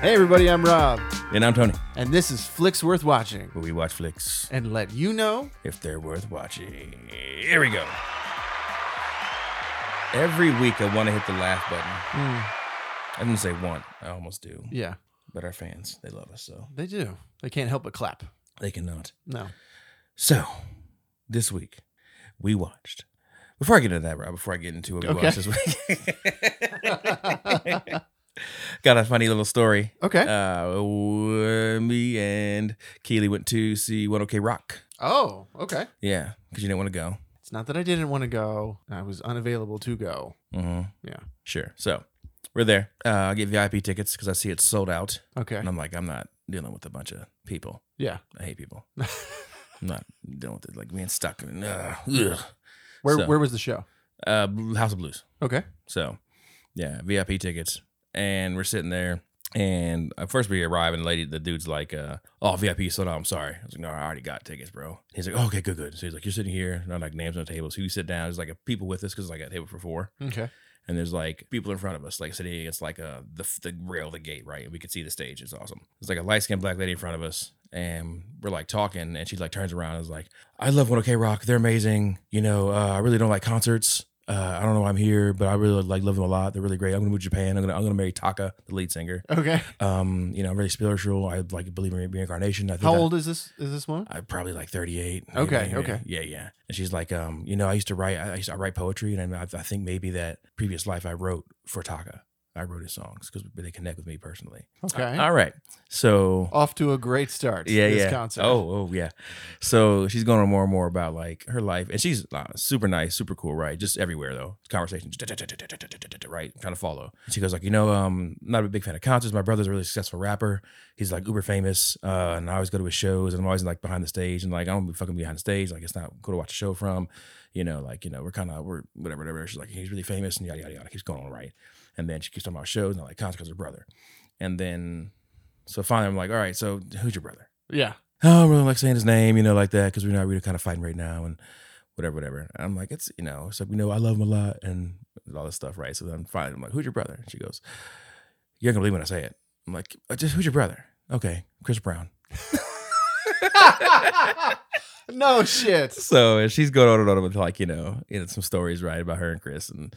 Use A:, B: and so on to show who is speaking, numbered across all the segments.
A: Hey, everybody, I'm Rob,
B: And I'm Tony.
A: and this is Flicks Worth Watching.
B: Where we watch flicks
A: And let you know,
B: if they're worth watching. Here we go. Every week I want to hit the laugh button. I didn't say want. I almost do.
A: yeah,
B: But our fans, they love us, so
A: they do. They can't help but clap.
B: they cannot.
A: No.
B: So this week we watched. Before I get into that, Rob, before I get into what we
A: Okay.
B: watched this week. Got a funny little story.
A: Okay.
B: Uh, w- me and Keely went to see 1OK Rock.
A: oh, okay.
B: Yeah, because you didn't want to go.
A: It's not that I didn't want to go. I was unavailable to go.
B: Mm-hmm.
A: Yeah.
B: Sure. So we're there. Uh, I get VIP tickets because I see it's sold out,
A: Okay.
B: and I'm like, I'm not dealing with a bunch of people.
A: Yeah.
B: I hate people. I'm not dealing with it. Like being stuck in uh, ugh.
A: Where
B: So-
A: Where was the show?
B: Uh, Bl- House of Blues.
A: Okay.
B: So yeah, VIP tickets, and we're sitting there. And at first we arrive, and the lady, the dude's like, uh, "Oh, VIP is sold out. I'm sorry." I was like, "No, I already got tickets, bro." He's like, "Okay, good, good." So he's like, "You're sitting here." And I'm like, "Names on the table." So you sit down. There's like a people with us because like a table for four.
A: Okay.
B: and there's like people in front of us, like sitting against like uh the the rail, of the gate, right? And we could see the stage. It's awesome. There's like a light skinned black lady in front of us, and we're like talking, and she like turns around and is like, "I love 1OK Rock. They're amazing. You know, uh, I really don't like concerts. Uh, I don't know why I'm here, but I really like love them a lot. They're really great. I'm gonna move to Japan. I'm gonna I'm gonna marry Taka, the lead singer.
A: Okay.
B: Um, you know, I'm really spiritual. I like believe in reincarnation. I think
A: How
B: I-
A: old is this? Is this one?
B: I probably like 38.
A: Okay,
B: Yeah,
A: okay.
B: Yeah, yeah. And she's like, um, you know, I used to write, I, used to, I write poetry, and I, I think maybe that previous life I wrote for Taka, I wrote his songs because they connect with me personally.
A: Okay.
B: All right. So
A: Off to a great start.
B: uh, yeah,
A: This
B: yeah.
A: concert.
B: Oh, oh, yeah. So she's going on more and more about like her life, and she's uh, super nice, super cool, right? Just everywhere though, conversation, right? Trying to follow. She goes like, you know, um, not a big fan of concerts. My brother's a really successful rapper. He's like uber famous, uh, and I always go to his shows, and I'm always like behind the stage, and like I don't be fucking behind the stage. Like it's not cool to watch a show from, you know, like you know, we're kind of we're whatever, whatever. She's like, he's really famous, and yada yada yada. Keeps going on, right? And then she keeps talking about shows, and I'm like concerts, 'cause her brother, and then. So finally, I'm like, all right, so who's your brother?
A: Yeah.
B: oh, I don't really like saying his name, you know, like that, because we're not really kind of fighting right now and whatever, whatever. And I'm like, it's, you know, it's like, you know, I love him a lot and all this stuff, right? So then finally, I'm like, who's your brother? And she goes, you're going to believe when I say it. I'm like, "Uh, just who's your brother? Okay, Chris Brown.
A: no shit.
B: So and she's going on and on with like, you know, you know, some stories, right, about her and Chris and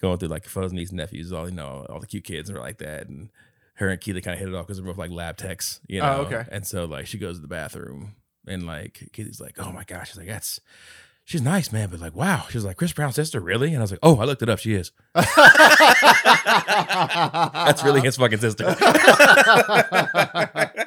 B: going through like photos, nieces, nephews, all, you know, all the cute kids and like that. And her and Keely kind of hit it off because they're both like lab techs, you
A: Oh,
B: know.
A: okay.
B: And so like she goes to the bathroom and like Keely's like, oh my gosh, she's like, that's, she's nice, man, but like, wow. She was like, Chris Brown's sister, really? And I was like, oh, I looked it up. She is. That's
A: That's
B: really his fucking sister.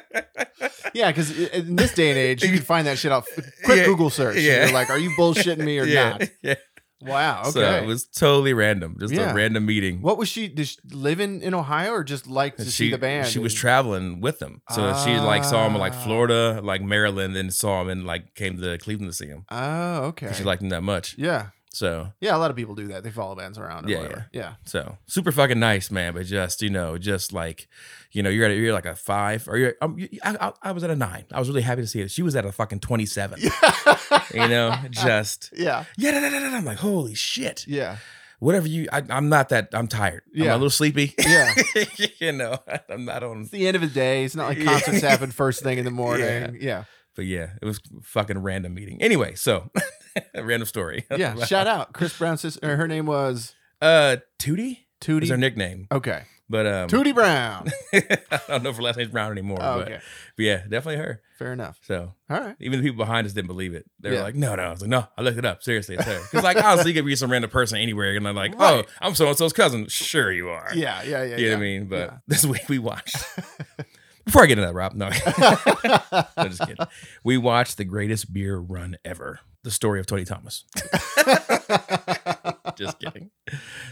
A: Yeah, because in this day and age, you can find that shit off quick
B: Yeah,
A: Google search. and
B: yeah.
A: You're like, are you bullshitting me or
B: yeah,
A: not?
B: Yeah.
A: Wow. Okay.
B: So it was totally random, just
A: Yeah.
B: a random meeting.
A: what was she? Did she live in, in Ohio or just like to
B: And
A: see the band?
B: She was traveling with them, so she like saw him in like
A: Ah.
B: Florida, like Maryland, and saw him and like came to Cleveland to see him.
A: oh, okay.
B: 'cause She liked him that much.
A: yeah,
B: So
A: yeah. A lot of people do that. They follow bands around. Or
B: Yeah,
A: whatever. yeah,
B: so super fucking nice, man. But just you know, just like you know, you're at a, you're like a five or you're um, you, I, I, I was at a nine. I was really happy to see it. She was at a fucking twenty seven.
A: yeah,
B: you know, just
A: yeah,
B: yeah. da- da- da- da- da. I'm like, holy shit.
A: yeah,
B: Whatever you, I, I'm not that. I'm tired. I'm
A: Yeah.
B: a little sleepy.
A: yeah.
B: you know, I'm not on.
A: It's the end of the day. It's not like
B: Yeah.
A: concerts happen first thing in the morning. Yeah,
B: But yeah, it was fucking random meeting. Anyway, so random story.
A: yeah. Shout out Chris Brown's sister. or Her name was
B: Uh, Tootie is her
A: Tootie.
B: nickname,
A: Okay,
B: but um,
A: Tootie Brown.
B: I don't know if her last name's Brown anymore.
A: Oh,
B: but,
A: okay,
B: but yeah, definitely her.
A: fair enough.
B: So
A: All right.
B: even the people behind us didn't believe it. They were
A: Yeah.
B: like, "No, no." I was like, "No, I looked it up. Seriously, it's her." Because like honestly, you could be some random person anywhere, and I'm like,
A: Right.
B: "Oh, I'm so and so's cousin." Sure, you are.
A: Yeah, yeah, yeah.
B: you know
A: yeah.
B: what I mean. But
A: Yeah.
B: this week we watched. Before I get into that, Rob, no, I'm just kidding. We watched the greatest beer run ever. The story of Tony Thomas. Just kidding.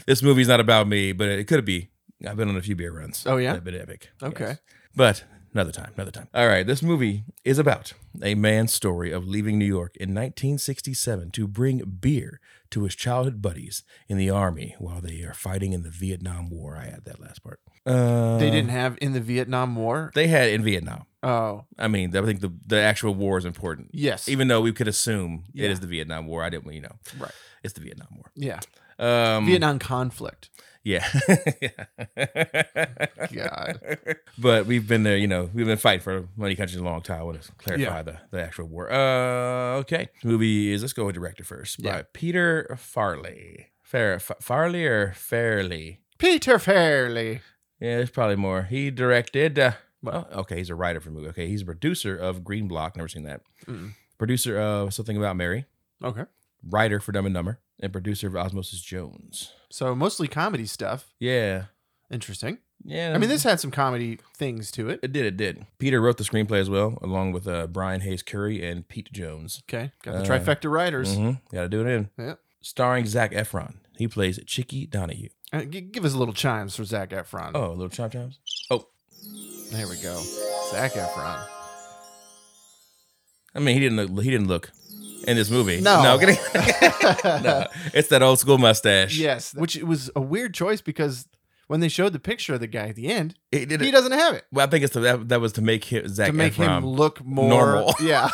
B: This movie's not about me, but it could be. I've been on a few beer runs.
A: Oh, yeah?
B: They've been epic.
A: Okay.
B: Yes. But another time, another time. All right, this movie is about a man's story of leaving New York in 1967 to bring beer to his childhood buddies in the army while they are fighting in the Vietnam War. I had that last part. Uh,
A: they didn't have in the Vietnam War.
B: They had in Vietnam.
A: Oh,
B: I mean, I think the, the actual war is important.
A: yes.
B: Even though we could assume
A: Yeah.
B: it is the Vietnam War, I didn't, you know,
A: right.
B: it's the Vietnam War.
A: Yeah.
B: Um,
A: Vietnam conflict.
B: Yeah.
A: God.
B: But we've been there, you know, we've been fighting for money countries a long time. I want to clarify
A: Yeah.
B: the, the actual word. Uh, okay. Movie is, let's go with director first. By
A: Yeah.
B: Peter Farley. Fair, F- Farley or Fairley?
A: Peter Fairley.
B: Yeah, there's probably more. He directed, uh, well, okay, he's a writer for the movie. Okay, he's a producer of Green Block. Never seen that.
A: Mm.
B: Producer of Something About Mary.
A: Okay.
B: Writer for Dumb and Dumber. And producer of Osmosis Jones.
A: So mostly comedy stuff.
B: Yeah.
A: Interesting.
B: Yeah.
A: I mean, this had some comedy things to it.
B: It did. It did. Peter wrote the screenplay as well, along with uh, Brian Hayes Curry and Pete Jones.
A: Okay. Got the
B: Uh,
A: trifecta writers.
B: Got to do it in.
A: Yeah.
B: Starring Zach Efron. He plays Chicky Donahue.
A: Uh, g- give us a little chimes for Zach Efron.
B: mm-hmm. Oh, a little chop chops.
A: There we go. Zach Efron.
B: I mean, he didn't. Look, he didn't look in this movie.
A: No.
B: no, I'm kidding. no, it's that old school mustache.
A: Yes. Which it was a weird choice because when they showed the picture of the guy at the end,
B: he did.
A: he
B: It.
A: doesn't have it.
B: Well, I think it's to, that. That was to make him, Zach
A: to make
B: Efron.
A: him look more
B: normal.
A: Yeah.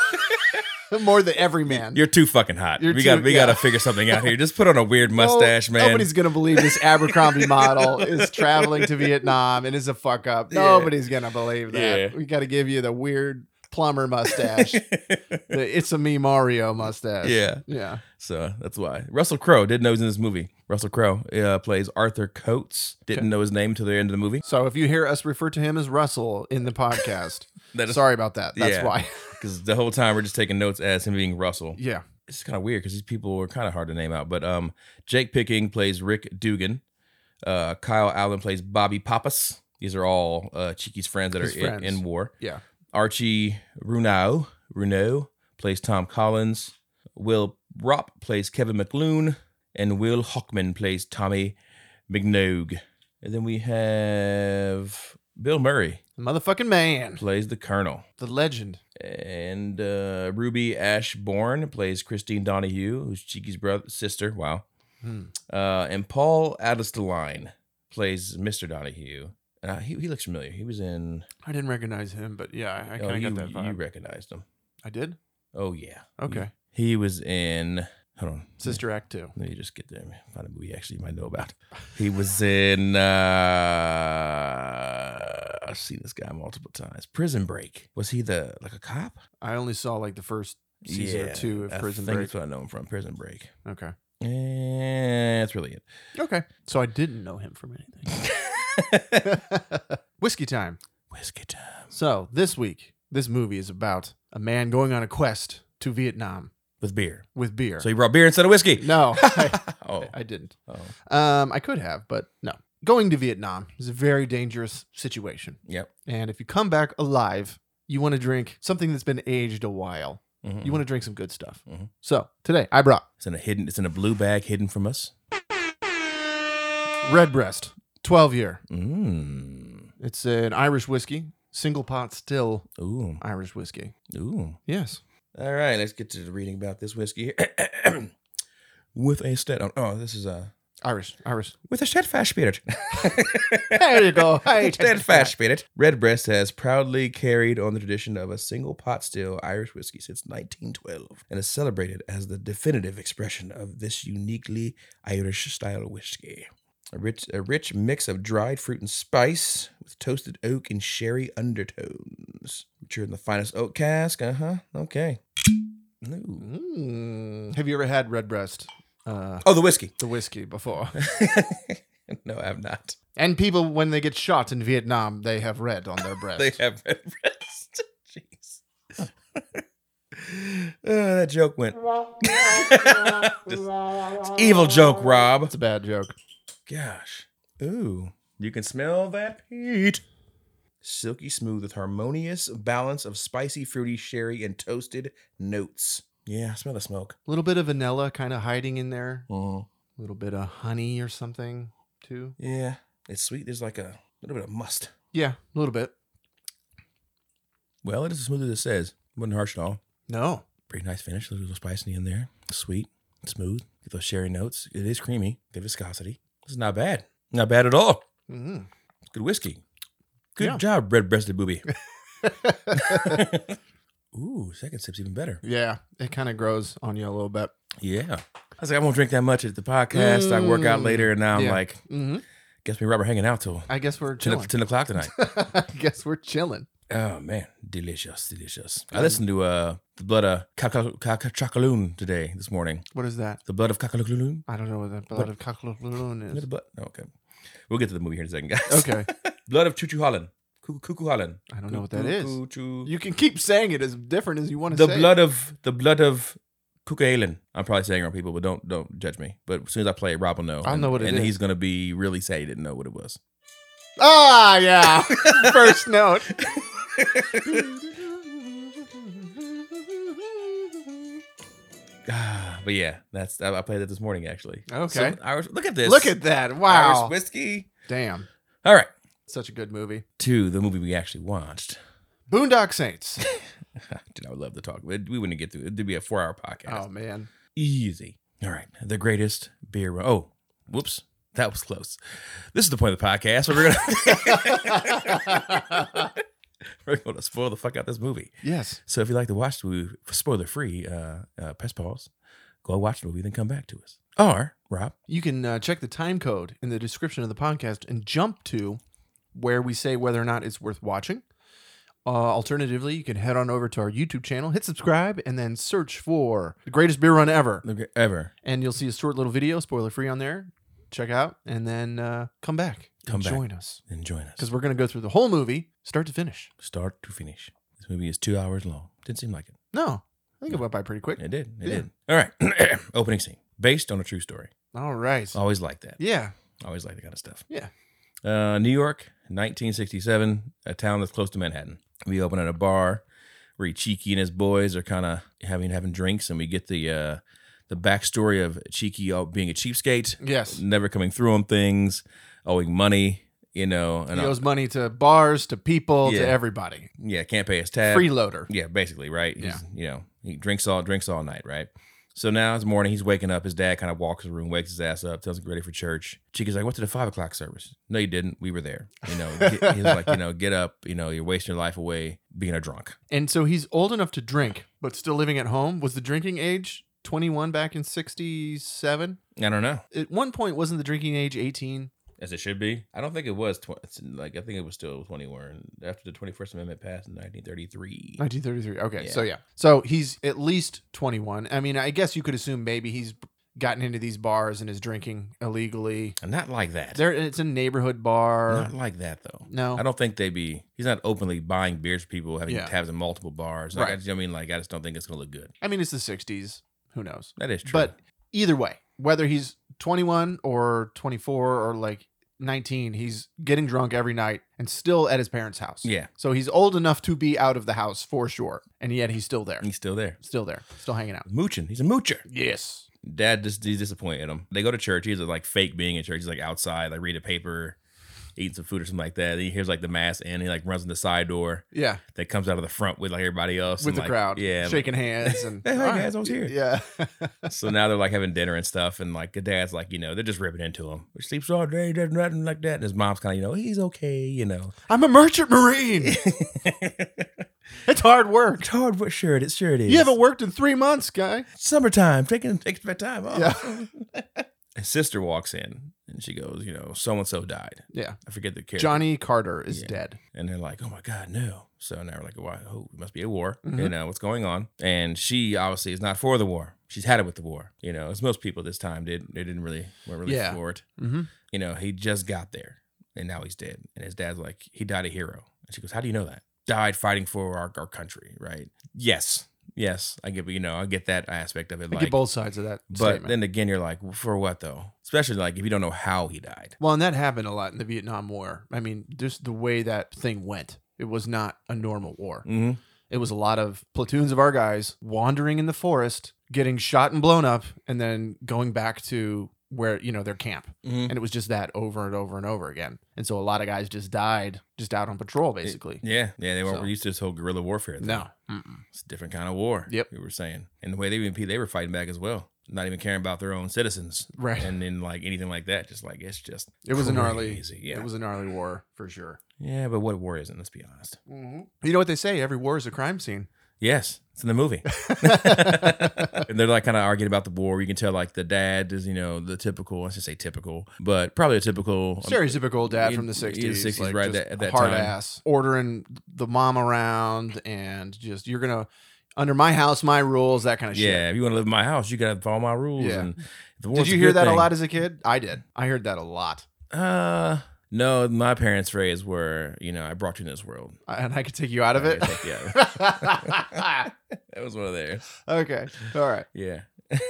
A: more the everyman.
B: You're too fucking hot.
A: You're
B: we
A: too-
B: got. We got
A: yeah.
B: to figure something out here. Just put on a weird
A: No-
B: mustache, man.
A: Nobody's gonna believe this Abercrombie model is traveling to Vietnam and is a fuck up.
B: Yeah.
A: Nobody's gonna believe that.
B: Yeah.
A: We gotta give you the weird plumber mustache. the it's a me Mario mustache.
B: yeah.
A: Yeah.
B: So that's why Russell Crowe didn't know he was in this movie. Russell Crowe uh, plays Arthur Coates. Didn't know his name till the end of the movie.
A: So if you hear us refer to him as Russell in the podcast,
B: That is
A: sorry about that. That's
B: Yeah.
A: why.
B: because the whole time we're just taking notes as him being Russell.
A: yeah.
B: It's kind of weird because these people were kind of hard to name out. But um, Jake Picking plays Rick Dugan. Uh, Kyle Allen plays Bobby Pappas. These are all uh, Cheeky's friends that
A: His
B: are in,
A: friends.
B: in war.
A: Yeah.
B: Archie Runeau Runeau plays Tom Collins. Will Rop plays Kevin McLoon, and Will Hockman plays Tommy McNogue. And then we have Bill Murray
A: The motherfucking man.
B: plays the Colonel,
A: The legend.
B: and uh, Ruby Ashbourne plays Christine Donahue, who's Cheeky's brother sister. Wow,
A: Hmm.
B: uh, and Paul Adeline plays Mister Donahue. Uh, he, he looks familiar. He was in.
A: I didn't recognize him, but yeah, I, I
B: oh,
A: kind
B: you,
A: of got that vibe.
B: you recognized him.
A: I did?
B: Oh yeah.
A: Okay.
B: He was in. Hold on.
A: Sister Act 2.
B: Let me just get there. Find a movie actually you might know about. He was in. uh I've seen this guy multiple times. Prison Break. Was he the like a cop?
A: I only saw like the first season or
B: Yeah,
A: two of
B: I
A: Prison
B: think
A: Break.
B: That's what I know him from. Prison Break.
A: Okay.
B: Eh, that's really
A: Okay. So I didn't know him from anything.
B: it.
A: Whiskey time.
B: Whiskey time
A: So this week, this movie is about a man going on a quest to Vietnam
B: with beer.
A: with beer.
B: So he brought beer instead of whiskey.
A: no, I,
B: oh,
A: I didn't.
B: oh,
A: Um, I could have, but no. Going to Vietnam is a very dangerous situation.
B: yep.
A: And if you come back alive, you want to drink something that's been aged a while.
B: Mhm.
A: You want to drink some good stuff.
B: Mhm.
A: So today I brought
B: it's in a hidden. It's in a blue bag hidden from us.
A: Redbreast, 12 year.
B: Mm.
A: It's an Irish whiskey, single pot still
B: Ooh,
A: Irish whiskey.
B: ooh.
A: Yes.
B: All right, let's get to the reading about this whiskey. with a stead. Oh, oh, this is a
A: Irish, Irish.
B: with a steadfast spirit.
A: There you go. Hey,
B: steadfast spirit. Redbreast has proudly carried on the tradition of a single pot still Irish whiskey since 1912, and is celebrated as the definitive expression of this uniquely Irish style whiskey. A rich, a rich mix of dried fruit and spice with toasted oak and sherry undertones. Matured in the finest oak cask. Uh huh. Okay. Ooh.
A: Mm. Have you ever had Redbreast, uh,
B: Oh, the whiskey.
A: the whiskey, before?
B: no, I've not.
A: and people, when they get shot in Vietnam, they have red on their breast.
B: They have red breast. Jeez. Uh, that joke went. Just- it's evil joke, Rob.
A: That's a bad joke.
B: Gosh. Ooh. You can smell that heat. Silky smooth with harmonious balance of spicy, fruity, sherry, and toasted notes. Yeah, I smell the smoke.
A: A little bit of vanilla kind of hiding in there.
B: Mm.
A: A little bit of honey or something, too.
B: Yeah. It's sweet. There's like a little bit of must.
A: Yeah, a little bit.
B: Well, it is as smooth as it says. Wasn't harsh at all.
A: No.
B: Pretty nice finish. A little spicy in there. Sweet, smooth. Get those sherry notes. It is creamy. Good viscosity. This is not bad. Not bad at all.
A: Mm.
B: It's good whiskey. Good
A: Yeah.
B: job, red breasted booby. Ooh, second sip's even better.
A: yeah, it kind of grows on you a little bit.
B: Yeah. I was like, I won't drink that much at the podcast. I work out
A: Mm.
B: later. And now I'm
A: Yeah.
B: like,
A: Mm-hmm.
B: guess me, and Rob, are hanging out till
A: I guess we're
B: 10, o-
A: chilling.
B: 10 o'clock tonight.
A: I guess we're chilling.
B: oh, man. Delicious. Delicious.
A: Mm.
B: I listened to uh, The Blood of Kaka- Kaka- Chakaloon today, this morning.
A: What is that?
B: The Blood of Kakaloon?
A: I don't know what the blood of cockaloon
B: The
A: is.
B: blood. oh, okay. We'll get to the movie here in a second, guys.
A: Okay,
B: blood of Choo Choo Holland. Cuckoo, cuckoo Holland.
A: I don't know what that is.
B: Cuckoo-
A: You can keep saying it as different as you want to
B: the
A: say. it.
B: blood of the blood of Kukaelin. I'm probably saying it wrong people, but don't don't judge me. But as soon as I play it, Rob will know.
A: I
B: and,
A: know what it
B: and
A: is.
B: he's gonna be really sad he didn't know what it was.
A: Ah, yeah. First note.
B: Ah, but yeah, that's I, I played that this morning actually.
A: Okay.
B: Some Irish, look at this.
A: Look at that. Wow.
B: Irish whiskey.
A: Damn.
B: All right.
A: Such a good movie.
B: To the movie we actually watched.
A: Boondock Saints.
B: Dude, I would love to talk. but We wouldn't get through it. It'd be a four hour podcast.
A: Oh, man.
B: Easy. All right. The greatest beer. ru- Oh, whoops. That was close. This is the point of the podcast where we're gonna we're gonna spoil the fuck out this movie.
A: yes.
B: So if you like to watch the movie, spoiler free, uh, uh, press pause, go watch the movie, then come back to us. Or Rob,
A: You can uh, check the time code in the description of the podcast and jump to where we say whether or not it's worth watching. Uh, alternatively, you can head on over to our YouTube channel, hit subscribe, and then search for the greatest beer run ever.
B: the gre- ever
A: and you'll see a short little video, spoiler free, on there. Check out and then uh, come back.
B: Come
A: and
B: back.
A: join us
B: then join us,
A: because we're going to go through the whole movie, start to finish.
B: start to finish. This movie is two hours long. Didn't seem like it.
A: No, I think it went by pretty quick.
B: It did. It
A: Yeah.
B: did. All right. Opening scene based on a true story.
A: All right.
B: Always like that.
A: Yeah.
B: Always like that kind of stuff.
A: Yeah.
B: Uh, New York, 1967, a town that's close to Manhattan. We open at a bar where Cheeky and his boys are kind of having having drinks, and we get the uh, the backstory of Cheeky all- being a cheapskate,
A: Yes.
B: never coming through on things, owing money, you know,
A: he
B: and all-
A: owes money to bars, to people,
B: Yeah.
A: to everybody.
B: yeah, can't pay his tab.
A: Freeloader.
B: Yeah, basically, right? He's, You know, he drinks all drinks all night, right? So now it's morning. He's waking up. His dad kind of walks the room, wakes his ass up, tells him get ready for church. Chica's like, "Went to the five o'clock service." No, you didn't. We were there. You know, get, he was like, "You know, get up. You know, you're wasting your life away being a drunk."
A: And so he's old enough to drink, but still living at home. Was the drinking age 21 back in 67?
B: I don't know,
A: At one point, wasn't the drinking age 18?
B: as it should be. I don't think it was tw- it's like I think it was still twenty one after the Twenty First Amendment passed in nineteen thirty three.
A: 1933. Okay,
B: Yeah.
A: so yeah. So he's at least 21. I mean, I guess you could assume maybe he's gotten into these bars and is drinking illegally.
B: Not like that.
A: There it's a neighborhood bar.
B: Not like that though.
A: No.
B: I don't think they be. He's not openly buying beers for people, having
A: Yeah.
B: tabs in multiple bars. Like, I,
A: Right.
B: just- I mean, like I just don't think it's gonna look good.
A: I mean, it's the 60s. Who knows?
B: That is true.
A: But either way, whether he's 21 or 24 or like 19, he's getting drunk every night and still at his parents' house.
B: yeah,
A: So he's old enough to be out of the house for sure, and yet he's still there.
B: he's still there.
A: Still there. Still hanging out.
B: Mooching. He's a moocher.
A: Yes.
B: Dad just he's disappointed in him. They go to church. He's like fake being in church. He's like outside, like reading a paper, eating some food or something like that. he hears like the mass and he like runs in the side door
A: Yeah,
B: that comes out of the front with like everybody else.
A: with
B: and,
A: the
B: like,
A: crowd.
B: Yeah.
A: Shaking hands and
B: Hey, hi,
A: All
B: guys, I was here.
A: Yeah.
B: so now they're like having dinner and stuff, and like the dad's like, you know, they're just ripping into him. He sleeps all day, does nothing like that. And his mom's kind of, you know, he's okay, you know.
A: I'm a merchant marine. It's hard work.
B: it's hard, but sure, it sure it is.
A: You haven't worked in three months, guy.
B: summertime, taking taking my time off. His sister walks in and she goes, you know, so and so died.
A: Yeah.
B: I forget the character.
A: Johnny Carter is
B: Yeah.
A: dead.
B: And they're like, oh my God, no. So now we're like, why? Oh, it must be a war. You
A: Mhm.
B: know, what's going on? And she obviously is not for the war. She's had it with the war. You know, as most people this time did, they didn't really, weren't really
A: Yeah.
B: for it.
A: Mm-hmm.
B: You know, he just got there and now he's dead. And his dad's like, he died a hero. And she goes, how do you know that? Died fighting for our, our country, right? Yes. Yes. I get, you know, I get that aspect of it.
A: I
B: like,
A: get both sides of that
B: but
A: statement.
B: then again, you're like, for what though? Especially like if you don't know how he died.
A: well, and that happened a lot in the Vietnam War. I mean, just the way that thing went. It was not a normal war.
B: Mm-hmm.
A: It was a lot of platoons of our guys wandering in the forest, getting shot and blown up, and then going back to where, you know, their camp.
B: Mm-hmm.
A: And it was just that over and over and over again. And so a lot of guys just died just out on patrol, basically.
B: Yeah, yeah, they weren't
A: So-
B: used to this whole guerrilla warfare. Thing.
A: no. Mm-mm.
B: It's a different kind of war.
A: Yep.
B: We were saying. And the way they even they were fighting back as well. Not even caring about their own citizens.
A: Right.
B: And then like anything like that. Just like it's just
A: It was a gnarly.
B: crazy. Yeah.
A: It was a gnarly war for sure.
B: yeah, but what war isn't, let's be honest.
A: You know what they say? Every war is a crime scene.
B: Yes, it's in the movie. and they're like kind of arguing about the war. You can tell like the dad is, you know, the typical. I should say typical, but probably a typical. um,
A: Stereotypical dad
B: in-
A: from the
B: in the
A: sixties,
B: 60s,
A: like
B: right,
A: just
B: that- at that
A: hard
B: time.
A: ass, ordering the mom around, and just you're gonna under my house, my rules, that kind of shit.
B: yeah, if you want to live in my house, you got to follow my rules.
A: Yeah.
B: And the war's
A: Did
B: a
A: you hear
B: good
A: that a
B: thing.
A: lot as a kid? I did. I heard that a lot,
B: Uh, no, my parents' phrase were, you know, I brought you in this world.
A: I- and I could take you out of it.
B: yeah, that was one of theirs.
A: okay, all right.
B: Yeah.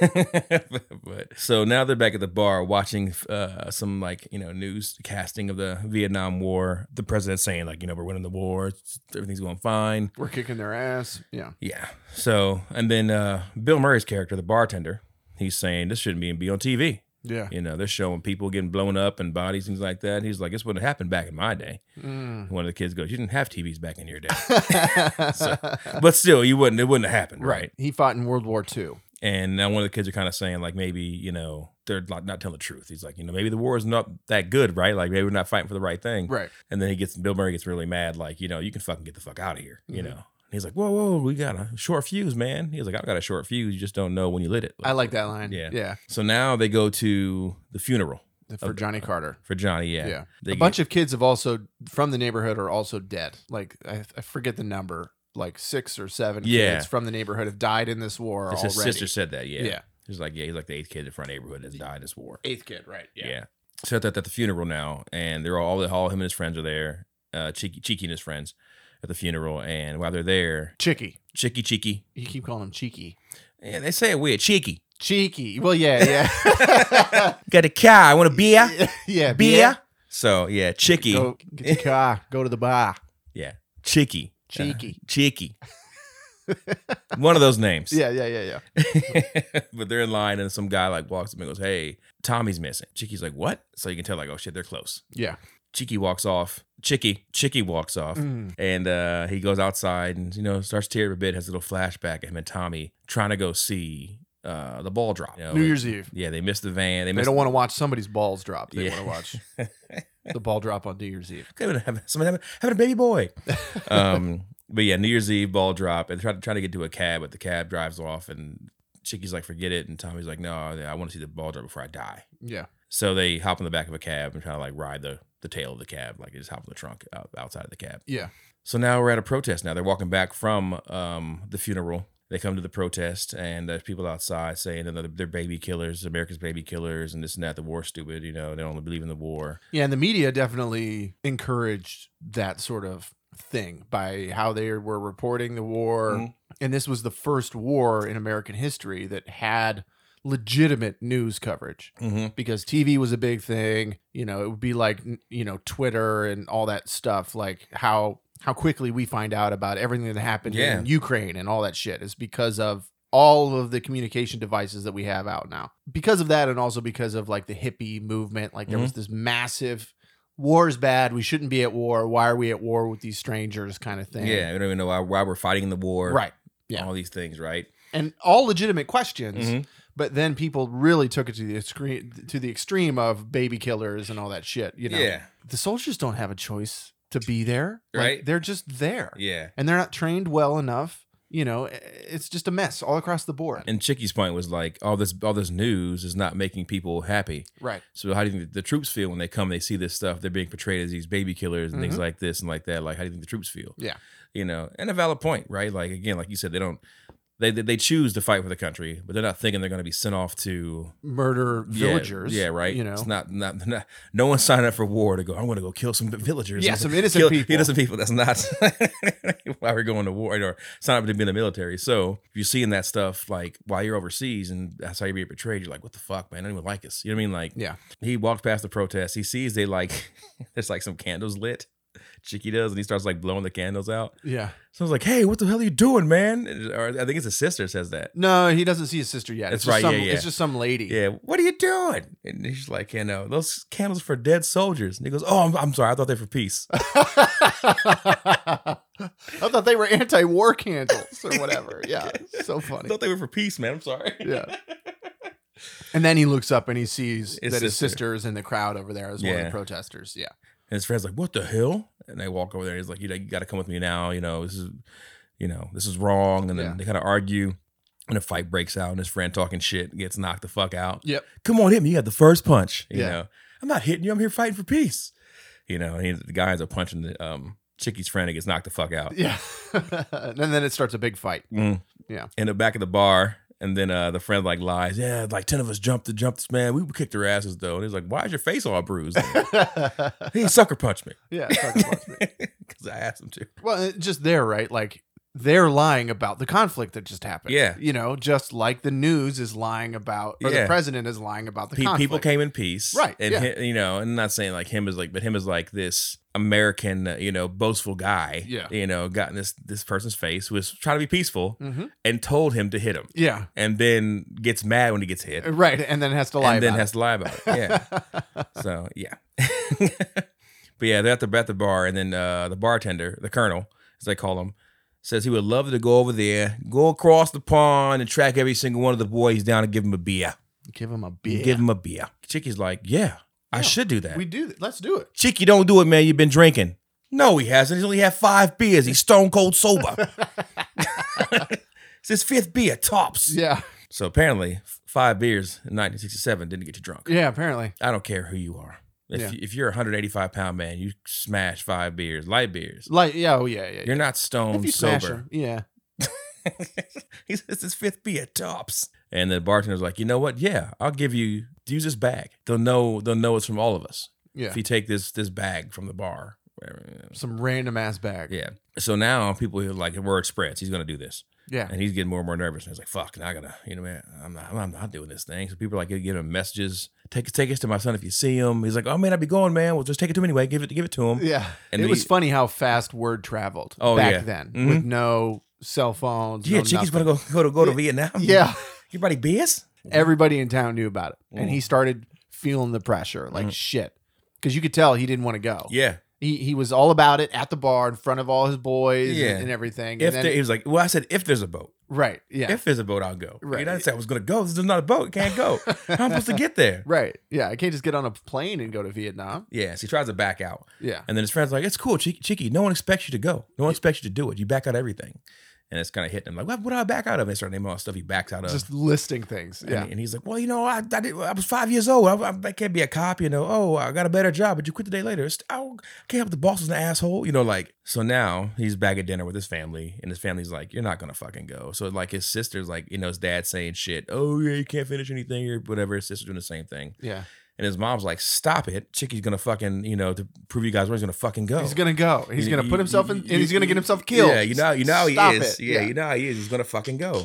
B: but so now they're back at the bar watching uh, some like you know news casting of the Vietnam War. The president's saying like you know we're winning the war, it's- everything's going fine.
A: We're kicking their ass. Yeah.
B: Yeah. So and then uh, Bill Murray's character, the bartender, he's saying this shouldn't even be on TV.
A: Yeah.
B: You know they're showing people getting blown up and bodies things like that. And he's like this wouldn't have happened back in my day.
A: Mm.
B: One of the kids goes, you didn't have TVs back in your day, but still you wouldn't it wouldn't have happened, right?
A: He fought in World War II.
B: And now one of the kids are kind of saying like maybe you know they're not, not telling the truth. He's like you know maybe the war is not that good, right? Like maybe we're not fighting for the right thing.
A: Right.
B: And then he gets Bill Murray gets really mad, like you know you can fucking get the fuck out of here, you
A: Mhm.
B: know. And he's like whoa whoa we got a short fuse, man. He's like I got a short fuse, you just don't know when you lit it.
A: I like that line.
B: Yeah.
A: Yeah.
B: so now they go to the funeral
A: For
B: Of-
A: Johnny Carter.
B: for Johnny. Yeah,
A: Yeah.
B: They
A: a bunch of kids have also from the neighborhood are also dead. Like I, I forget the number, like six or seven
B: Yeah.
A: kids from the neighborhood have died in this war
B: It's
A: already.
B: his sister said that. Yeah.
A: yeah.
B: yeah. He's like yeah he's like the eighth kid in front neighborhood that's died in this war.
A: eighth kid, right?
B: Yeah. So they're at the funeral now, and they're all, all him and his friends are there. Uh, Cheeky, Cheeky and his friends at the funeral, and while they're there,
A: Cheeky.
B: Cheeky, Cheeky,
A: You keep calling him cheeky.
B: and they say it weird, Cheeky.
A: Cheeky. Well, yeah, yeah,
B: Got a car? I want a beer,
A: yeah.
B: beer. So yeah, Cheeky,
A: Go get your car. Go to the bar.
B: Cheeky,
A: Cheeky.
B: uh, Cheeky. One of those names.
A: Yeah, yeah, yeah, yeah.
B: but they're in line, and some guy like walks up and goes, "Hey, Tommy's missing." Cheeky's like, "What?" So you can tell like, oh shit, they're close.
A: Yeah.
B: Cheeky walks off. Chicky, Chicky walks off.
A: Mm.
B: And uh, he goes outside and, you know, starts tearing a bit, has a little flashback of him and Tommy trying to go see uh, the ball drop. You know,
A: New Year's Eve.
B: yeah, they missed the van. They
A: They
B: missed.
A: don't want to watch somebody's balls drop. They
B: Yeah.
A: want to watch the ball drop on New Year's Eve.
B: Could have been- someone having, having a baby boy. um, but yeah, New Year's Eve ball drop and trying to try to get to a cab, but the cab drives off and Chicky's like, forget it. And Tommy's like, no, I want to see the ball drop before I die.
A: Yeah.
B: So they hop in the back of a cab and try to like ride the, the tail of the cab, like just hop in the trunk out, outside of the cab.
A: Yeah.
B: So now we're at a protest. Now they're walking back from um, the funeral. They come to the protest, and there's people outside saying that they're- they're baby killers, America's baby killers, and this and that. The war's stupid. You know, they only believe in the war.
A: Yeah, and the media definitely encouraged that sort of thing by how they were reporting the war.
B: Mhm.
A: And this was the first war in American history that had legitimate news coverage
B: Mm-hmm.
A: because TV was a big thing. You know, it would be like, n- you know, Twitter and all that stuff, like how how quickly we find out about everything that happened
B: Yeah.
A: in Ukraine and all that shit is because of all of the communication devices that we have out now. Because of that and also because of like the hippie movement, like there was
B: Mm-hmm.
A: this massive war is bad, we shouldn't be at war, why are we at war with these strangers kind of thing.
B: Yeah, we don't even know why, why we're fighting the war.
A: Right. yeah.
B: All these things, right?
A: And all legitimate questions.
B: Mhm.
A: But then people really took it to the extreme, to the extreme of baby killers and all that shit. You know,
B: Yeah.
A: the soldiers don't have a choice to be there. Like,
B: Right.
A: They're just there.
B: Yeah.
A: And they're not trained well enough. You know, i- it's just a mess all across the board.
B: And Chicky's point was like, all this, all this news is not making people happy.
A: right.
B: So how do you think the troops feel when they come? They see this stuff. They're being portrayed as these baby killers and things
A: Mhm.
B: like this and like that. Like how do you think the troops feel?
A: Yeah.
B: you know, and a valid point, right? Like again, like you said, they don't. They they- they choose to fight for the country, but they're not thinking they're going to be sent off to
A: Murder
B: yeah,
A: villagers.
B: Yeah, right.
A: You know,
B: it's not not, not no one signed up for war to go. I'm going to go kill some villagers.
A: Yeah,
B: and
A: some innocent
B: kill
A: people.
B: Innocent people. That's not why we're going to war or sign up to be in the military. So if you're seeing that stuff like while you're overseas and that's how you're being portrayed, you're like, what the fuck, man? I don't even like us. You know what I mean? Like,
A: Yeah.
B: He walked past the protest. He sees they like there's like some candles lit. Chicky does, and he starts like blowing the candles out.
A: yeah.
B: So I was like, "Hey, what the hell are you doing, man?" Or I think it's his sister says that.
A: No, he doesn't see his sister yet.
B: That's
A: it's just
B: right,
A: Some,
B: yeah, yeah.
A: It's just some lady.
B: Yeah, what are you doing? And he's like, "You know, those candles for dead soldiers." And he goes, "Oh, I'm, I'm sorry. I thought they were for peace."
A: I thought they were anti-war candles or whatever. Yeah, it's so
B: I
A: funny.
B: thought they were for peace, man. I'm sorry.
A: Yeah. And then he looks up and he sees
B: His
A: that his
B: sister.
A: sister is in the crowd over there as one of
B: Yeah.
A: the protesters. Yeah.
B: And his friend's like, "What the hell?" And they walk over there. He's like, "You, know, you got to come with me now. You know, this is you know, this is wrong. And then
A: Yeah.
B: they kind of argue. And a fight breaks out, and his friend talking shit gets knocked the fuck out.
A: Yep.
B: Come on, hit me. You got the first punch. You
A: Yeah.
B: know, I'm not hitting you. I'm here fighting for peace. You know, and he, the guy ends up punching the um, Chicky's friend and gets knocked the fuck out.
A: Yeah. and then it starts a big fight.
B: Mm.
A: Yeah.
B: In the back of the bar. And then uh, the friend like lies, yeah, like 10 of us jumped to jump this man. We kicked their asses though. And he's like, why is your face all bruised?
A: yeah.
B: he sucker punched me.
A: it's hard to watch, man.
B: Because I asked him to.
A: well, it- just there, right? Like they're lying about the conflict that just happened.
B: Yeah.
A: You know, just like the news is lying about, or
B: Yeah.
A: the president is lying about the
B: Pe-
A: conflict.
B: people came in peace.
A: Right,
B: And,
A: yeah.
B: hi- you know, and not saying like him is like, but him is like this American, uh, you know, boastful guy.
A: Yeah.
B: You know, got in this, this person's face, was trying to be peaceful
A: Mhm.
B: and told him to hit him.
A: Yeah. uh,
B: And then gets mad when he gets hit.
A: Right. And then has to lie
B: and then
A: about
B: has to lie about it. Yeah. so yeah, but yeah, they're at the at the bar, and then uh, the bartender, the colonel, as they call him, says he would love to go over there, go across the pond, and track every single one of the boys down and give him a beer.
A: it. Give him a beer.
B: Give him a beer. Chicky's like, yeah, I
A: Yeah,
B: should do that.
A: we do th- Let's do it.
B: Chicky, don't do it, man. You've been drinking. No, he hasn't. He's only had five beers. He's stone cold sober. it's his fifth beer, tops.
A: Yeah.
B: So apparently, f- five beers in 1967 didn't get you drunk.
A: Yeah. Apparently.
B: I don't care who you are. If,
A: Yeah.
B: if you're a 185 pound man, you smash five beers, light beers.
A: Like, yeah. Oh, yeah. Yeah.
B: You're not
A: yeah. If
B: stone
A: you smash
B: sober.
A: him, yeah.
B: he says his fifth beer tops. And the bartender's like, you know what? Yeah, I'll give you use this bag. They'll know they'll know it's from all of us.
A: Yeah.
B: If you take this this bag from the bar. whatever.
A: Some random ass bag.
B: Yeah. So now people are like word spreads. He's gonna do this.
A: Yeah.
B: And he's getting more and more nervous. And he's like, fuck, now I gotta, you know, man, I'm not, I'm not doing this thing. So people are like giving him messages. Take take this to my son if you see him. He's like, Oh man, I'd be going, man. Well just take it to him anyway. Give it give it to him.
A: Yeah.
B: And
A: it
B: then
A: was
B: he-
A: funny how fast word traveled
B: Oh,
A: back
B: yeah.
A: then
B: Mhm.
A: with no cell phones.
B: Yeah,
A: no
B: Chicky's
A: nothing.
B: gonna Mm-hmm. go go to go to Vietnam.
A: Yeah.
B: Your buddy BS?
A: Everybody in town knew about it. And
B: Mm.
A: he started feeling the pressure like shit. Because you could tell he didn't want to go.
B: Mm-hmm. Yeah.
A: He, he was all about it at the bar in front of all his boys and-
B: Yeah.
A: and, everything.
B: If
A: and then,
B: there, he was like, Well, I said if there's a boat.
A: right. Yeah.
B: If there's a boat, I'll go. Right.
A: Right.
B: And I didn't say I was gonna go. This is not a boat, can't go. How am I supposed to get there?
A: right. Yeah. I can't just get on a plane and go to Vietnam.
B: Yeah, so he tries to back out.
A: Yeah.
B: And then his friend's like, it's cool, Chicky. Chicky no one expects you to go. No one expects you to do it. You back out everything. And it's kind of hitting him like, what, what do I back out of? And they start naming all the stuff he backs out of.
A: Just listing things.
B: and,
A: Yeah.
B: and he's like, well, you know, I, I, did, I was five years old. I, I can't be a cop, you know. Oh, I got a better job, but you quit the day later. It's, I don't- I can't help the boss was an asshole, you know. Like, so now he's back at dinner with his family, and his family's like, you're not gonna fucking go. So like, his sister's like, you know, his dad's saying shit. Oh yeah, you can't finish anything or whatever. His sister's doing the same thing,
A: yeah.
B: and his mom's like, stop it, Chicky's gonna fucking, you know, to prove you guys where he's gonna fucking go.
A: He's gonna go. He's
B: You-
A: gonna
B: you-
A: put himself in,
B: you-
A: and he's gonna
B: you-
A: get himself killed.
B: Yeah, you know, you know
A: Stop
B: he is.
A: it.
B: Yeah, you know he is. He's gonna fucking go.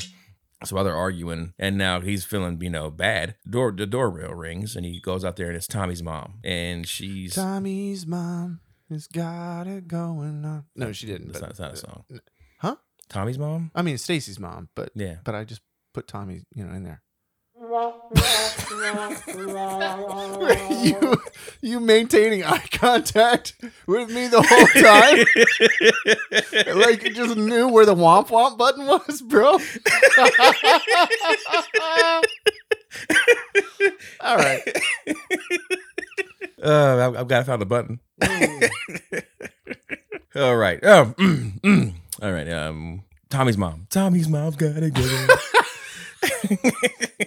B: So while they're arguing, and now he's feeling, you know, bad. Door the doorbell rings, and he goes out there, and it's Tommy's mom, and she's.
A: Tommy's mom has got it going on. No, she didn't.
B: That's
A: But,
B: not, that's not a song.
A: Huh?
B: Tommy's mom?
A: I mean, Stacy's mom, but
B: Yeah.
A: but I just put Tommy, you know, in there. you you maintaining eye contact with me the whole time? like you just knew where the womp womp button was, bro. All right.
B: uh, I've, I've got to find the button. All right. Um, mm, mm. All right. Um, Tommy's mom. Tommy's mom's got it going.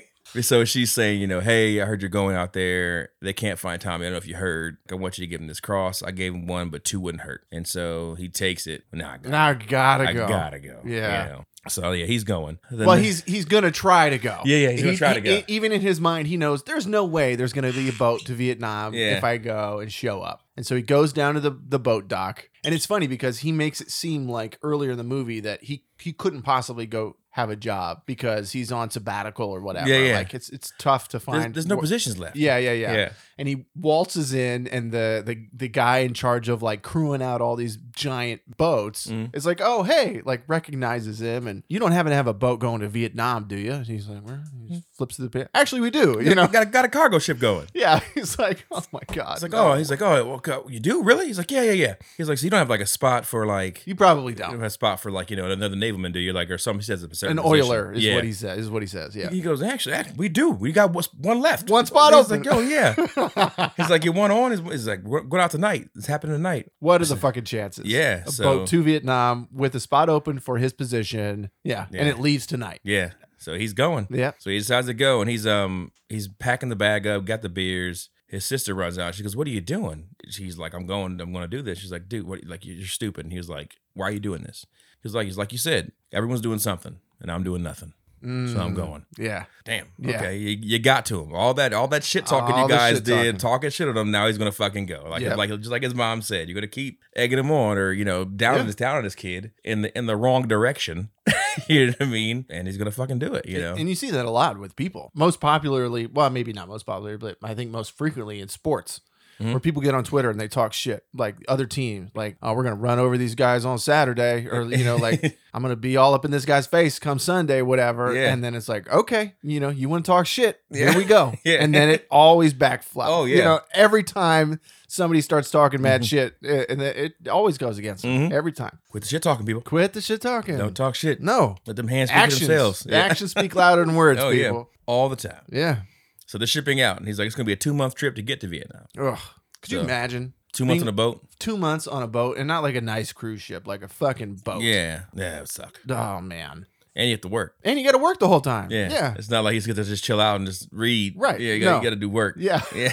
B: so she's saying, you know, hey, I heard you're going out there. They can't find Tommy. I don't know if you heard. I want you to give him this cross. I gave him one, but two wouldn't hurt. And so he takes it. Nah, I gotta,
A: Now I gotta
B: I
A: go.
B: gotta go.
A: Yeah.
B: You know? So yeah, he's going. The
A: Well,
B: ne-
A: he's he's gonna try to go.
B: Yeah, yeah, he's gonna
A: He-
B: try
A: he-
B: to go.
A: e- even in his mind, he knows there's no way there's gonna be a boat to Vietnam
B: Yeah.
A: if I go and show up. And so he goes down to the the boat dock, and it's funny because he makes it seem like earlier in the movie that he he couldn't possibly go have a job because he's on sabbatical or whatever.
B: Yeah, yeah.
A: Like it's it's tough to
B: there's,
A: find.
B: there's no
A: wor-
B: positions left.
A: Yeah, yeah, yeah,
B: Yeah.
A: And he waltzes in, and the the the guy in charge of like crewing out all these giant boats
B: Mm.
A: is like, "Oh, hey!" Like recognizes him, and you don't happen to have a boat going to Vietnam, do you? And he's like, "Where?" He just
B: Mm.
A: flips to the pit. Actually, we do. You know?
B: got a, got a cargo ship going.
A: Yeah. He's like, "Oh my god!"
B: It's like,
A: no.
B: oh, he's like, oh, well, co- you do really? He's like, yeah, yeah, yeah. He's like, so you don't have like a spot for like, you
A: you probably
B: don't
A: don't.
B: have a spot for like, you know, another navalman, do you? Like, or something. He says it's a
A: An
B: certain
A: oiler
B: position.
A: is
B: yeah.
A: what he says. Is what he says. Yeah.
B: He goes, actually, actually, we do. We got what's- one left.
A: One spot
B: He's
A: open.
B: like, oh yeah. He's like, you want on? Is is like we're going out tonight. It's happening tonight.
A: What are the fucking chances?
B: Yeah,
A: A
B: so-
A: boat to Vietnam with a spot open for his position. Yeah.
B: Yeah.
A: And it leaves tonight.
B: Yeah. So he's going.
A: Yeah.
B: So he decides to go, and he's um he's packing the bag up, got the beers. His sister runs out. She goes, "What are you doing?" She's like, "I'm going. I'm going to do this." She's like, "Dude, what? Like you're stupid." And he was like, "Why are you doing this?" He was like, "He's like you said, everyone's doing something, and I'm doing nothing, so I'm
A: Mm,
B: going."
A: Yeah.
B: Damn.
A: Yeah.
B: Okay, you, you got to him. All that all that shit talking
A: All
B: you
A: the
B: guys
A: shit talking.
B: did, talking shit on him. Now he's gonna fucking go. Like
A: Yep.
B: like just like his mom said, you're gonna keep egging him on, or you know, down
A: Yeah.
B: this down on this kid in the in the wrong direction. you know what I mean? And he's gonna fucking do it. You know.
A: And you see that a lot with people. Most popularly, well, maybe not most popular, but I think most frequently in sports.
B: Mhm.
A: Where people get on Twitter and they talk shit like other teams, like, oh, we're going to run over these guys on Saturday, or, you know, like, I'm going to be all up in this guy's face come Sunday, whatever.
B: Yeah.
A: And then it's like, okay, you know, you want to talk shit.
B: Yeah.
A: Here we go.
B: Yeah.
A: And then it always backflies.
B: Oh,
A: You
B: yeah.
A: know, every time somebody starts talking mad
B: Mhm.
A: shit, eh, and it it always goes against them
B: Mhm.
A: every time.
B: Quit the shit talking, people.
A: Quit the shit talking.
B: Don't talk shit.
A: No.
B: Let them hands speak for
A: Actions.
B: themselves. Yeah.
A: Actions speak louder than words,
B: Oh, yeah.
A: people.
B: All the time.
A: Yeah.
B: So they're shipping out, and he's like, "It's gonna be a two month trip to get to Vietnam.
A: Ugh. Could you
B: So-
A: imagine
B: Two months
A: Being-
B: on a boat.
A: two months on a boat and not like a nice cruise ship, like a fucking boat?
B: Yeah, yeah, it would suck.
A: Oh man.
B: And you have to work.
A: And you got to work the whole time.
B: Yeah,
A: Yeah.
B: It's not like he's gonna just chill out and just read.
A: Right,
B: Yeah, you gotta,
A: no.
B: you gotta do work.
A: Yeah.
B: Yeah.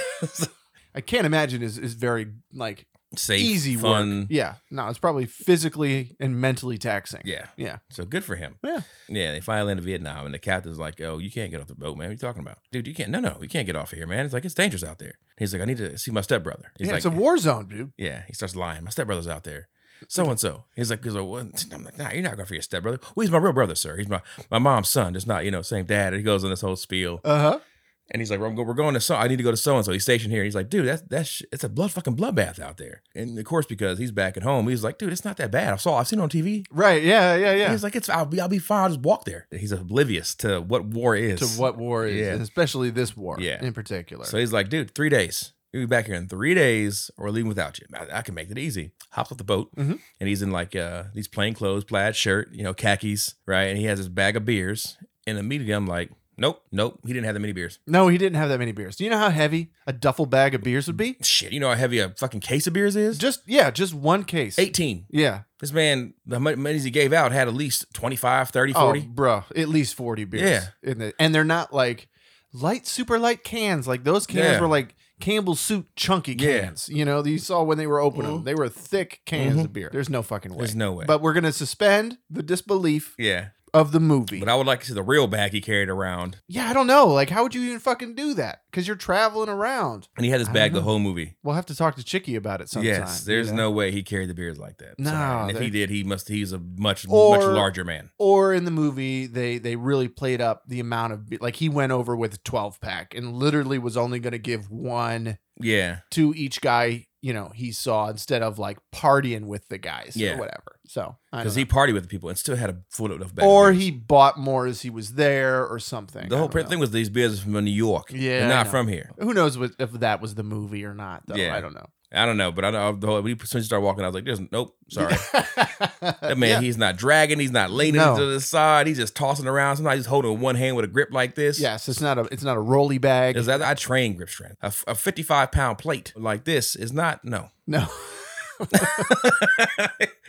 A: I can't imagine is is very like
B: Safe,
A: easy
B: fun.
A: work. Yeah. No, it's probably physically and mentally taxing.
B: Yeah.
A: Yeah.
B: So good for him.
A: Yeah.
B: Yeah. They finally land in Vietnam, and the captain's like, "Oh, you can't get off the boat, man. What are you talking about, dude? You can't. No, no, you can't get off of here, man. It's like it's dangerous out there." He's like, "I need to see my stepbrother." He's
A: Yeah,
B: like,
A: it's a war zone, dude.
B: Yeah, he starts lying. My stepbrother's out there. So and so. He's like, he's like, what? I'm like, nah, you're not going for your stepbrother. Well, he's my real brother, sir. He's my my mom's son. Just not, you know, same dad. And he goes on this whole spiel,
A: Uh huh.
B: and he's like, we're, go- we're going to so. I need to go to so and so. He's stationed here. He's like, dude, that's that's sh- it's a blood fucking bloodbath out there. And of course, because he's back at home, he's like, dude, it's not that bad. I saw, I've seen it on TV.
A: Right. Yeah. Yeah. Yeah.
B: He's like, it's I'll be I'll be fine. I'll just walk there. He's oblivious to what war is.
A: to what war is,
B: Yeah.
A: and especially this war
B: Yeah.
A: in particular.
B: So he's like, dude, three days. We'll be back here in three days or leaving without you. I, I can make it easy. Hops off the boat
A: Mhm.
B: and he's in like uh, these plain clothes, plaid shirt, you know, khakis, right? And he has his bag of beers. And immediately I'm like, nope, nope. He didn't have that many beers.
A: no, he didn't have that many beers. Do you know how heavy a duffel bag of beers would be?
B: Shit, you know how heavy a fucking case of beers is?
A: Just yeah, just one case.
B: 18.
A: Yeah.
B: This man, the mu- many he gave out had at least 25, 30, 40.
A: Oh, bro, at least 40 beers.
B: Yeah.
A: In the, and they're not like light, super light cans. Like those cans
B: Yeah.
A: were like Campbell's soup chunky
B: Yeah. Mm-hmm.
A: cans. You know, that you saw when they were opening them. They were thick cans of beer. There's no fucking way.
B: There's no way.
A: But we're going to suspend the disbelief
B: yeah.
A: of the movie.
B: But I would like to see the real bag he carried around.
A: yeah, I don't know. Like, how would you even fucking do that? Because you're traveling around.
B: And he had his
A: I
B: bag
A: don't
B: the
A: know.
B: whole movie.
A: We'll have to talk to Chicky about it sometime.
B: Yes, there's no way he carried the beers like that.
A: No,
B: Sorry. and if he
A: there-
B: did, he must. He's a much much
A: Or-
B: larger man.
A: Or in the movie, they they really played up the amount of be- like he went over with a 12 pack and literally was only going to give one
B: Yeah,
A: to each guy you know he saw instead of like partying with the guys
B: Yeah.
A: or whatever so I
B: because
A: don't
B: he
A: know.
B: partied with the people and still had a full enough bag. of
A: or
B: beers.
A: he bought more as he was there or something
B: the
A: I
B: whole
A: don't know.
B: thing was these beers are from New York.
A: Yeah,
B: They're
A: I
B: not
A: know.
B: from here.
A: who knows what, if that was the movie or not though
B: Yeah.
A: i don't know
B: I don't know, but I know the whole. When he, as soon as he started walking, I was like, "There's nope, sorry." That man,
A: Yeah.
B: he's not dragging. He's not leaning
A: No.
B: to the side. He's just tossing around. Sometimes he's holding one hand with a grip like this.
A: yes it's not a it's not a rolly bag
B: Because I, I train grip strength. A, f- a 55 pound plate like this is not, no.
A: no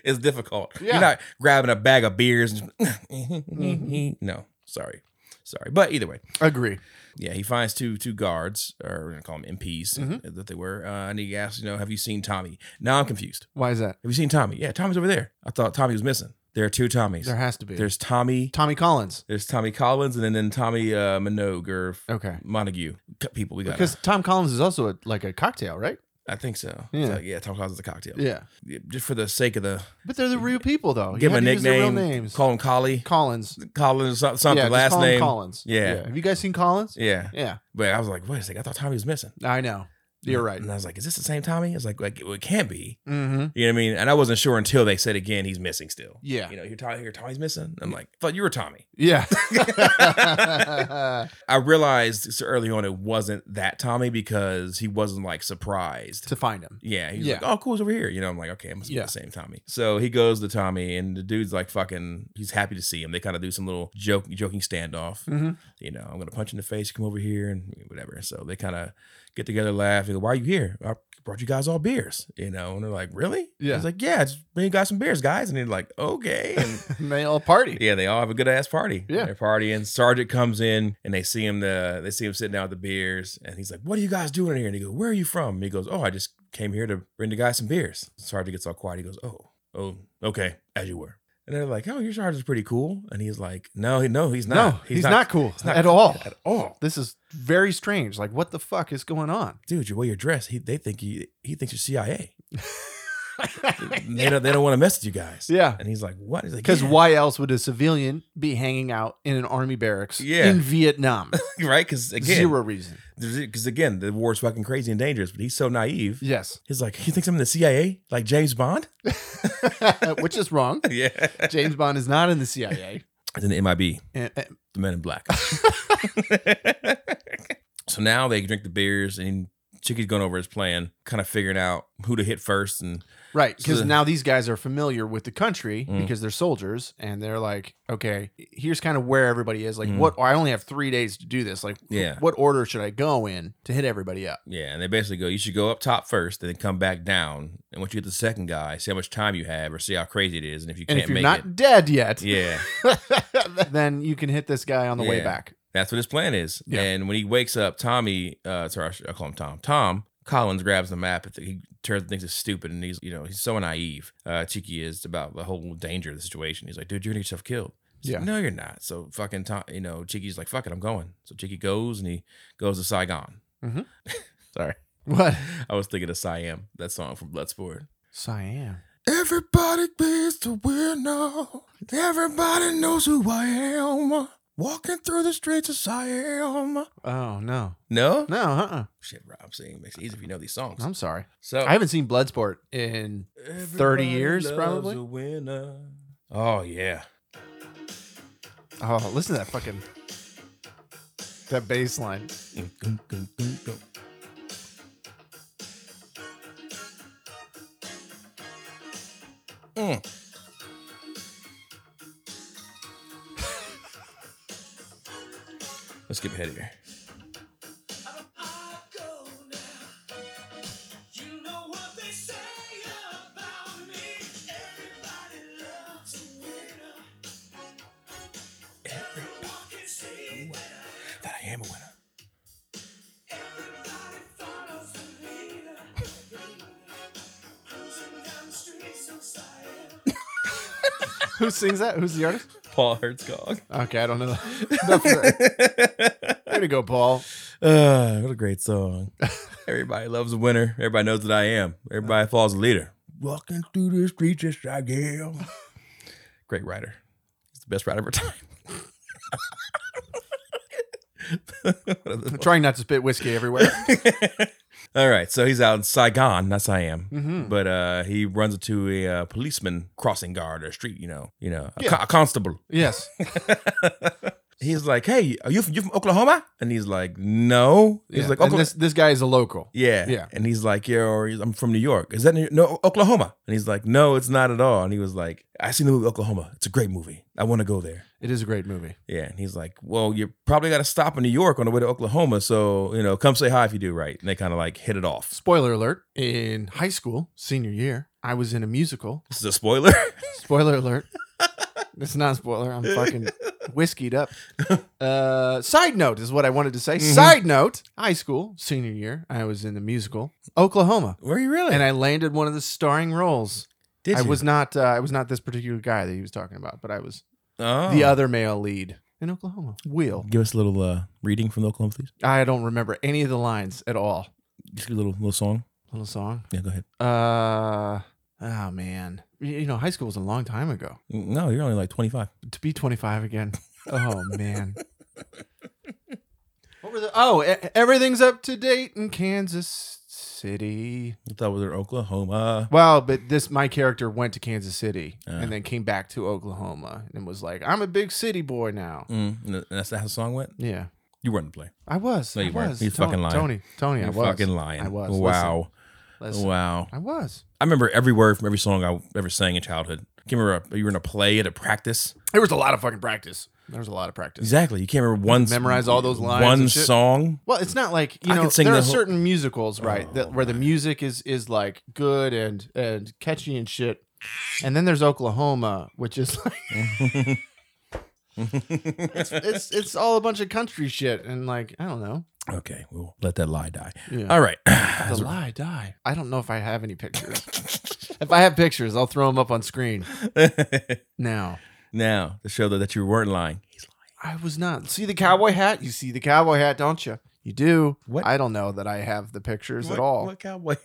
B: it's difficult.
A: Yeah.
B: You're not grabbing a bag of beers. And No, sorry, sorry. But either way,
A: agree
B: yeah, he finds two two guards, or we're gonna call them MPs
A: Mm-hmm.
B: that they were, uh, and he asks, you know, have you seen Tommy? Now I'm confused.
A: why is that
B: Have you seen Tommy? Yeah, Tommy's over there. I thought Tommy was missing. There are two Tommies.
A: there has to be
B: There's Tommy.
A: tommy collins
B: There's Tommy Collins, and then, then Tommy uh, Minogue or F-
A: okay
B: Montague. C- People, we got.
A: because tom collins is also a, like a cocktail right
B: I think so.
A: Yeah.
B: So, yeah. Tom Collins is a cocktail.
A: yeah
B: Yeah, Just for the sake of the,
A: but they're the real people though You
B: give
A: had
B: him a
A: to use their real
B: nickname.
A: names
B: Call him Collie.
A: collins
B: Collins, so- something
A: yeah, just
B: last
A: call him
B: name.
A: collins
B: Yeah.
A: have you guys seen collins
B: Yeah,
A: yeah.
B: but I was like, wait a second, I thought Tommy was missing.
A: I know. You're right.
B: And I was like, is this the same Tommy? It's like, like well, it can't be.
A: Mm-hmm.
B: You know what I mean? And I wasn't sure until they said again, he's missing still.
A: Yeah.
B: You know, here, Tommy, here, Tommy's missing. And I'm like, thought you were Tommy.
A: Yeah.
B: I realized so early on it wasn't that Tommy because he wasn't like surprised.
A: to find him.
B: Yeah, he's
A: Yeah.
B: like, oh, cool, he's over here. You know, I'm like, okay, I must be
A: Yeah.
B: the same Tommy. So he goes to Tommy, and the dude's like, fucking, he's happy to see him. They kind of do some little joke, joking standoff.
A: Mhm.
B: You know, I'm gonna punch you in the face, come over here, and whatever. So they kind of get together, laugh. They go, why are you here? I brought you guys all beers, you know? And they're like, really?
A: Yeah.
B: I was like, yeah, just bring you guys some beers, guys. And they're like, okay. And
A: And they all party.
B: Mm-hmm. yeah, they all have a good ass party.
A: Yeah.
B: They're partying. Sergeant comes in and they see him the they see him sitting down with the beers and he's like, What are you guys doing here? And he goes, Where are you from? And he goes, Oh, I just came here to bring the guys some beers. Sergeant gets all quiet. He goes, Oh, oh, okay, as you were. And they're like, Oh, your sergeant's pretty cool. And he's like, No, he no, he's not.
A: no, he's, not, cool
B: not
A: at
B: cool
A: all.
B: at all.
A: This is very strange. Like, what the fuck is going on?
B: Dude, your way you're dressed, he, they think he he thinks you're CIA. They don't they don't want to mess with you guys.
A: yeah.
B: And he's like, What? He's like,
A: Because
B: "Yeah."
A: why else would a civilian be hanging out in an army barracks
B: Yeah.
A: in Vietnam?
B: right? Because again,
A: Zero reason.
B: because again, the war's fucking crazy and dangerous, but he's so naive.
A: Yes.
B: He's like, he thinks I'm in the CIA, like James Bond.
A: Uh, Which is wrong.
B: yeah,
A: James Bond is not in the CIA.
B: it's in the MIB,
A: And, and-
B: the Men in Black. so now they drink the beers, and Chicky's going over his plan, kind of figuring out who to hit first, and
A: right. Because
B: So-
A: now these guys are familiar with the country
B: Mm.
A: because they're soldiers and they're like, okay, here's kind of where everybody is. Like,
B: Mm.
A: what? I only have three days to do this. Like,
B: Yeah.
A: what order should I go in to hit everybody up?
B: yeah, and they basically go, you should go up top first, and then come back down, and once you get the second guy, see how much time you have, or see how crazy it is, and if you
A: And if
B: can't
A: you're
B: make
A: not
B: it,
A: dead yet,
B: yeah,
A: then you can hit this guy on the way
B: Yeah.
A: back.
B: That's what his plan is.
A: Yeah.
B: And when he wakes up, Tommy, uh, sorry, I should- I'll call him Tom. Tom Collins grabs the map. and He turns and thinks it's stupid, and he's you know he's so naive. Uh, Cheeky is about the whole danger of the situation. He's like, dude, you're gonna get yourself killed. He's like,
A: Yeah.
B: no, you're not. So fucking Tom, you know, Cheeky's like, fuck it, I'm going. So Cheeky goes and he goes to Saigon.
A: Mhm.
B: sorry,
A: What?
B: I was thinking of Siam, that song from Bloodsport.
A: Siam.
B: Everybody beats the winner. Everybody knows who I am. Walking through the streets of Siam.
A: Oh no,
B: No,
A: no, uh-uh.
B: Shit, Rob, saying makes it easy if you know these songs.
A: I'm sorry.
B: So
A: I haven't seen Bloodsport in.
B: Everybody
A: years,
B: loves
A: probably.
B: a winner. Oh yeah,
A: Oh, listen to that fucking that bass line.
B: Mm. Let's skip ahead here. That I am a winner.
A: Who sings that? Who's the artist?
B: Paul Herzog.
A: Okay, I don't know. Enough of that. Way to go, Paul.
B: Uh, what a great song. Everybody loves a winner. Everybody knows that I am. Everybody follows a leader. Walking through the streets just like hell. Great writer. He's the best writer of our time.
A: I'm trying not to spit whiskey everywhere.
B: All right, so he's out in Saigon, not Siam.
A: Mhm.
B: But uh, he runs into a uh, policeman crossing guard or street, you know, you know, a,
A: Yeah.
B: co- a constable.
A: Yes.
B: He's like, "Hey, are you from, you from Oklahoma?" And he's like, "No." He's
A: Yeah.
B: like,
A: and
B: "Oklahoma."
A: this this guy is a local.
B: Yeah.
A: Yeah.
B: And he's like, yeah, or he's- I'm from New York. Is that New- no Oklahoma? And he's like, no, it's not at all. And he was like, I seen the movie Oklahoma. It's a great movie. I want to go there.
A: It is a great movie.
B: Yeah. And he's like, well, you probably got to stop in New York on the way to Oklahoma. So you know, come say hi if you do right. And they kind of like hit it off.
A: Spoiler alert: In high school, senior year, I was in a musical.
B: This is a spoiler.
A: Spoiler alert. It's not a spoiler. I'm fucking whiskeyed up. Uh, side note is what I wanted to say.
B: Mhm.
A: Side note: High school, senior year, I was in the musical Oklahoma,
B: Were you really?
A: and I landed one of the starring roles.
B: Did
A: I
B: you?
A: was not. Uh, I was not this particular guy that he was talking about, but I was
B: Oh.
A: the other male lead in Oklahoma. Will
B: Give us a little uh, reading from the Oklahoma, please.
A: I don't remember any of the lines at all.
B: Just a little little song.
A: Little song.
B: Yeah, go ahead.
A: Uh, oh man, Y- you know, high school was a long time ago.
B: No, you're only like 25.
A: to be 25 again. Oh man. What were the? Oh, e- everything's up to date in Kansas City.
B: I thought it was in Oklahoma.
A: Well, but this my character went to Kansas City
B: Uh.
A: and then came back to Oklahoma and was like, "I'm a big city boy now."
B: Mm, and that's how the song went.
A: Yeah,
B: You weren't in play.
A: I was.
B: No, you
A: I
B: weren't.
A: was.
B: You
A: Tony,
B: fucking lying.
A: Tony. Tony, I
B: You're
A: was.
B: fucking lying.
A: I was.
B: Wow.
A: Listen,
B: Wow.
A: I was.
B: I remember every word from every song I ever sang in childhood. Can't remember. You were in a play at a practice.
A: There was a lot of fucking practice. There was a lot of practice.
B: Exactly. You can't remember one.
A: Memorize all those lines
B: One
A: and shit.
B: song.
A: Well, it's not like you
B: I
A: know
B: could sing
A: there
B: the
A: are
B: whole- Oh,
A: certain musicals, right, that, where the music is is like good and and catchy and shit. And then there's Oklahoma, which is like it's, it's it's all a bunch of country shit and like I don't know.
B: Okay, we'll let that lie die.
A: Yeah.
B: All right.
A: The lie die. I don't know if I have any pictures. if I have pictures, I'll throw them up on screen now.
B: now to show that, that you weren't lying. He's lying.
A: I was not. See the cowboy hat? You see the cowboy hat, don't you? You do.
B: What?
A: I don't know that I have the pictures at all.
B: What cowboy?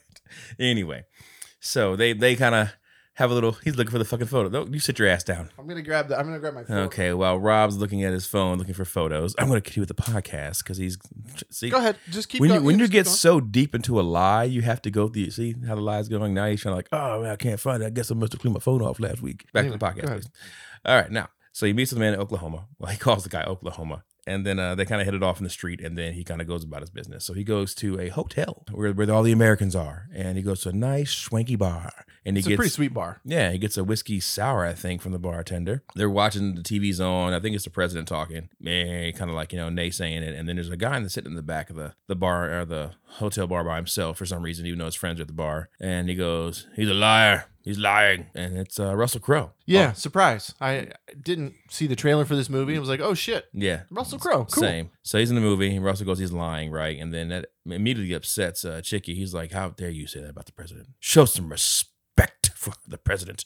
B: Anyway, so they they kind of have a little. He's looking for the fucking photo. No, You sit your ass down.
A: I'm gonna grab the. I'm gonna grab my phone.
B: Okay. While Rob's looking at his phone, looking for photos, I'm going to keep with the podcast because he's see.
A: Go ahead. Just keep
B: When you,
A: going.
B: when you
A: Just
B: get
A: keep
B: so deep into a lie, you have to go through. See how the lie's going now. He's trying to like, oh man, I can't find it. I guess I must have cleaned my phone off last week. Back
A: Anyway,
B: to the podcast.
A: go ahead.
B: please. All right, now so he meets with a man in Oklahoma. Well, he calls the guy Oklahoma, and then uh, they kind of hit it off in the street, and then he kind of goes about his business. So he goes to a hotel where where all the Americans are, and he goes to a nice swanky bar, and he
A: It's a
B: gets
A: pretty sweet bar.
B: yeah, he gets a whiskey sour, I think, from the bartender. They're watching the TV's on. I think it's the president talking, man, kind of like you know naysaying it. And then there's a guy in the sitting in the back of the the bar or the hotel bar by himself for some reason, even though his friends are at the bar. And he goes, "He's a liar. He's lying." And it's uh, Russell Crowe.
A: Yeah, surprise. I didn't see the trailer for this movie. I was like, oh shit,
B: Yeah,
A: Russell Crowe. Oh, Cool.
B: Same. So he's in the movie, and Russell goes, he's lying, right? And then that immediately upsets uh, Chicky. He's like, how dare you say that about the president? Show some respect for the president.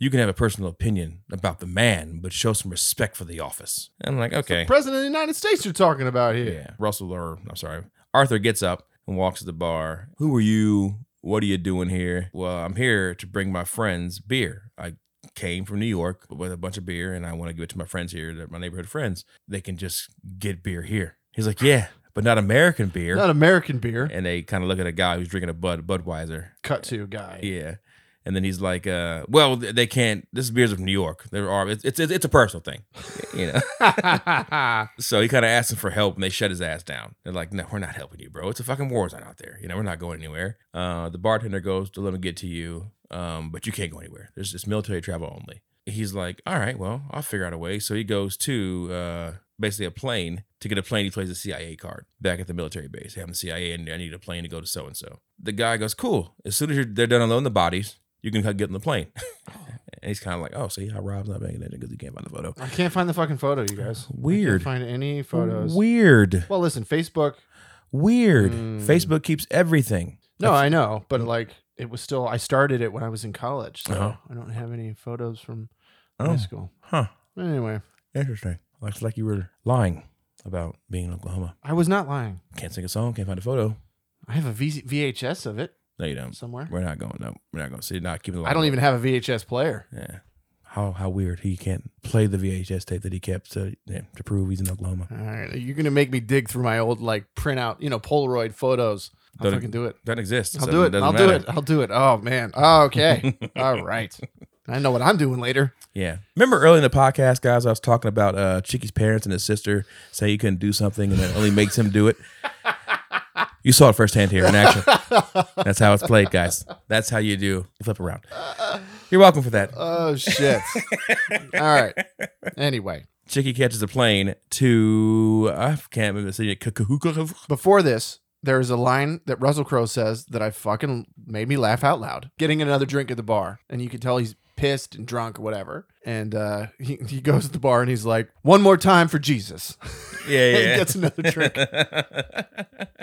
B: You can have a personal opinion about the man, but show some respect for the office. And I'm like, okay.
A: President of the United States you're talking about here.
B: yeah. Russell, or I'm sorry, Arthur gets up and walks to the bar. Who are you? What are you doing here? Well, I'm here to bring my friends beer. I came from New York with a bunch of beer and I want to give it to my friends here, that- my neighborhood friends. They can just get beer here. He's like, yeah, but not American beer.
A: Not American beer.
B: and they kind of look at a guy who's drinking a Bud Budweiser.
A: Cut to guy.
B: Yeah. And then he's like, uh, well, th- they can't. This beer's from New York. There are it's it's, it's a personal thing, you know. So he kind of asked him for help, and they shut his ass down. They're like, "No, we're not helping you, bro. It's a fucking war zone out there. You know, we're not going anywhere." Uh, the bartender goes to let him get to you, um, but you can't go anywhere. There's just military travel only. He's like, "All right, well, I'll figure out a way." So he goes to uh, basically a plane to get a plane. He plays a CIA card back at the military base. Hey, I'm the CIA, and I need a plane to go to so and so. The guy goes, "Cool. As soon as you're, they're done unloading the bodies, you can get in the plane." and he's kind of like, "Oh, see how Rob's not paying attention because he can't find the photo."
A: I can't find the fucking photo, you guys. I can't
B: Weird.
A: find any photos.
B: Weird.
A: Well, listen, Facebook.
B: Weird.
A: Mm.
B: Facebook keeps everything.
A: No,
B: That's-
A: I know, but like it was still. I started it when I was in college, so
B: Oh.
A: I don't have any photos from
B: Oh,
A: high school.
B: huh.
A: Anyway,
B: Interesting. Looks like you were lying about being in Oklahoma.
A: I was not lying.
B: Can't sing a song. Can't find a photo.
A: I have a v- VHS of it
B: No, you don't.
A: somewhere.
B: We're not going. No, we're not going. See, not keeping. the
A: I don't
B: line.
A: even have a VHS player.
B: Yeah. How how weird. He can't play the VHS tape that he kept to yeah, to prove he's in Oklahoma.
A: All right, you're gonna make me dig through my old like printout, you know, Polaroid photos. I'll
B: Don't-
A: fucking do it.
B: Doesn't exist.
A: I'll
B: so
A: do it.
B: doesn't
A: I'll do it.
B: matter.
A: I'll do it. Oh man. Oh, okay. All right. I know what I'm doing later.
B: Yeah. Remember early in the podcast, guys, I was talking about uh, Chicky's parents and his sister say he couldn't do something and that only makes him do it. You saw it firsthand here in action. That's how it's played, guys. That's how you do you flip around. You're welcome for that.
A: Oh shit. All right. Anyway,
B: Chicky catches a plane to I can't remember the city. Kakuhuka-
A: before this, there is a line that Russell Crowe says that I fucking made me laugh out loud. Getting another drink at the bar, and you can tell he's pissed and drunk or whatever. And uh, he he goes to the bar and he's like, "One more time for Jesus."
B: Yeah,
A: and
B: yeah.
A: gets another drink.
B: drink.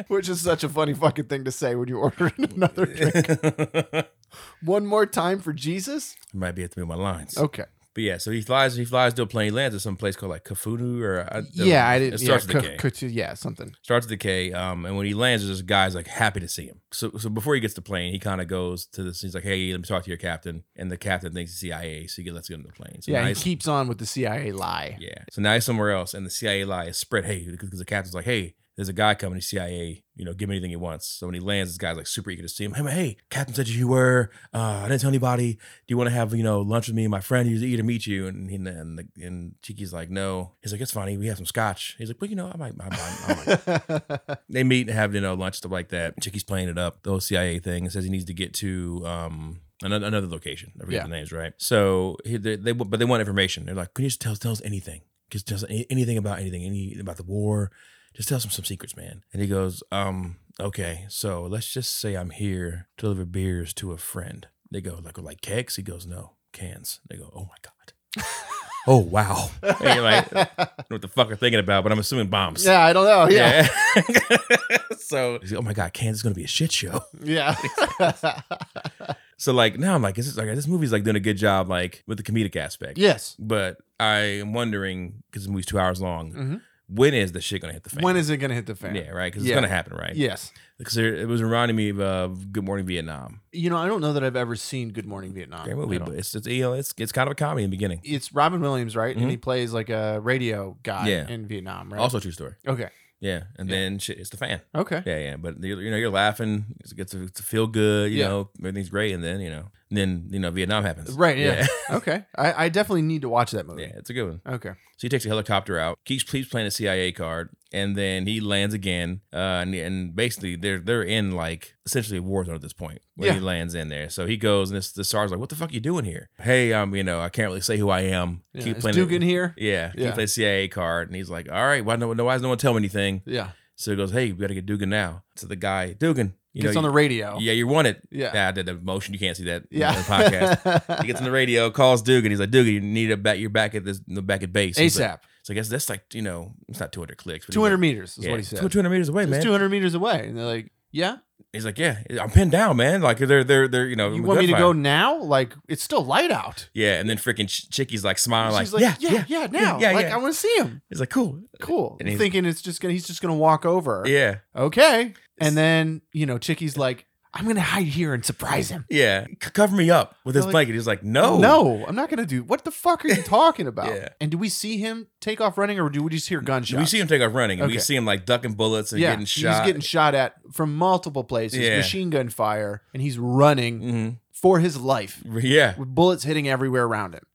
A: Which is such a funny fucking thing to say when you order another drink. One more time for Jesus?
B: Might be at the middle of my lines.
A: Okay.
B: But yeah, so he flies. He flies to a plane. He lands at some place called like Kafunu or I,
A: yeah, I
B: It
A: didn't. Yeah,
B: starts with a
A: c-
B: K.
A: could you- yeah, something.
B: starts to decay. Um, and when he lands, this guy's like happy to see him. So, so before he gets to the plane, he kind of goes to this. He's like, "Hey, let me talk to your captain." And the captain thinks the CIA, so he lets him to the plane. So
A: Yeah,
B: now
A: he
B: he's-
A: keeps on with the CIA lie.
B: yeah. So now he's somewhere else, and the CIA lie is spread. Hey, because the captain's like, "Hey, there's a guy coming. He's CIA. You know, give him anything he wants." So when he lands, this guy's like super eager to see him. Hey, man, hey, captain said you were. Uh, I didn't tell anybody. Do you want to have you know lunch with me and my friend? He's eager to meet you. And he, and the, and Cheeky's like, "No." He's like, "It's funny. We have some scotch." He's like, "Well, you know, I might, I might, I might they meet and have you know lunch stuff like that. Chicky's playing it up, the whole CIA thing. It says he needs to get to um another, another location. I forget
A: Yeah.
B: the names, right? So he, they, they but they want information. They're like, can you just tell tell us anything? Just tell us any- anything about anything, any about the war. Just tell us some, some secrets, man. And he goes, um, okay, so let's just say I'm here to deliver beers to a friend. They go like like kegs. He goes, no cans. They go, oh my god. Oh wow! And you're like, I don't know what the fuck I'm thinking about, but I'm assuming bombs.
A: yeah, I don't know. Yeah.
B: so, he's like, oh my god, Kansas is gonna be a shit show.
A: Yeah.
B: So like now I'm like, is this like this movie's like doing a good job like with the comedic aspect.
A: yes.
B: But I am wondering because the movie's two hours long,
A: Mhm.
B: when is the shit gonna hit the fan?
A: When is it going to hit the fan?
B: Mm-hmm. yeah, right? Because
A: Yeah.
B: it's gonna happen, right?
A: Yes.
B: Because it was reminding me of uh, Good Morning Vietnam.
A: You know, I don't know that I've ever seen Good Morning Vietnam.
B: Great
A: Oh, I
B: movie,
A: don't-
B: but it's it's, you know, it's it's kind of a comedy in the beginning.
A: it's Robin Williams, right? And
B: Mhm.
A: he plays like a radio guy
B: Yeah.
A: in Vietnam, right?
B: Also a true story.
A: okay,
B: Yeah, and
A: Yeah.
B: then shit, it's the fan.
A: okay,
B: Yeah, yeah. But you you know, you're laughing. It's, it's, it's feel good. You
A: Yeah.
B: know, everything's great. And then you know, and then you know, Vietnam happens.
A: Right, yeah. okay. I, I definitely need to watch that movie.
B: yeah, it's a good one.
A: Okay,
B: So he takes a helicopter out, keeps, keeps playing the CIA card, and then he lands again. Uh, and, and basically, they're they're in like essentially a war zone at this point when he
A: Yeah.
B: lands in there. So he goes, and this the sergeant's like, "What the fuck you doing here? Hey, um, you know, I can't really say who I am.
A: yeah.
B: Keep
A: is
B: playing,
A: Duke
B: the-
A: in here?
B: yeah,
A: Yeah.
B: keep playing CIA card." And he's like, "All right, why no? no- Why does no one tell me anything?"
A: Yeah,
B: So he goes, "Hey, we got to get Dugan now." So the guy, Dugan, you
A: gets
B: know,
A: on the radio.
B: yeah, you're wanted.
A: yeah,
B: Nah, the, the motion you can't see that.
A: yeah.
B: in the podcast. He gets on the radio, calls Dugan. He's like, Dugan, you need a back. You're back at this, back at base. He's like,
A: ASAP.
B: so I guess that's like you know it's not 200 clicks. but he's
A: Two hundred
B: like,
A: meters is
B: yeah,
A: what he said.
B: "Two- 200 meters away,
A: It's
B: man.
A: two hundred meters away, and they're like, "Yeah,
B: He's like, yeah, I'm pinned down, man. Like they're they're they're you know.
A: you
B: in
A: want me to
B: gunfire."
A: go now? Like, it's still light out."
B: Yeah, and then freaking Ch- Chicky's like smiling,
A: She's
B: like, yeah, yeah,
A: yeah, now.
B: yeah,
A: like,
B: yeah.
A: I want to see him.
B: He's like, cool,
A: Cool.
B: And he's-
A: Thinking it's just gonna, he's just gonna walk over.
B: yeah,
A: Okay. And then you know, Chicky's like, "I'm gonna hide here and surprise him."
B: yeah. C- cover me up with his
A: They're like,
B: blanket. He's like, no,
A: No, I'm not going to do. What the fuck are you talking about?
B: Yeah.
A: And do we see him take off running, or do we just hear gunshots?
B: We see him take off running, and we
A: Okay.
B: see him like ducking bullets and
A: yeah,
B: getting
A: he's
B: shot.
A: getting shot at from multiple places,
B: Yeah.
A: machine gun fire, and he's running
B: Mhm.
A: for his life
B: Yeah,
A: with bullets hitting everywhere around him.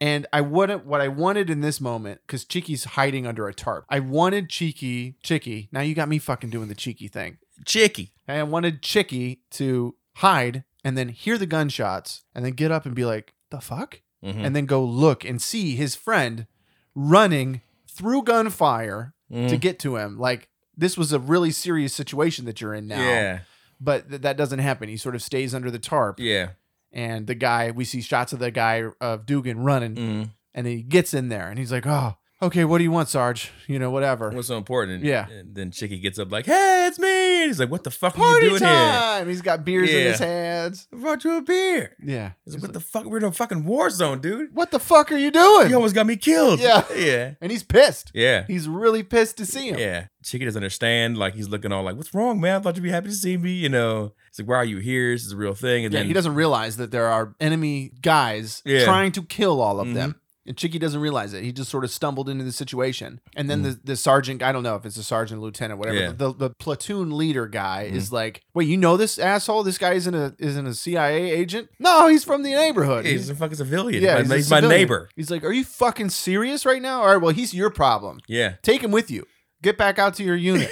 A: And I wouldn't. What I wanted in this moment, because Cheeky's hiding under a tarp. I wanted Cheeky, Chicky. Now you got me fucking doing the cheeky thing.
B: Chicky.
A: I wanted Chicky to hide and then hear the gunshots and then get up and be like, "The fuck."
B: Mhm.
A: and then go look and see his friend running through gunfire
B: Mhm.
A: to get to him. Like this was a really serious situation that you're in now.
B: Yeah,
A: But th- that doesn't happen. He sort of stays under the tarp,
B: yeah.
A: and the guy we see shots of the guy of Dugan running,
B: Mhm.
A: and he gets in there, and he's like, "Oh, okay, what do you want, Sarge? You know, whatever."
B: What's so important?
A: Yeah.
B: And then Chicky gets up like, hey, it's me. And he's like, what the fuck are you
A: Party
B: doing
A: time! He's got beers in
B: Yeah.
A: his hands.
B: here? I brought you a beer.
A: Yeah. He's
B: He's like, what
A: like,
B: the fuck? We're in a fucking war zone, dude.
A: what the fuck are you doing?
B: You almost got me killed.
A: Yeah.
B: Yeah.
A: and he's pissed.
B: Yeah.
A: He's really pissed to see him.
B: Yeah. Chicky doesn't understand. Like he's looking all like, what's wrong, man? I thought you'd be happy to see me. You know. It's like, why are you here? This is a real thing. And
A: yeah,
B: then
A: he doesn't realize that there are enemy guys
B: Yeah. Mm-hmm.
A: trying to kill all of them. And Chicky doesn't realize it. He just sort of stumbled into the situation. And then the, the sergeant, I don't know if it's a sergeant, lieutenant, whatever,
B: Mm-hmm. Yeah. Mm-hmm.
A: the, the platoon leader guy is like, Wait, you know this asshole? This guy isn't a isn't a CIA agent? No, he's from the neighborhood.
B: he's a fucking civilian.
A: yeah,
B: Yeah.
A: he's
B: He's,
A: a
B: my, my
A: civilian.
B: neighbor.
A: he's like, Are you fucking serious right now? All right, well, he's your problem.
B: Yeah.
A: Take him with you. Get back out to your unit.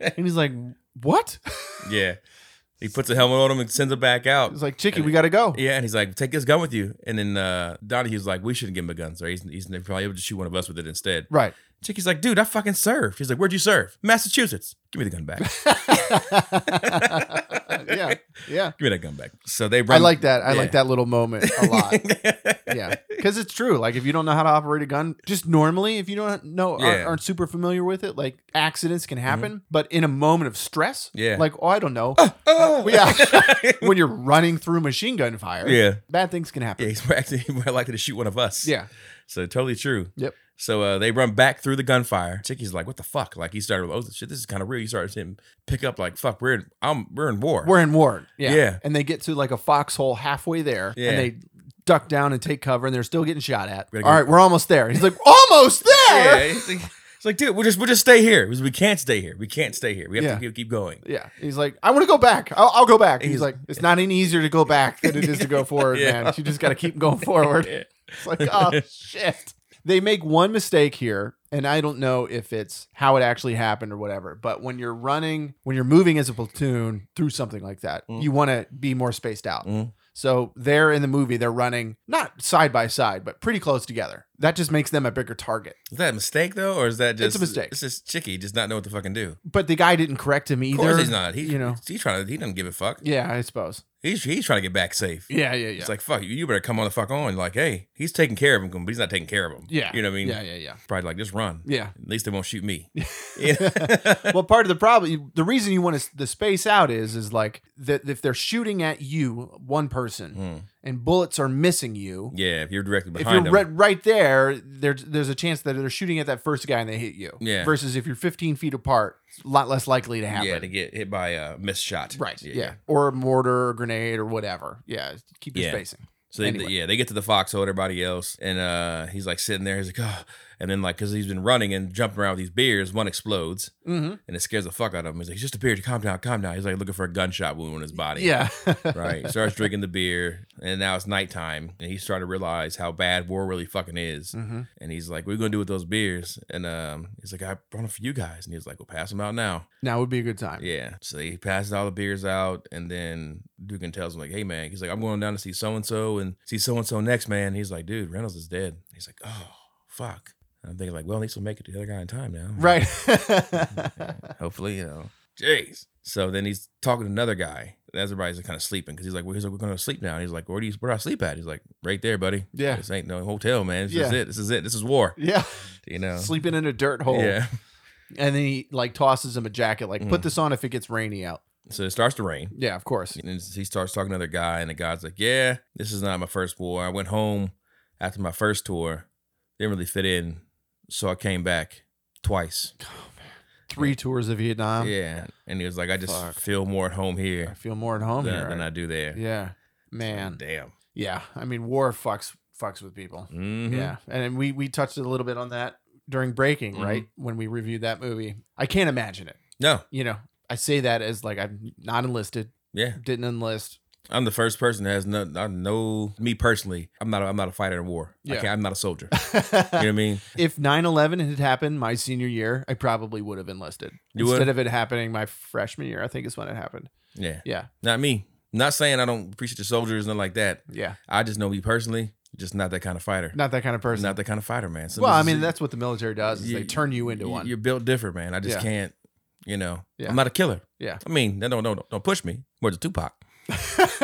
A: and he's like, What?
B: yeah. He puts a helmet on him and sends him back out.
A: He's like, Chicky, we gotta go.
B: Yeah, and he's like, "Take this gun with you." And then uh, Donahue's like, "We shouldn't give him a gun, so he's he's probably able to shoot one of us with it instead."
A: Right.
B: Chicky's like, "Dude, I fucking served." He's like, "Where'd you serve?" Massachusetts. Give me the gun back.
A: yeah. Yeah.
B: Give me that gun back. So they
A: I
B: run.
A: like that. I
B: yeah.
A: like that little moment a lot. yeah, because it's true. Like if you don't know how to operate a gun, just normally, if you don't know, aren't,
B: Yeah. Mm-hmm.
A: aren't super familiar with it, like accidents can happen. But in a moment of stress,
B: Yeah.
A: like oh, I don't know,
B: oh.
A: Yeah. when you're running through machine gun fire,
B: yeah.
A: bad things can
B: Yeah,
A: happen.
B: he's more actually more likely to shoot one of us.
A: Yeah,
B: So totally true.
A: Yep.
B: So uh, they run back through the gunfire. Chicky's like, "What the fuck?" Like he started, "Oh shit, this is kind of real." He started to him pick up, like, "Fuck, we're in, I'm, we're in war."
A: we're in war. Yeah.
B: Yeah.
A: and they get to like a foxhole halfway there,
B: Yeah.
A: and they duck down and take cover, and they're still getting shot at. All
B: Gotta go.
A: right, we're almost there. He's like, almost
B: yeah.
A: there.
B: It's like, it's like, dude, we'll just we'll just stay here. Because We can't stay here. We can't stay here. We have
A: Yeah.
B: to keep, keep going.
A: Yeah. He's like, I want to go back. I'll, I'll go back. He's,
B: He's-
A: like, it's not any easier to go back than it is to go forward,
B: Yeah.
A: man. You just got to keep going forward.
B: Yeah.
A: It's like, oh, shit. They make one mistake here, and I don't know if it's how it actually happened or whatever, but when you're running, when you're moving as a platoon through something like that,
B: Mm.
A: you want to be more spaced out.
B: Mm.
A: So they're in the movie, they're running not side by side, but pretty close together. That just makes them a bigger target.
B: Is that a mistake though, or is that just
A: It's a mistake.
B: It's just Chicky just not know what to fucking do.
A: But the guy didn't correct him either.
B: Of course he's not. He
A: you know.
B: he's trying to. He doesn't give a fuck.
A: Yeah, I suppose.
B: He's he's trying to get back safe.
A: Yeah, yeah, yeah.
B: It's like fuck you. You better come on the fuck on. Like hey, he's taking care of him, but he's not taking care of him.
A: yeah.
B: You know what I mean?
A: Yeah, yeah, yeah.
B: Probably like just run.
A: Yeah.
B: At least they won't shoot me. Yeah.
A: well, part of the problem, the reason you want to, the space out is, is like that if they're shooting at you, one person,
B: Mm.
A: and bullets are missing you.
B: Yeah, if you're directly
A: If
B: behind
A: you're
B: them.
A: right, right there, there's there's a chance that they're shooting at that first guy and they hit you.
B: Yeah.
A: Versus if you're 15 feet apart, it's a lot less likely to happen.
B: yeah, to get hit by a missed shot.
A: right. Yeah. Or a mortar, or grenade, or whatever. Yeah. Keep your
B: Yeah.
A: spacing.
B: So they,
A: Anyway.
B: yeah, they get to the foxhole, everybody else, and uh, he's like sitting there. He's like, oh, and then like because he's been running and jumping around with these beers, one explodes
A: Mm-hmm.
B: and it scares the fuck out of him. He's like, it's just a beer, calm down, calm down. He's like looking for a gunshot wound in his body.
A: Yeah.
B: Right. He starts drinking the beer, and now it's nighttime, and he's starting to realize how bad war really fucking is.
A: hmm
B: And he's like, "What are you gonna do with those beers?" And um, he's like, "I brought them for you guys." And he was like, "Well, pass them out now."
A: Now would be a good time.
B: Yeah. So he passes all the beers out, and then Dugan tells him, like, hey, man, he's like, I'm going down to see so and so and see so and so next, man. he's like, dude, Reynolds is dead. He's like, oh, fuck. And I'm thinking, like, well, at least we'll make it to the other guy in time now.
A: Right.
B: Hopefully, you know. Jeez. So then he's talking to another guy. Everybody's kind of sleeping because he's like, well, he's like, we're going to sleep now. And he's like, where do you, where do I sleep at? He's like, right there, buddy.
A: yeah.
B: This ain't no hotel, man. This is
A: Yeah.
B: it. This is it. This is war.
A: Yeah.
B: You know?
A: Sleeping in a dirt hole.
B: Yeah.
A: And then he like tosses him a jacket, like, put
B: Mhm.
A: this on if it gets rainy out.
B: So it starts to rain.
A: Yeah, of course.
B: And he starts talking to another guy, and the guy's like, "Yeah, this is not my first war. I went home after my first tour, didn't really fit in, so I came back twice.
A: Three tours of Vietnam.
B: Oh, yeah." And he was like, "I just
A: Um, fuck.
B: feel more at home
A: I
B: here
A: feel more at home
B: than,
A: here.
B: than I do there."
A: yeah. Man.
B: damn.
A: Yeah. I mean, war fucks fucks with people.
B: Mhm.
A: Yeah. And we we touched a little bit on that during breaking,
B: Mhm.
A: right? When we reviewed that movie. I can't imagine it.
B: No,
A: You know, I say that as like I'm not enlisted,
B: yeah,
A: didn't enlist.
B: I'm the first person that has no, I know me personally. I'm not, a, I'm not a fighter in war. I
A: Yeah.
B: can't, I'm not a soldier. you know what I mean?
A: if 9-11 had happened my senior year, I probably would have enlisted.
B: You
A: Instead
B: would?
A: of it happening my freshman year, I think is when it happened.
B: Yeah,
A: Yeah.
B: not me. Not saying I don't appreciate the soldiers, nothing like that.
A: Yeah.
B: I just know me personally, just not that kind of fighter.
A: Not that kind of person.
B: Not that kind of fighter, man. So
A: well, I
B: this is-
A: mean, that's what the military does is
B: you-
A: they turn you into
B: you-
A: one.
B: You're built different, man. I just
A: Yeah.
B: can't, you know.
A: Yeah.
B: I'm not a killer.
A: Yeah.
B: I mean, no, no, no, don't push me. Where's the Tupac?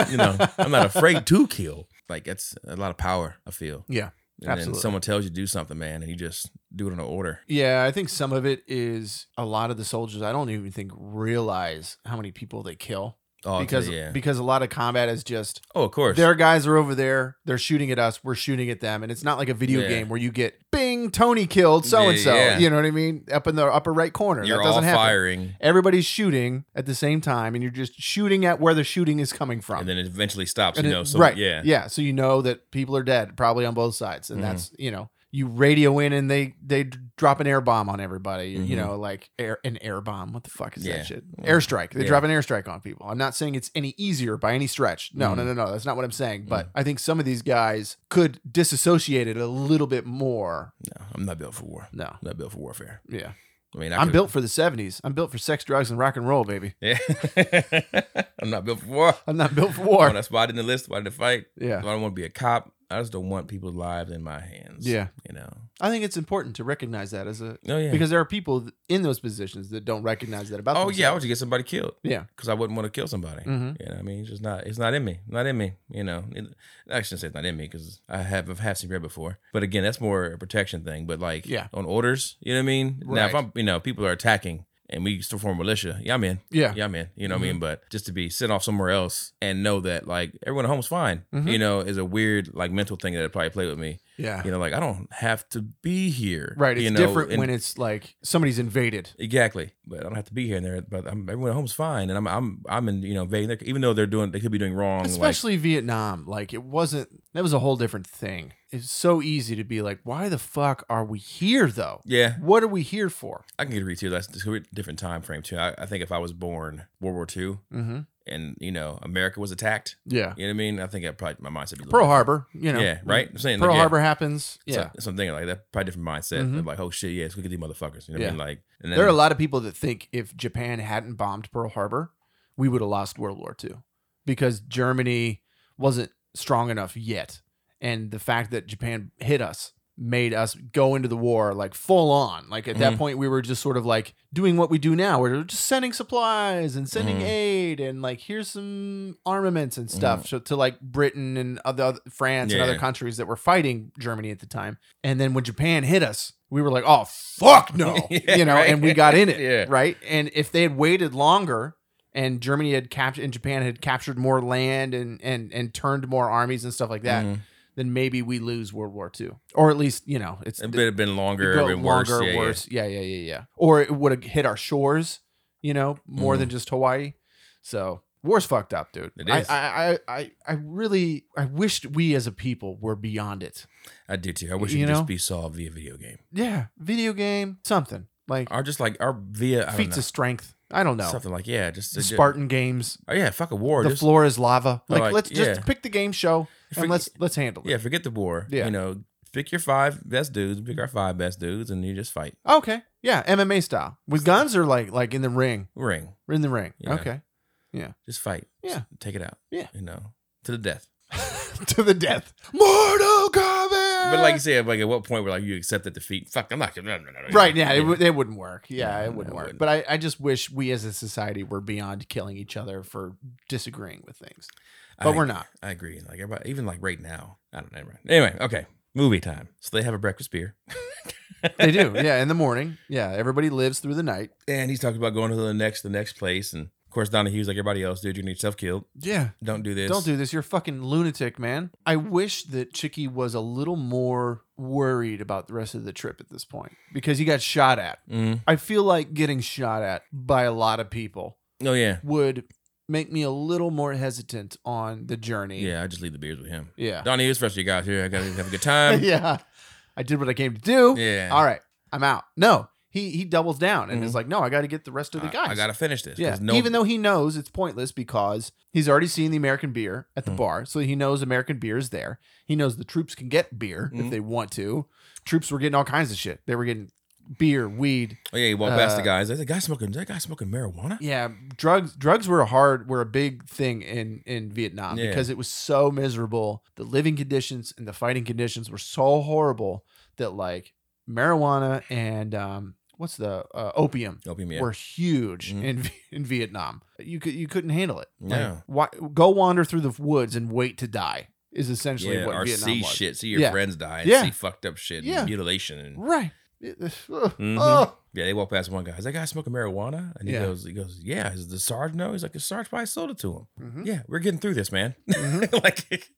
B: You know, I'm not afraid to kill. Like that's a lot of power. I feel.
A: Yeah,
B: And
A: absolutely.
B: Then someone tells you to do something, man, and you just do it on an order.
A: Yeah, I think some of it is a lot of the soldiers I don't even think realize how many people they kill
B: Oh, okay,
A: because
B: yeah.
A: because a lot of combat is just
B: oh, of course.
A: their guys are over there, they're shooting at us, we're shooting at them and it's not like a video
B: Yeah.
A: game where you get bing Tony killed so and so,
B: Yeah, yeah.
A: you know what I mean? Up in the upper right corner.
B: You're
A: that
B: all
A: doesn't happen.
B: firing,
A: Everybody's shooting at the same time and you're just shooting at where the shooting is coming from.
B: and then it eventually stops.
A: And
B: you
A: it-
B: know, so
A: right.
B: yeah,
A: Yeah. So you know that people are dead, probably on both sides, and
B: Mhm.
A: that's you know you radio in and they they d- drop an air bomb on everybody. You
B: Mhm.
A: know, like air an air bomb. What the fuck is
B: Yeah.
A: that shit?
B: Yeah.
A: Airstrike. They
B: Yeah.
A: drop an airstrike on people. I'm not saying it's any easier by any stretch. No,
B: Mm-hmm.
A: no, no, no. That's not what I'm saying. But I think some of these guys could disassociate it a little bit more.
B: No, I'm not built for war.
A: No.
B: I'm not built for warfare.
A: Yeah.
B: I mean, I
A: I'm
B: could-
A: built for the 70s. I'm built for sex, drugs, and rock and roll, baby.
B: Yeah, I'm not built for war.
A: I'm not built for
B: Oh,
A: war.
B: that's why I didn't list. Why I didn't fight.
A: Yeah.
B: I don't want to be a cop. I just don't want people's lives in my hands.
A: Yeah.
B: You know.
A: I think it's important to recognize that as a
B: Oh yeah.
A: because there are people th- in those positions that don't recognize that about
B: oh yeah, I would
A: themselves.
B: just get somebody killed.
A: Yeah.
B: Because I wouldn't want to kill somebody.
A: Mhm.
B: You know, what I mean, it's just not. It's not in me. Not in me. You know. It, I shouldn't say it's not in me because I have I've had some red before. But again, that's more a protection thing. But like
A: Yeah.
B: on orders, you know what I mean. Now if
A: Right.
B: I'm you know people are attacking. And we still form militia. Yeah, I'm in.
A: yeah Mm-hmm.
B: Yeah, I'm in. You know what I mean? But just to be sent off somewhere else and know that like everyone at home is fine,
A: Mhm.
B: you know, is a weird like mental thing that probably played with me.
A: yeah
B: You know, like I don't have to be here.
A: right it's
B: you know,
A: different
B: and-
A: when it's like somebody's invaded
B: Exactly, but I don't have to be here and there. But I'm, everyone at home's fine, and I'm I'm I'm in you know invading. their- Even though they're doing, they could be doing wrong.
A: especially vietnam like it wasn't that was a whole different thing it's so easy to be like why the fuck are we here though
B: like, yeah,
A: what are we here for
B: I can agree too. That's it's a different time frame too. I, I think if I was born World War II
A: mm-hmm.
B: and you know America was attacked,
A: yeah
B: you know what I mean. I think I probably my mindset would be a little
A: pearl
B: different.
A: harbor you know
B: Yeah, right. I'm saying like,
A: pearl
B: yeah.
A: harbor happens yeah
B: So, something like that. Probably different mindset.
A: Mhm.
B: They're Like, oh shit, yeah, let's look at these motherfuckers. You know what I
A: Yeah.
B: mean? Like, and then,
A: there are a lot of people that think if japan hadn't bombed pearl harbor we would have lost world war ii because germany wasn't strong enough yet. And the fact that Japan hit us made us go into the war like full on. Like at that
B: Mhm.
A: point, we were just sort of like doing what we do now. We're just sending supplies and sending
B: Mhm.
A: aid and like here's some armaments and stuff so, to like Britain and other France and
B: Mm-hmm. Yeah.
A: other countries that were fighting Germany at the time. And then when Japan hit us, we were like, oh, fuck no.
B: Yeah,
A: you know,
B: right.
A: and we got in it.
B: Yeah.
A: Right. And if they had waited longer, and Germany had captured and Japan had captured more land and and and turned more armies and stuff like that,
B: Mhm.
A: then maybe we lose World War II, or at least you know it's
B: It would have been longer,
A: go
B: been worse.
A: longer,
B: yeah, yeah.
A: worse. Yeah, yeah, yeah, yeah. Or it would have hit our shores, you know, more than just Hawaii. So war's fucked up, dude.
B: Mm-hmm. It is.
A: I, I, I, I really, I wished we as a people were beyond it.
B: I do too. I wish
A: You
B: it could
A: know?
B: just be solved via video game.
A: Yeah, video game, something like
B: Or just like our via I don't
A: feats
B: know,
A: of strength. I don't know.
B: something like yeah, just
A: The
B: just-
A: Spartan games.
B: Oh yeah, fuck a war.
A: The
B: just
A: floor is lava.
B: Oh,
A: Like,
B: like,
A: let's just
B: yeah.
A: pick the game show and
B: Forget-
A: let's let's handle it.
B: yeah, forget the war.
A: Yeah.
B: you know, pick your five best dudes. Pick our five best dudes, and you just fight.
A: Okay. Yeah, MMA style with guns or like like in the ring.
B: Ring,
A: In the ring.
B: Yeah.
A: Okay.
B: just fight.
A: Yeah.
B: Just take it out.
A: Yeah.
B: you know, to the death.
A: to the death. Mortal Kombat.
B: But like you said, like at what point were like you accept that defeat? Fuck, I'm not. No, no, no, no,
A: Right, yeah, It, would- it wouldn't work. Yeah,
B: Yeah,
A: it wouldn't
B: it
A: work.
B: wouldn't.
A: But I, I just wish we as a society were beyond killing each other for disagreeing with things.
B: I
A: But
B: think-
A: we're not.
B: I agree. Like everybody, even like right now. I don't know. Right. Anyway, okay. Movie time. So they have a breakfast beer,
A: They do. Yeah, in the morning. Yeah, everybody lives through the night.
B: and he's talking about going to the next, the next place, and of course Donahue's like everybody else, dude. You're gonna get yourself killed.
A: Yeah.
B: Don't do this.
A: Don't do this. You're a fucking lunatic, man. I wish that Chicky was a little more worried about the rest of the trip at this point because he got shot at.
B: Mm.
A: I feel like getting shot at by a lot of people
B: Oh yeah.
A: would make me a little more hesitant on the journey.
B: Yeah, I just leave the beers with him.
A: Yeah.
B: Donnie, it's fresh you guys here. I gotta have a good time.
A: yeah. I did what I came to do.
B: Yeah.
A: All right. I'm out. No. He he doubles down and is like, no, I got to get the rest of the guys.
B: Mm-hmm. I, I gotta finish this. 'cause
A: Yeah.
B: No,
A: Even though he knows it's pointless because he's already seen the American beer at the
B: Mhm.
A: bar. So he knows American beer is there. He knows the troops can get beer if
B: Mhm.
A: they want to. Troops were getting all kinds of shit. They were getting beer, weed.
B: oh, yeah, he walked past the
A: uh,
B: guys. Is that guy smoking? Is that guy smoking marijuana?
A: Yeah. Drugs drugs were a hard were a big thing in in Vietnam
B: Yeah.
A: because it was so miserable. The living conditions and the fighting conditions were so horrible that like marijuana and um what's the uh, opium
B: Opium, yeah.
A: were huge
B: Mhm.
A: in in Vietnam. You could you couldn't handle it. Like,
B: Yeah.
A: why, go wander through the woods and wait to die is essentially
B: yeah,
A: what
B: or
A: Vietnam
B: see
A: was.
B: shit, see your
A: Yeah.
B: friends die, and
A: Yeah.
B: see fucked up shit,
A: Yeah.
B: and mutilation, and
A: Right.
B: Mhm.
A: Oh.
B: yeah, they walk past one guy. Is that guy smoking marijuana? And he
A: Yeah.
B: goes, he goes, yeah. Is the Sarge know? He's like, the Sarge probably sold it to him.
A: Mhm.
B: Yeah, we're getting through this, man.
A: Mhm.
B: like,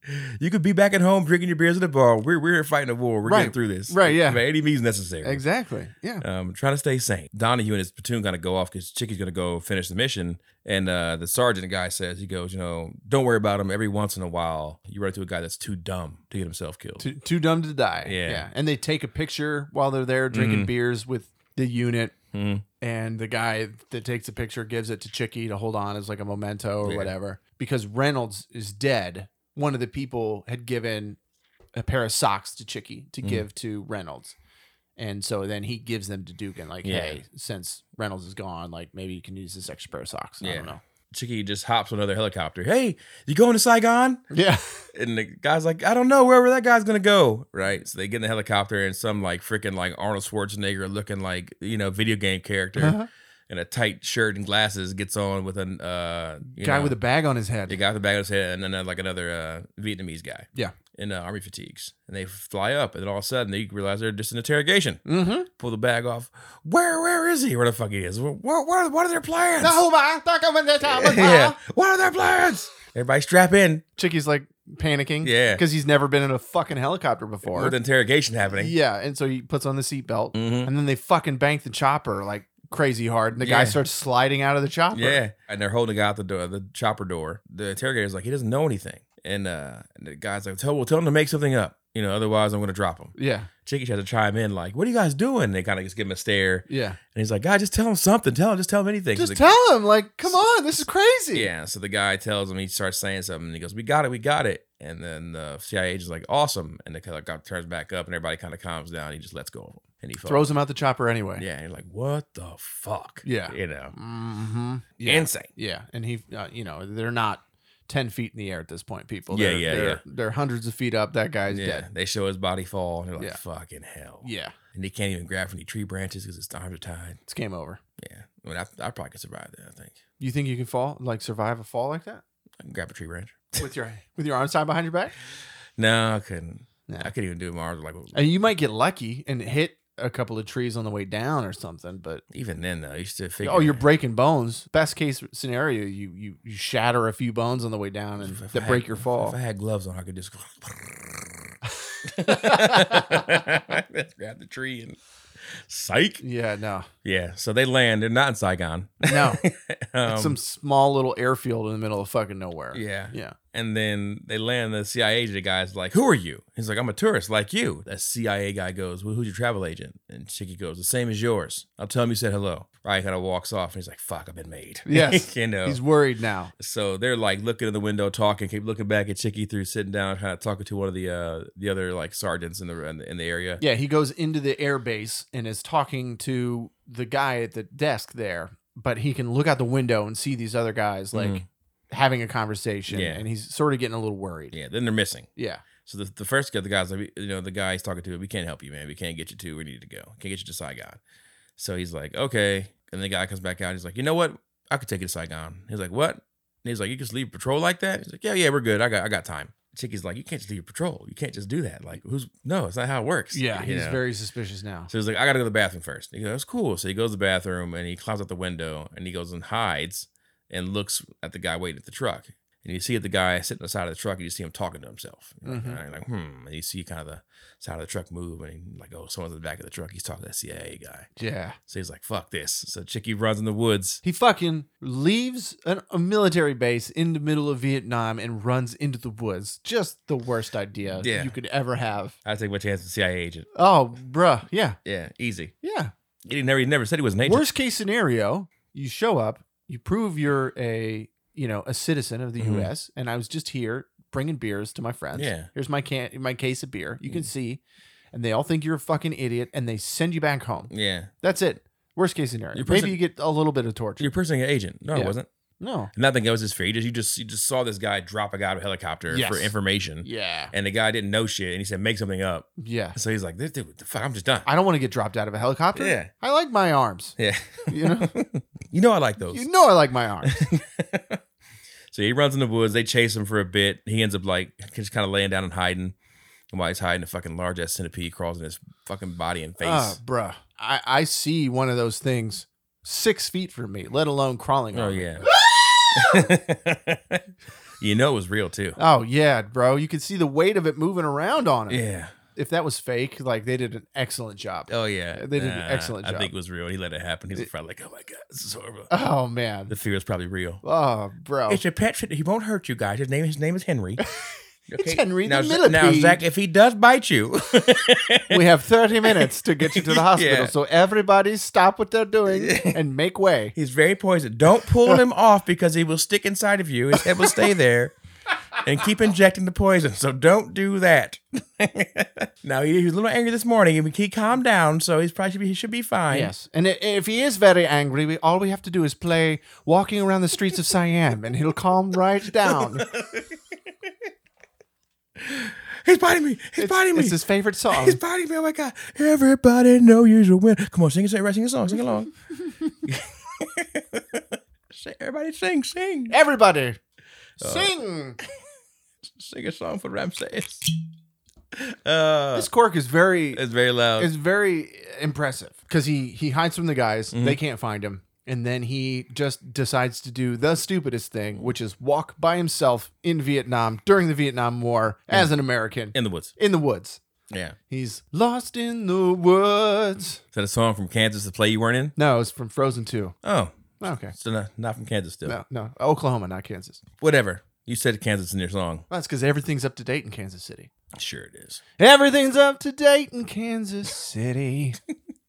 B: you could be back at home drinking your beers at the bar. We're we're here fighting a war. We're
A: Right.
B: getting through this,
A: Right, yeah.
B: By any means necessary.
A: Exactly. Yeah.
B: um, trying to stay sane. Donahue and his platoon gonna go off because Chicky's gonna go finish the mission. And uh, the sergeant guy says, he goes, you know, don't worry about him. Every once in a while, you run into a guy that's too dumb to get himself killed.
A: Too, too dumb to die.
B: Yeah.
A: And they take a picture while they're there drinking
B: Mhm.
A: beers with the unit.
B: Mhm.
A: And the guy that takes the picture gives it to Chicky to hold on as like a memento or
B: Yeah.
A: whatever. Because Reynolds is dead. One of the people had given a pair of socks to Chicky to
B: Mhm.
A: give to Reynolds. And so then he gives them to Dugan, like,
B: Yeah.
A: hey, since Reynolds is gone, like maybe you can use this extra pair of socks. I
B: Yeah.
A: don't know.
B: Chicky just hops on another helicopter. Hey, you going to Saigon?
A: Yeah.
B: And the guy's like, I don't know wherever that guy's gonna go. Right. So they get in the helicopter and some like freaking like Arnold Schwarzenegger looking like, you know, video game character
A: Uh-huh.
B: in a tight shirt and glasses gets on with an uh you
A: Guy
B: know,
A: with a bag on his head.
B: The guy with the bag on his head, and then uh, like another uh, Vietnamese guy.
A: Yeah.
B: In uh, army fatigues, and they fly up, and then all of a sudden they realize they're just in interrogation.
A: Mm-hmm.
B: Pull the bag off. Where where is he? Where the fuck he is? Where, where, where- what are their plans? yeah. What are their plans? Everybody strap in.
A: Chicky's like panicking.
B: Yeah.
A: Because he's never been in a fucking helicopter before.
B: With interrogation happening.
A: yeah. And so he puts on the seatbelt
B: Mhm.
A: and then they fucking bank the chopper like crazy hard. And the guy
B: Yeah.
A: starts sliding out of the chopper.
B: Yeah. And they're holding out the door, the chopper door. The interrogator's like, he doesn't know anything. And uh, the guy's like, tell, well, tell him to make something up. You know, otherwise I'm going to drop him.
A: Yeah.
B: Chicky tries to chime in, like, what are you guys doing? And they kind of just give him a stare.
A: Yeah.
B: And he's like, God, just tell him something. Tell him, just tell him anything.
A: Just
B: So the-
A: tell him, like, come on, this is crazy.
B: Yeah. So the guy tells him, he starts saying something, and he goes, We got it, we got it. And then the CIA agent's like, Awesome. And the helicopter turns back up, and everybody kind of calms down. he just lets go of him. And he
A: Throws him out the chopper anyway.
B: Yeah. And you're like, What the fuck?
A: Yeah.
B: You know,
A: Mm-hmm. Yeah.
B: insane.
A: yeah. And he, uh, you know, they're not ten feet in the air at this point. People,
B: Yeah,
A: they're,
B: yeah,
A: they're,
B: yeah.
A: they're hundreds of feet up. That guy's
B: yeah,
A: dead.
B: they show his body fall, and they're like,
A: Yeah.
B: "Fucking hell!"
A: Yeah,
B: and they can't even grab from the tree branches because his arms are tied.
A: it's game over.
B: Yeah, I mean, I, I probably could survive that. I think
A: You think you can fall like survive a fall like that
B: I can grab a tree branch.
A: with your with your arms tied behind your back?
B: No, I couldn't.
A: No.
B: I couldn't even do it. My arms were like
A: And you might get lucky and hit a couple of trees on the way down or something, but
B: even then though. You still figure.
A: Oh, you're breaking bones. Best case scenario, you you you shatter a few bones on the way down and
B: If I
A: that
B: had-
A: break your
B: If
A: fall.
B: I had gloves on, I could just. just grab the tree and psych.
A: Yeah, no,
B: Yeah, so they land. They're not in Saigon.
A: no.
B: Um,
A: it's some small little airfield in the middle of fucking nowhere.
B: yeah,
A: yeah.
B: and then they land. The CIA agent guy's like, "Who are you?" He's like, "I'm a tourist like you." That CIA guy goes, well, "Who's your travel agent?" And Chicky goes, "The same as yours." I'll tell him you said hello. Right, kind of walks off, and he's like, "Fuck, I've been made."
A: Yes.
B: you know.
A: He's worried now.
B: so they're like looking in the window, talking, keep looking back at Chicky through sitting down, kind of talking to one of the uh the other like sergeants in the in the, in the area.
A: Yeah, he goes into the air base and is talking to the guy at the desk there, but he can look out the window and see these other guys like
B: Mhm.
A: having a conversation,
B: Yeah.
A: and he's sort of getting a little worried.
B: Yeah, then they're missing.
A: Yeah,
B: So the, the first guy, the guy's like, you know, the guy he's talking to, we can't help you, man. We can't get you to where you need to go. Can't get you to Saigon. So he's like, okay. And the guy comes back out. He's like, you know what? I could take you to Saigon. He's like, what? And he's like, you just leave patrol like that? He's like, yeah, yeah, we're good. I got, I got time. Chicky's like, you can't just leave patrol. You can't just do that. Like, who's? No, it's not how it works.
A: yeah.
B: You
A: He's
B: know?
A: very suspicious now.
B: So he's like, I gotta go to the bathroom first. He goes, That's cool. So he goes to the bathroom and he climbs out the window and he goes and hides and looks at the guy waiting at the truck. And you see the guy sitting on the side of the truck and you see him talking to himself. You're like,
A: Mhm.
B: "Alright," like, hmm. And you see kind of the side of the truck move and he, like, oh, someone's in the back of the truck. He's talking to that CIA guy.
A: Yeah.
B: So he's like, fuck this. So Chicky runs in the woods.
A: He fucking leaves an, a military base in the middle of Vietnam and runs into the woods. Just the worst idea
B: Yeah.
A: you could ever have.
B: I take my chance with the CIA agent.
A: Oh, bruh. Yeah.
B: Yeah, easy.
A: Yeah.
B: He never, he never said he was an agent.
A: Worst case scenario, you show up, you prove you're a, you know, a citizen of the
B: Mhm.
A: US and I was just here bringing beers to my friends.
B: Yeah. Mm.
A: Here's my can my case of beer. You can see and they all think you're a fucking idiot and they send you back home.
B: Yeah.
A: That's it. Worst case scenario.
B: Your person-
A: Maybe you get a little bit of torture.
B: You're personally an agent. No,
A: Yeah.
B: it wasn't.
A: No.
B: And I think it was his fear. You just, you just, you just saw this guy drop a guy out of a helicopter
A: Yes.
B: for information.
A: Yeah.
B: and the guy didn't know shit, and he said make something up.
A: Yeah.
B: So he's like, "This dude, the fuck, I'm just done."
A: I don't want to get dropped out of a helicopter.
B: Yeah,
A: I like my arms.
B: yeah.
A: You know,
B: You know I like those.
A: you know, I like my arms.
B: so he runs in the woods. They chase him for a bit. He ends up like just kind of laying down and hiding. And while he's hiding, a fucking large ass centipede crawls in his fucking body and face.
A: Ah, bruh, I, I see one of those things six feet from me, let alone crawling.
B: oh
A: on me.
B: yeah. you know it was real too.
A: Oh yeah, bro. You can see the weight of it moving around on him.
B: Yeah.
A: If that was fake, like they did an excellent job.
B: Oh yeah.
A: They did an excellent
B: I
A: job.
B: think it was real. He let it happen. He's probably like, "Oh my god, this is horrible."
A: Oh man.
B: the fear is probably real.
A: Oh bro.
B: It's a pet. He won't hurt you guys. His name. His name is Henry. Okay,
A: Henry the
B: now, Za-
A: millipede.
B: Now, Zach, if he does bite you,
A: we have 30 minutes to get you to the hospital.
B: Yeah.
A: So everybody stop what they're doing and make way.
B: he's very poisoned. Don't pull him off because he will stick inside of you. His head will stay there, and keep injecting the poison. So don't do that. now he he was a little angry this morning, and he calmed down. So he's probably should be, he should be fine.
A: Yes. And i- if he is very angry, we, all we have to do is play Walking Around the Streets of Siam and he'll calm right down.
B: He's biting me. He's biting me.
A: It's his favorite song.
B: He's biting me. Oh my god! Everybody know you're the winner. Come on, sing it, sing it, sing a song, sing along. Sing- Everybody sing, sing.
A: Everybody,
B: Uh,
A: sing.
B: sing a song for Ramses. Uh,
A: This cork is very
B: it's uh, very loud.
A: is very impressive because he he hides from the guys.
B: Mhm.
A: They can't find him, and then he just decides to do the stupidest thing, which is walk by himself in Vietnam during the Vietnam War
B: Mm.
A: as an American
B: in the woods.
A: in the woods.
B: Yeah.
A: He's lost in the woods.
B: Is that a song from Kansas, the play you weren't in?
A: No, it's from Frozen Two.
B: Oh,
A: Okay.
B: so not, not from Kansas still.
A: No, no, Oklahoma, not Kansas.
B: Whatever. You said Kansas in your song.
A: Well, that's because everything's up to date in Kansas City.
B: Sure it is.
A: Everything's up to date in Kansas City.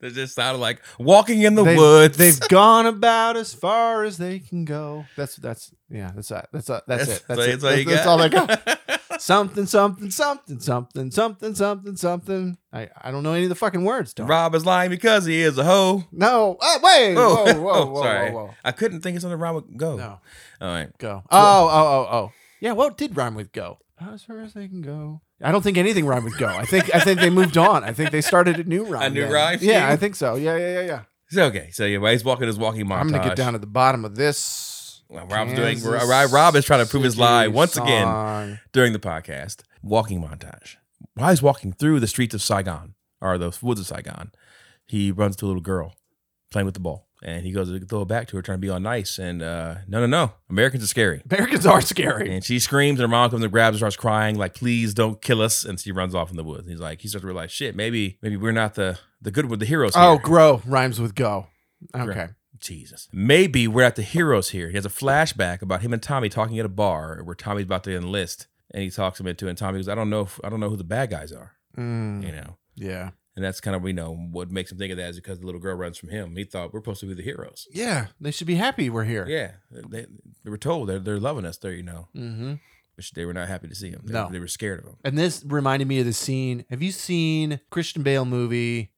B: It just sounded like walking in the
A: They've-
B: woods.
A: They've gone about as far as they can go. That's that's yeah. That's that. That's that. That's, it. That's, it.
B: all
A: that's,
B: you
A: that's
B: got.
A: all they got. something, something, something, something, something, something, something. I I don't know any of the fucking words. Don't.
B: Rob is lying because he is a hoe.
A: No. Oh, wait. Whoa. Whoa. Whoa.
B: Oh, sorry. Oh.
A: Whoa. Whoa.
B: I couldn't think of something wrong with go.
A: No.
B: All right.
A: Go. Oh. Oh. Oh. Oh. Yeah, what did rhyme with go? As far as they can go. I don't think anything rhymed with go. I think I think they moved on. I think they started a new rhyme.
B: A new
A: then.
B: rhyme
A: Yeah,
B: scheme?
A: I think so. Yeah, yeah, yeah, yeah.
B: So okay, so yeah, while he's walking his walking montage.
A: I'm gonna get down to the bottom of this.
B: Well, Rob's doing.
A: Kansas
B: Rob Rob is trying to prove his
A: City
B: lie once again
A: song.
B: during the podcast. Walking montage. While he's walking through the streets of Saigon or the woods of Saigon, he runs to a little girl playing with the ball, and he goes to throw it back to her, trying to be all nice. And uh, no, no, no, Americans are scary.
A: Americans are scary.
B: And she screams, and her mom comes and grabs her, starts crying, like, "Please don't kill us!" And she runs off in the woods. And he's like, he starts to realize, shit, maybe, maybe we're not the the good with the heroes.
A: Oh,
B: here.
A: grow rhymes with go. Okay.
B: Right. Jesus. Maybe we're at the heroes here. He has a flashback about him and Tommy talking at a bar where Tommy's about to enlist, and he talks him into, it, and Tommy goes, "I don't know, if, I don't know who the bad guys are,"
A: Mm,
B: you know.
A: yeah.
B: And that's kind of you know what makes him think of that is because the little girl runs from him. He thought we're supposed to be the heroes.
A: Yeah. They should be happy we're here.
B: Yeah, they, they were told they're they're loving us. They're you know,
A: Mm-hmm.
B: which they were not happy to see him. They,
A: No.
B: they were scared of him.
A: And this reminded me of the scene. Have you seen Christian Bale movie?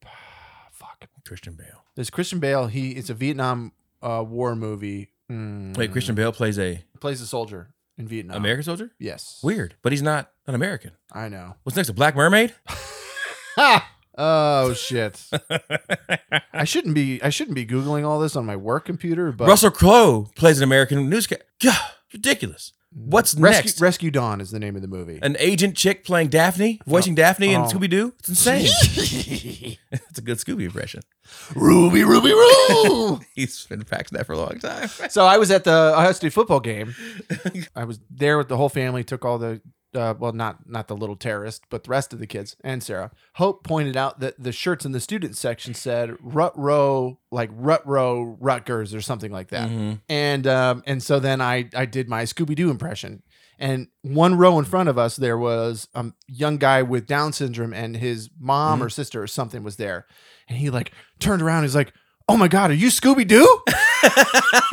A: Fuck.
B: Christian Bale.
A: There's Christian Bale. He it's a Vietnam uh, War movie. Mm.
B: Wait, Christian Bale plays a
A: plays a soldier in Vietnam.
B: American soldier.
A: Yes.
B: Weird, but he's not an American.
A: I know.
B: What's next? A Black Mermaid?
A: Ha! Oh shit. I shouldn't be. I shouldn't be googling all this on my work computer. But
B: Russell Crowe plays an American newscaster. Ridiculous. What's
A: Mm, Rescue,
B: next?
A: Rescue Dawn is the name of the movie.
B: an agent chick playing Daphne, voicing Daphne
A: Oh.
B: in Scooby Doo. It's insane. That's a good Scooby impression.
A: Ruby, Ruby, Roo.
B: He's been practicing that for a long time.
A: so I was at the Ohio State football game. I was there with the whole family. Took all the. Uh, well, not not the little terrorist, but the rest of the kids and Sarah. Hope pointed out that the shirts in the student section said "Rut Row," like "Rut Row Rutgers" or something like that.
B: Mhm.
A: and um, and so then I I did my Scooby Doo impression. And one row in front of us, there was a young guy with Down syndrome, and his mom or sister or something was there. And he like turned around. He's like, "Oh my god, are you Scooby Doo?"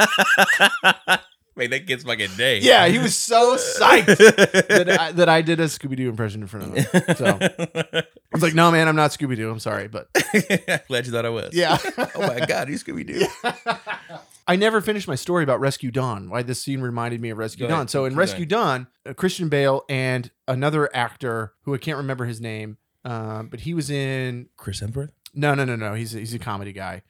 B: Wait, that kid's fucking day.
A: yeah, he was so psyched that I, that I did a Scooby Doo impression in front of him. So I was like, "No, man, I'm not Scooby Doo. I'm sorry, but
B: Glad you thought I was.
A: yeah."
B: Oh my God, you Scooby Doo.
A: I never finished my story about Rescue Dawn, why this scene reminded me of Rescue
B: Go ahead,
A: Dawn. So in
B: keep
A: Rescue Dawn, uh, Christian Bale and another actor who I can't remember his name, um, but he was in
B: Chris Hemsworth.
A: no, no, no, no. He's a, he's a comedy guy.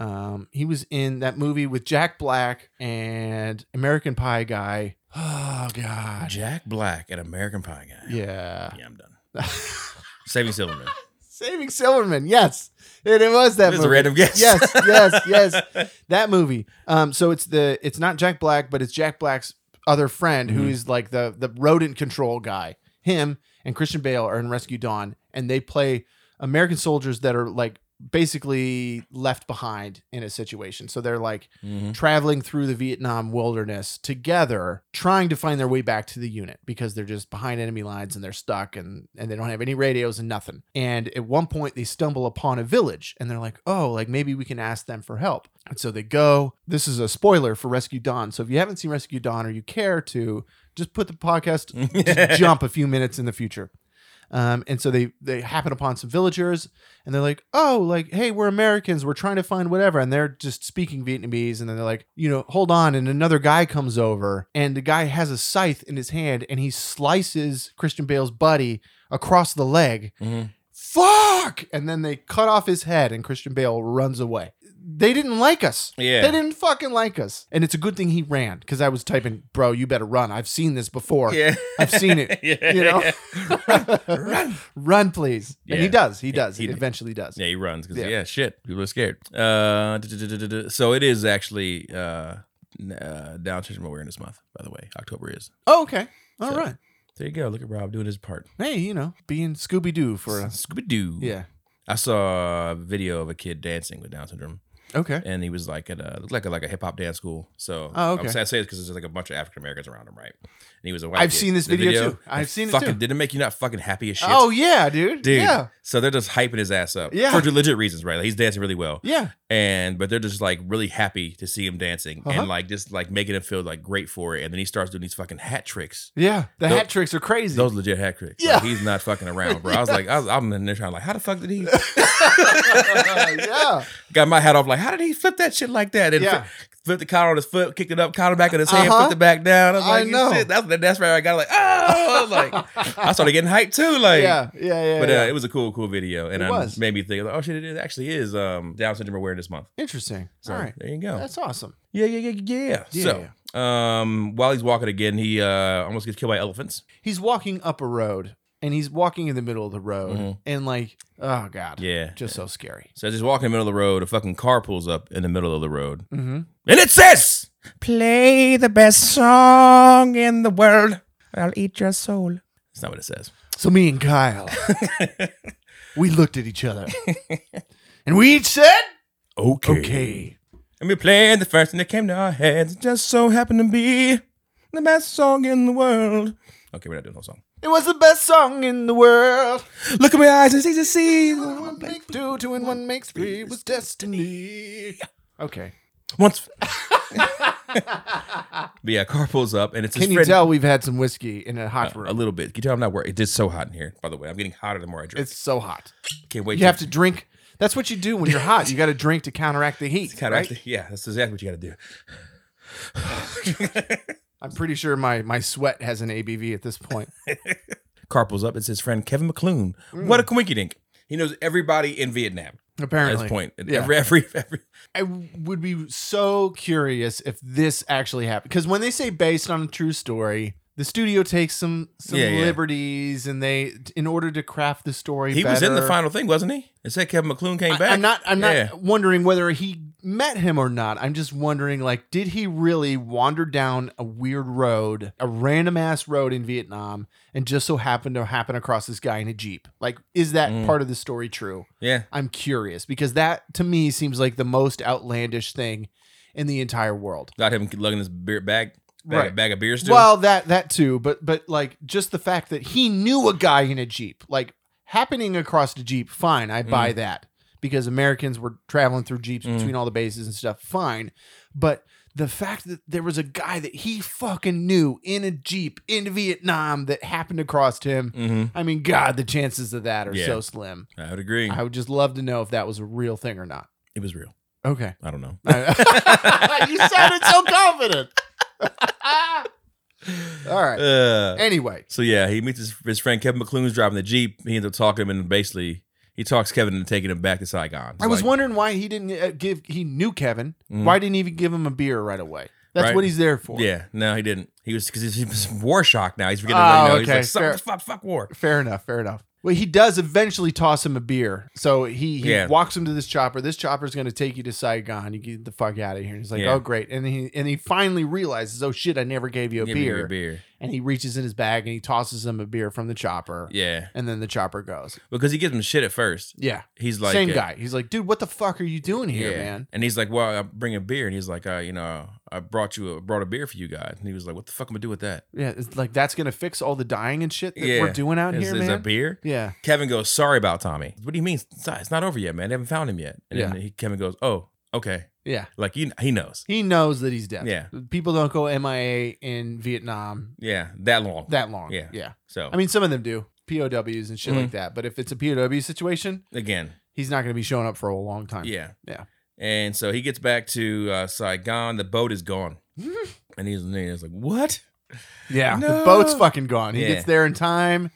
A: Um, he was in that movie with Jack Black and American Pie guy. Oh God,
B: Jack Black and American Pie guy.
A: yeah.
B: Yeah, I'm done. Saving Silverman.
A: Saving Silverman, yes, it, it was that
B: That was a
A: movie.
B: random guess.
A: yes, yes, yes. That movie. Um, so it's the it's not Jack Black, but it's Jack Black's other friend who
B: Mhm.
A: is like the the rodent control guy. Him and Christian Bale are in Rescue Dawn, and they play American soldiers that are like basically left behind in a situation. So they're like
B: Mhm.
A: traveling through the Vietnam wilderness together, trying to find their way back to the unit because they're just behind enemy lines and they're stuck and, and they don't have any radios and nothing. And at one point, they stumble upon a village and they're like, oh, like maybe we can ask them for help. And so they go. This is a spoiler for Rescue Dawn. So if you haven't seen Rescue Dawn or you care to, just put the podcast just jump a few minutes in the future. Um, and so they they happen upon some villagers, and they're like, "Oh, like, hey, we're Americans. We're trying to find whatever." And they're just speaking Vietnamese, and then they're like, "You know, hold on." And another guy comes over, and the guy has a scythe in his hand, and he slices Christian Bale's buddy across the leg.
B: Mhm.
A: Fuck! And then they cut off his head, and Christian Bale runs away. They didn't like us.
B: Yeah.
A: They didn't fucking like us. And it's a good thing he ran because I was typing, bro, you better run. I've seen this before.
B: Yeah.
A: I've seen it.
B: yeah.
A: You know?
B: Run.
A: Run, please. And he
B: Yeah.
A: does. He does.
B: he
A: He,
B: did.
A: eventually does.
B: Yeah, he runs because
A: Yeah.
B: yeah. shit, people are scared. Uh, duh, duh, duh, duh, duh, duh. so it is actually uh, n- uh, Down Syndrome Awareness Month, by the way. October is.
A: Oh, okay. All right.
B: So- There you go. Look at Rob doing his part
A: Hey, you know, being Scooby Doo for a.
B: Scooby Doo.
A: Yeah.
B: I saw a video of a kid dancing with Down syndrome,
A: Okay.
B: and he was like at a looked like a, like a hip hop dance school. So
A: Oh, okay.
B: I'm, sa- I say this because there's like a bunch of African Americans around him, right? And he was a white.
A: I've
B: kid.
A: seen this
B: The
A: video, too. I've
B: it
A: seen it,
B: fucking,
A: too.
B: Did it make you not fucking happy as shit?
A: Oh, yeah, dude.
B: dude.
A: Yeah.
B: So they're just hyping his ass up.
A: Yeah.
B: For legit reasons, right? Like he's dancing really well.
A: Yeah.
B: and but they're just like really happy to see him dancing
A: Uh-huh.
B: and like just like making him feel like great for it. And then he starts doing these fucking hat tricks.
A: Yeah. The
B: Tho-
A: hat tricks are crazy.
B: Those legit hat tricks.
A: Yeah.
B: Like, he's not fucking around, bro. I was like, I was, I'm in there trying like, how the fuck did he
A: yeah.
B: got my hat off? Like, like, how did he flip that shit like that? And
A: Yeah.
B: flipped the collar on his foot, kicked it up, collar back on his hand,
A: Uh-huh.
B: flipped it back down. I was
A: I
B: like,
A: know.
B: know. Shit, that's that's right. I got like, oh, I was like I started getting hyped too. Like,
A: yeah, yeah, yeah.
B: but uh,
A: yeah.
B: it was a cool, cool video, and
A: It
B: it
A: was.
B: made me think, like, oh shit, it is- actually is um, Down syndrome awareness month.
A: Interesting.
B: So oh.
A: All right,
B: there you go.
A: that's awesome.
B: Yeah, yeah, yeah, yeah.
A: Yeah,
B: so, um, while he's walking again, he uh almost gets killed by elephants.
A: He's walking up a road, and he's walking in the middle of the road,
B: Mhm.
A: and like, oh god,
B: Yeah.
A: just so scary.
B: So as he's walking in the middle of the road, a fucking car pulls up in the middle of the road,
A: Mm-hmm.
B: and it says, "Play the best song in the world. I'll eat your soul." That's not what it says.
A: So me and Kyle, we looked at each other, and we each said,
B: Okay.
A: "Okay."
B: And we played the first thing that came to our heads. It just so happened to be the best song in the world. Okay, we're not doing the whole song.
A: It was the best song in the world.
B: Look at my eyes and see to see.
A: One makes two, two and one makes three was destiny. Okay.
B: Once. but yeah, car pulls up and it's his
A: Can you
B: friend- Uh,
A: tell we've had some whiskey in a hot
B: A
A: room?
B: little bit. Can you tell I'm not worried? It is so hot in here, by the way. I'm getting hotter the more I drink.
A: It's so hot.
B: Can't wait.
A: You have to drink. That's what you do when you're hot. You got to drink to counteract the heat.
B: kind of.
A: right?
B: Yeah, that's exactly what you got to do.
A: I'm pretty sure my, my sweat has an ABV at this point.
B: Car pulls up. It's his friend Kevin McClune.
A: Mm.
B: What a coinky dink. He knows everybody in Vietnam at
A: Apparently.
B: this point.
A: Yeah.
B: Every, every, every,
A: I would be so curious if this actually happened. Because when they say based on a true story, the studio takes some some
B: Yeah, yeah.
A: liberties and they in order to craft the story.
B: he was in the
A: better-
B: final thing, wasn't he? It said Kevin McClune came
A: I-
B: back.
A: I'm not. I'm not
B: Yeah.
A: wondering whether he met him or not. I'm just wondering, like, did he really wander down a weird road, a random ass road in Vietnam, and just so happened to happen across this guy in a jeep? Like, is that
B: Mm.
A: part of the story true?
B: Yeah.
A: I'm curious because that to me seems like the most outlandish thing in the entire world.
B: Got him lugging his beer bag, bag,
A: Right.
B: bag of beers. Still.
A: Well, that that too, but but like just the fact that he knew a guy in a jeep, like happening across the jeep, fine, I buy that because Americans were traveling through jeeps
B: Mm.
A: between all the bases and stuff, fine. But the fact that there was a guy that he fucking knew in a jeep in Vietnam that happened across him,
B: hmm
A: I mean, God, the chances of that are
B: Yeah.
A: so slim.
B: I would agree.
A: I would just love to know if that was a real thing or not.
B: it was real.
A: Okay.
B: I don't know.
A: you sounded so confident. all right.
B: Uh,
A: Anyway,
B: So yeah, he meets his, his friend Kevin McClune's driving the jeep. He ends up talking to him and basically he talks Kevin into taking him back to Saigon. It's
A: I was
B: like,
A: wondering why he didn't uh, give. He knew Kevin.
B: Mm.
A: Why didn't he even give him a beer right away? That's
B: Right.
A: what he's there for.
B: Yeah, no, he didn't. He was because he was war shocked now. He's forgetting.
A: Oh,
B: you know,
A: okay,
B: He's like,
A: fair.
B: "Suck- fuck, fuck war.
A: Fair enough. Fair enough. Well, he does eventually toss him a beer. So he, he
B: Yeah.
A: walks him to this chopper. This chopper's going to take you to Saigon. You get the fuck out of here. And he's like,
B: Yeah.
A: oh great. And he and he finally realizes, oh shit, I never gave you a
B: Give me
A: beer.
B: your beer.
A: And he reaches in his bag and he tosses him a beer from the chopper.
B: Yeah,
A: And then the chopper goes.
B: because he gives him shit at first.
A: Yeah.
B: He's like
A: Same
B: uh,
A: guy. He's like, dude, what the fuck are you doing here, man?
B: And he's like, "Well, I bring a beer." And he's like, uh, "You know, I brought you, a, brought a beer for you guys." And he was like, "What the fuck am I do with that?"
A: Yeah, it's like that's gonna fix all the dying and shit that we're
B: Yeah.
A: doing out
B: Is,
A: here,
B: is
A: man.
B: a beer?
A: yeah,
B: Kevin goes, "Sorry about Tommy." What do you mean? It's not, it's not over yet, man. They haven't found him yet. And then he, Kevin goes, "Oh, okay."
A: yeah.
B: Like you, he knows.
A: He knows that he's dead.
B: Yeah.
A: people don't go MIA in Vietnam
B: Yeah, that long.
A: that long.
B: Yeah. Mm-hmm.
A: yeah.
B: so
A: I mean, some of them do POWs and shit like that. But if it's a POW situation,
B: again,
A: he's not gonna be showing up for a long time.
B: yeah,
A: Yeah.
B: And so he gets back to uh, Saigon. The boat is gone, and he's, and he's like, "What?"
A: yeah. The
B: No.
A: boat's fucking gone. He
B: Yeah.
A: gets there in time.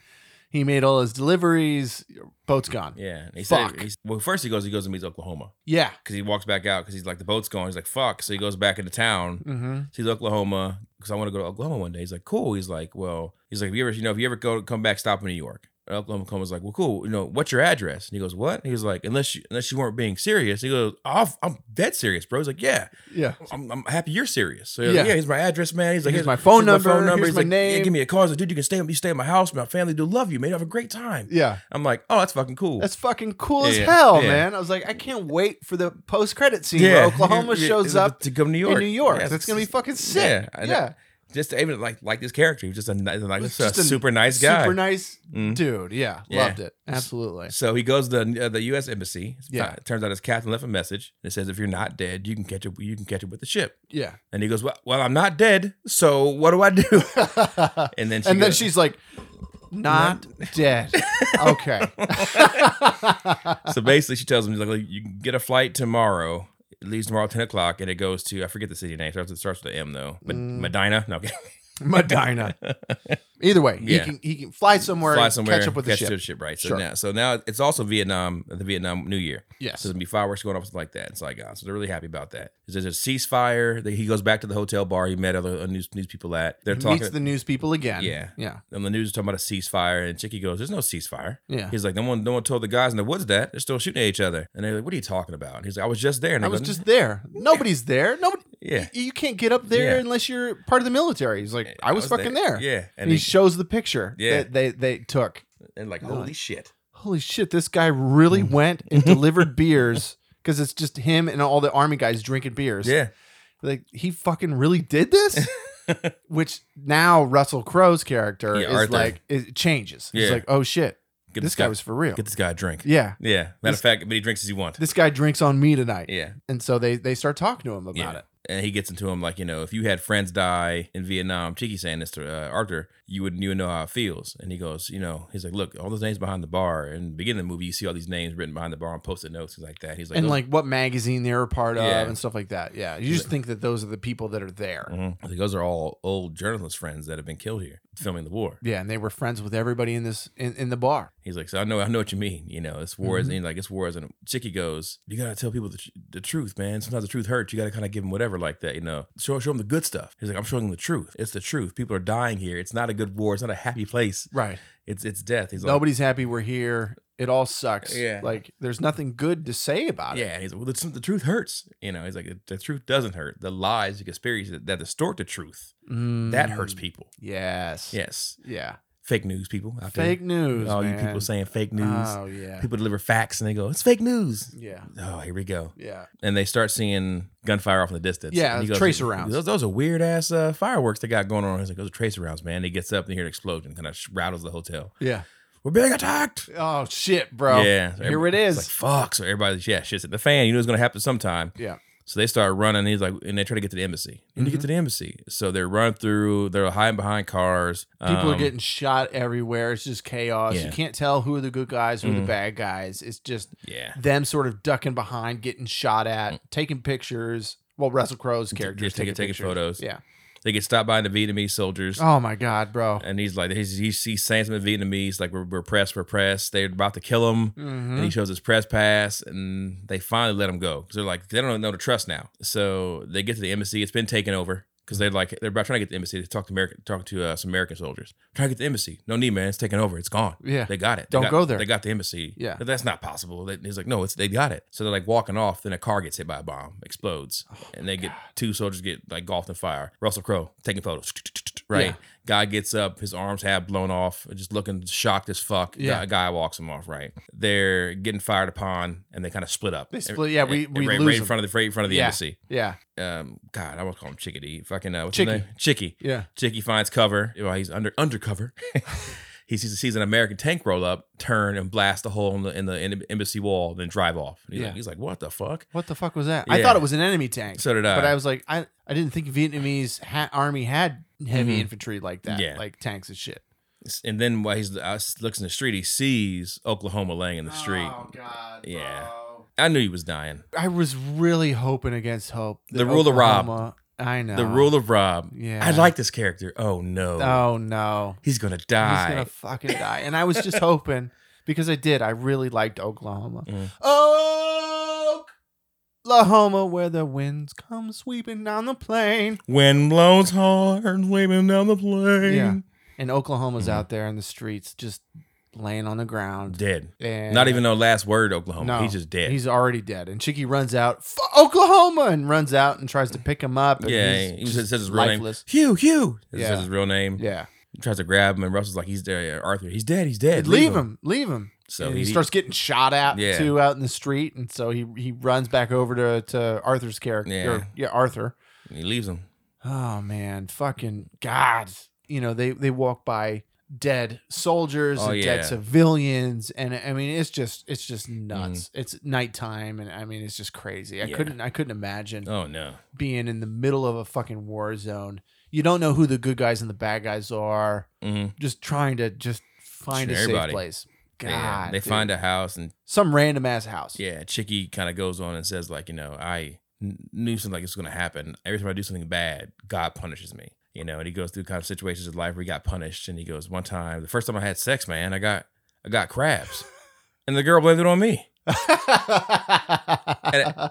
A: He made all his deliveries. Boat's gone. Yeah,
B: Yeah. And he
A: Fuck.
B: said, he's, "Well, first he goes, he goes and meets Oklahoma because he walks back out because he's like, the boat's gone. He's like, fuck. So he goes back into town.
A: Mm-hmm.
B: Sees Oklahoma because I want to go to Oklahoma one day. He's like, cool. He's like, well, he's like, if you ever, you know, if you ever go come back, stop in New York. And Oklahoma's like, well, cool. You know, what's your address? And he goes, what? And he was like, unless you, unless you weren't being serious. He goes, oh, I'm dead serious, bro. He's like, yeah.
A: Yeah.
B: I'm, I'm happy you're serious. So yeah.
A: Yeah.
B: yeah, here's my address, man. He's like,
A: Here's my phone number. Here's
B: He's
A: my
B: like, yeah,
A: name.
B: give me a call. He's like, dude, you can stay. You stay at my house. My family do love you, man. Have a great time.
A: Yeah.
B: I'm like, oh, that's fucking cool.
A: That's fucking cool as
B: Yeah,
A: hell,
B: yeah.
A: man. I was like, I can't wait for the post credit scene where Oklahoma
B: Yeah,
A: shows
B: yeah,
A: up
B: to come to New York.
A: in New York.
B: Yeah,
A: That's gonna be fucking sick.
B: yeah,
A: Yeah,
B: and Just to even like like this character, he's just a, ni- like,
A: It's
B: a
A: just a
B: super nice guy.
A: super nice
B: Mm.
A: dude. Yeah,
B: Yeah.
A: loved it absolutely.
B: So he goes to the, uh, the U.S. embassy.
A: Yeah.
B: it turns out his captain left a message. It says, "If you're not dead, you can catch it. You can catch it with the ship."
A: Yeah,
B: And he goes, "Well, well I'm not dead. So what do I do?" And then she
A: and then
B: goes-
A: she's like, not dead. Okay.
B: so basically, she tells him, like, "Look, you can get a flight tomorrow. It leaves tomorrow at 10 o'clock and it goes to, I forget the city name. It starts, it starts with the M though. Med-
A: Mm.
B: Medina. No, okay.
A: Medina. Either way,
B: Yeah.
A: he can he can fly somewhere,
B: Fly somewhere.
A: catch up with the ship.
B: to ship, right? So,
A: Sure.
B: now, so now it's also Vietnam, the Vietnam New Year.
A: Yes.
B: So there's gonna be fireworks going off something like that in Saigon. So they're really happy about that. There's a ceasefire. They- He goes back to the hotel bar he met other uh, news news people at. They're
A: He
B: talking.
A: meets the news people again.
B: Yeah.
A: Yeah.
B: and the news is talking about a ceasefire, and Chicky goes, "There's no ceasefire."
A: Yeah.
B: He's like, "No one, no one told the guys in the woods that they're still shooting at each other." And they're like, "What are you talking about?" And he's like, "I was just there." And
A: I
B: they
A: was
B: go,
A: just there. Nobody's there. Nobody.
B: yeah.
A: You can't get up there
B: Yeah.
A: unless you're part of the military. He's like, I was, fucking there.
B: Yeah,
A: And
B: and
A: he
B: he,
A: shows the picture
B: Yeah.
A: that they, they took.
B: and like,
A: Oh.
B: holy shit.
A: Holy shit, this guy really
B: Mm-hmm.
A: went and delivered beers because it's just him and all the army guys drinking beers.
B: Yeah,
A: Like, he fucking really did this? Which now Russell Crowe's character
B: Yeah,
A: is
B: Arthur.
A: like, it changes. It's
B: Yeah.
A: like, oh shit,
B: get
A: this guy was for real.
B: get this guy a drink.
A: Yeah.
B: Yeah, matter
A: This-
B: of fact, but he drinks as he wants.
A: This guy drinks on me tonight.
B: Yeah,
A: And so they, they start talking to him about
B: yeah.
A: it.
B: And he gets into him like, you know, if you had friends die in Vietnam, Chicky saying this to uh, Arthur, you wouldn't even know how it feels. And he goes, you know, he's like, look, all those names behind the bar. And the beginning of the movie, you see all these names written behind the bar on post-it notes, things like that. He's like,
A: and
B: "Those-
A: like what magazine they were a part of
B: Yeah.
A: and stuff like that. Yeah. You just think that those are the people that are there.
B: Mhm. I think those are all old journalist friends that have been killed here filming the war.
A: Yeah, and they were friends with everybody in this in, in the bar.
B: He's like, so I know, I know what you mean. You know, this
A: Mm-hmm.
B: war isn't like this war isn't. Chicky goes, you gotta tell people the, tr- the truth, man. Sometimes the truth hurts. You gotta kind of give them whatever like that. You know, show show them the good stuff. He's like, I'm showing them the truth. It's the truth. People are dying here. It's not a good war. It's not a happy place.
A: Right.
B: It's it's death. He's like,
A: Nobody's happy we're here. It all sucks.
B: Yeah.
A: Like there's nothing good to say about it.
B: yeah. And he's like, well, the, the truth hurts. You know, he's like, the, the truth doesn't hurt. The lies, the conspiracies that, that distort the truth, that
A: Mm,
B: hurts people.
A: Yes.
B: Yes,
A: Yeah.
B: fake news people. out there.
A: Fake news.
B: All you
A: man.
B: people saying fake news.
A: Oh yeah.
B: People deliver facts and they go, it's fake news.
A: yeah.
B: Oh, here we go.
A: Yeah.
B: and they start seeing gunfire off in the distance.
A: Yeah,
B: And he
A: tracer rounds.
B: Those, those are weird ass uh, fireworks they got going on. He's like, those are tracer rounds, man. And he gets up and he hear an explosion, kind of rattles the hotel.
A: Yeah.
B: We're being attacked.
A: Oh shit, bro.
B: yeah, so
A: Here it
B: everybody-
A: is.
B: it's Like, fuck. So everybody's yeah, shit's at the fan. You know it's gonna happen sometime.
A: Yeah. Mm-hmm.
B: So they start running. He's like, and they try to get to the embassy. And you get to the embassy. So they're running through. They're hiding behind cars.
A: People are
B: Um,
A: getting shot everywhere. It's just chaos. You
B: Yeah.
A: can't tell who are the good guys, who are the
B: Mhm.
A: bad guys. It's just
B: yeah. Mm.
A: them sort of ducking behind, getting shot at, taking pictures. Well, Russell Crowe's character is
B: just taking- taking
A: pictures.
B: photos.
A: Yeah.
B: They get stopped by the Vietnamese soldiers.
A: Oh my God, bro.
B: And he's like, he's, he's, he's saying something in Vietnamese, like, we're, we're pressed, we're pressed. They're about to kill him. and
A: Mhm.
B: he shows his press pass, and they finally let him go 'Cause they're like they don't know to trust now. So they get to the embassy; it's been taken over because they're like they're about trying to get to the embassy to talk to American, talk to uh, some American soldiers. Try to get to the embassy. No need, man. It's taken over. It's gone.
A: Yeah.
B: They got it. They
A: Don't
B: got-
A: go there.
B: They got the embassy.
A: Yeah.
B: But that's not possible. They, he's like, no, it's they got it. So they're like walking off. Then a car gets hit by a bomb, explodes,
A: Oh
B: and they get two soldiers get like golfed in fire. Russell Crowe taking photos. Right.
A: Yeah.
B: Guy gets up, his arms half blown off, just looking shocked as fuck.
A: Yeah.
B: Guy, guy walks him off. Right. They're getting fired upon, and they kind of split up.
A: They split- yeah, we- we
B: right,
A: lose
B: right in
A: them.
B: front of the right in front of the
A: Yeah.
B: embassy.
A: Yeah.
B: Um, God, I was call him Chickadee. Fucking uh, what's
A: Chicky.
B: his name? Chicky.
A: Yeah.
B: Chicky finds cover. Well, he's under undercover. he sees, sees an American tank roll up, turn and blast a hole in the in the em- embassy wall, then drive off. And he's,
A: Yeah.
B: like, he's like, "What the fuck?"
A: What the fuck was that? I
B: Yeah.
A: thought it was an enemy tank.
B: So uh, did I.
A: but I was like, I, I didn't think Vietnamese ha- army had heavy
B: Mhm.
A: infantry like that,
B: Yeah.
A: like tanks and shit.
B: and then while he's uh, looks in the street, he sees Oklahoma laying in the street.
A: Oh, God.
B: Yeah. I knew he was dying.
A: I was really hoping against hope. that
B: The rule of Rob.
A: Oklahoma- I know.
B: The rule of Rob.
A: Oh. Yeah.
B: I like this character. Oh no,
A: Oh, no.
B: he's gonna
A: He's
B: die.
A: going to fucking die. And I was just hoping because I did. I really liked Oklahoma.
B: Mm.
A: Oklahoma, where the winds come sweeping down the plain.
B: Wind blows hard, waving down the plane.
A: Yeah. And Oklahoma's
B: Mhm.
A: out there in the streets just laying on the ground.
B: Dead.
A: And
B: Not even no last word, Oklahoma.
A: No.
B: he's just dead.
A: He's already dead. And Chicky runs out, F- Oklahoma, and runs out and tries to pick him up. And
B: yeah,
A: he's
B: he
A: just
B: says says his real
A: lifeless.
B: name. Hugh, Hugh.
A: Yeah.
B: Yeah. Says his real name.
A: Yeah.
B: He tries to grab him, and Russell's like, "He's dead, Arthur. He's dead. He's dead.
A: leave him. Leave him.
B: So
A: And he,
B: he,
A: starts getting shot at
B: Yeah.
A: too out in the street. And so he, he runs back over to, to Arthur's character.
B: Yeah.
A: or- yeah, Arthur.
B: He leaves him.
A: Oh man, fucking God. You know, they they walk by dead soldiers
B: Oh,
A: and
B: yeah. Mm-hmm.
A: dead civilians and I mean it's just it's just nuts. It's nighttime and I mean it's just crazy. I
B: Yeah.
A: couldn't I couldn't imagine
B: Oh no.
A: being in the middle of a fucking war zone. You don't know who the good guys and the bad guys are.
B: hmm
A: Just trying to just find
B: Sure,
A: a safe
B: everybody.
A: place. God.
B: yeah. They
A: dude.
B: find a house, and
A: some random ass house.
B: yeah, Chicky kind of goes on and says like, you know, I n- knew something like this was going to happen. Every time I do something bad, God punishes me. You know, and he goes through kind of situations in life where he got punished. And he goes, one time, the first time I had sex, man, I got I got crabs, and the girl blamed it on me. And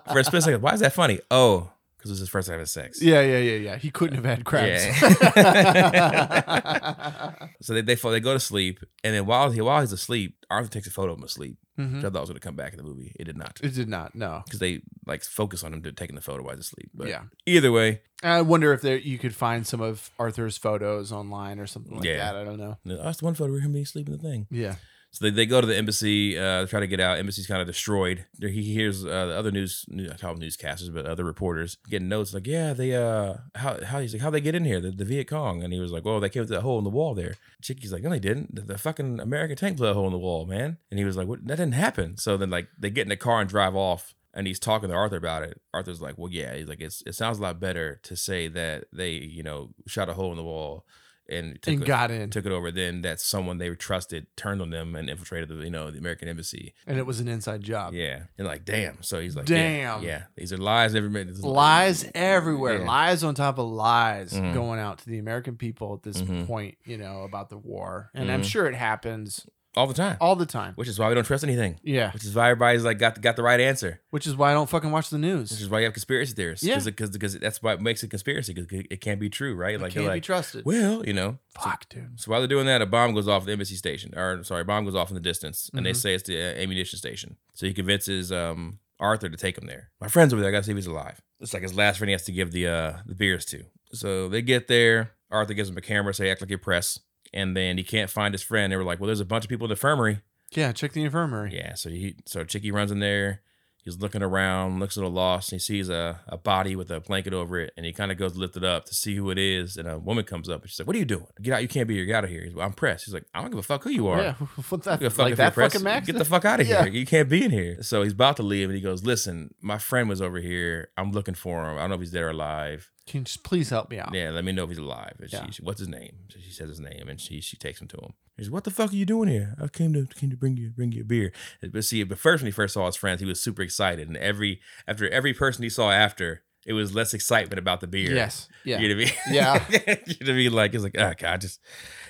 B: for a split second, why is that funny? Oh, because it was his first time having sex.
A: yeah, yeah, yeah, yeah. He couldn't have had crabs.
B: Yeah. So they they, fall, they go to sleep, and then while he while he's asleep, Arthur takes a photo of him asleep.
A: Mhm.
B: Which I thought was going to come back in the movie. It did not.
A: It did not. No.
B: because they like focus on him to taking the photo while he's asleep. But
A: yeah.
B: either way,
A: I wonder if there you could find some of Arthur's photos online or something like
B: Yeah.
A: that. I don't know.
B: no, that's the one photo of him being asleep in the thing.
A: Yeah.
B: So they, they go to the embassy, uh, try to get out. Embassy's kind of destroyed. There- He hears uh, the other news, new- I call them newscasters, but other reporters getting notes like, yeah, they uh, how how he's like, how they get in here, the, the Viet Cong, and he was like, well, they came through that hole in the wall there. Chicky's like, no, they didn't. The, the fucking American tank blew a hole in the wall, man. And he was like, what? That didn't happen. So then like they get in the car and drive off. And he's talking to Arthur about it. Arthur's like, "Well, yeah." He's like, "It's it sounds a lot better to say that they, you know, shot a hole in the wall and took
A: and
B: a-
A: got in.
B: and took it over then that someone they trusted turned on them and infiltrated the you know the american embassy
A: and it was an inside job.
B: yeah and like damn so he's like
A: Damn.
B: yeah, yeah. these are lies every minute
A: Lies everywhere.
B: Yeah.
A: Lies on top of lies
B: Mhm.
A: going out to the American people at this
B: Mhm.
A: point, you know, about the war. And I'm
B: Mhm.
A: sure it happens
B: all the time
A: all the time.
B: which is why we don't trust anything
A: Yeah.
B: which is why everybody's like got the, got the right answer
A: Which is why I don't fucking watch the news.
B: which is why you have conspiracy theorists
A: Yeah.
B: because because that's what makes it conspiracy because it can't be true right
A: It
B: like
A: can't
B: they're
A: be
B: like
A: trusted.
B: well you know
A: Fuck, dude.
B: so while they're doing that a bomb goes off at the embassy station or sorry a bomb goes off in the distance and they
A: Mhm.
B: say it's the uh, ammunition station so he convinces um Arthur to take him there. My friend's over there. I gotta see if he's alive. It's like his last friend he has to give the uh the beers to. So they get there. Arthur gives him a camera, say act like you're press, and then he can't find his friend. They were like, well, there's a bunch of people in the infirmary.
A: Yeah, check the infirmary.
B: Yeah. So he so Chicky runs in there. He's looking around, looks at a loss, and he sees a, a body with a blanket over it, and he kind of goes to lift it up to see who it is, and a woman comes up, and she's like, "What are you doing? Get out! You can't be here. Get out of here!" He's like, "I'm pressed." He's like, "I don't give a fuck who you are."
A: Yeah. What that,
B: Give a fuck
A: like
B: if you're
A: that fucking
B: pressed.
A: max?
B: Get the fuck out of
A: Yeah.
B: here. You can't be in here. So he's about to leave and he goes, Listen, my friend was over here. I'm looking for him. I don't know if he's dead or alive.
A: Can you just please help me out?
B: Yeah, let me know if he's alive. And she-
A: Yeah.
B: she- what's his name? So she says his name and she she takes him to him. He says, What the fuck are you doing here? I came to came to bring you bring you a beer. But see, but first when he first saw his friends, he was super excited. And every after every person he saw after, it was less excitement about the beer.
A: Yes. Yeah.
B: You know what I mean?
A: Yeah.
B: you know what I mean? Like, it's like, oh, God, just,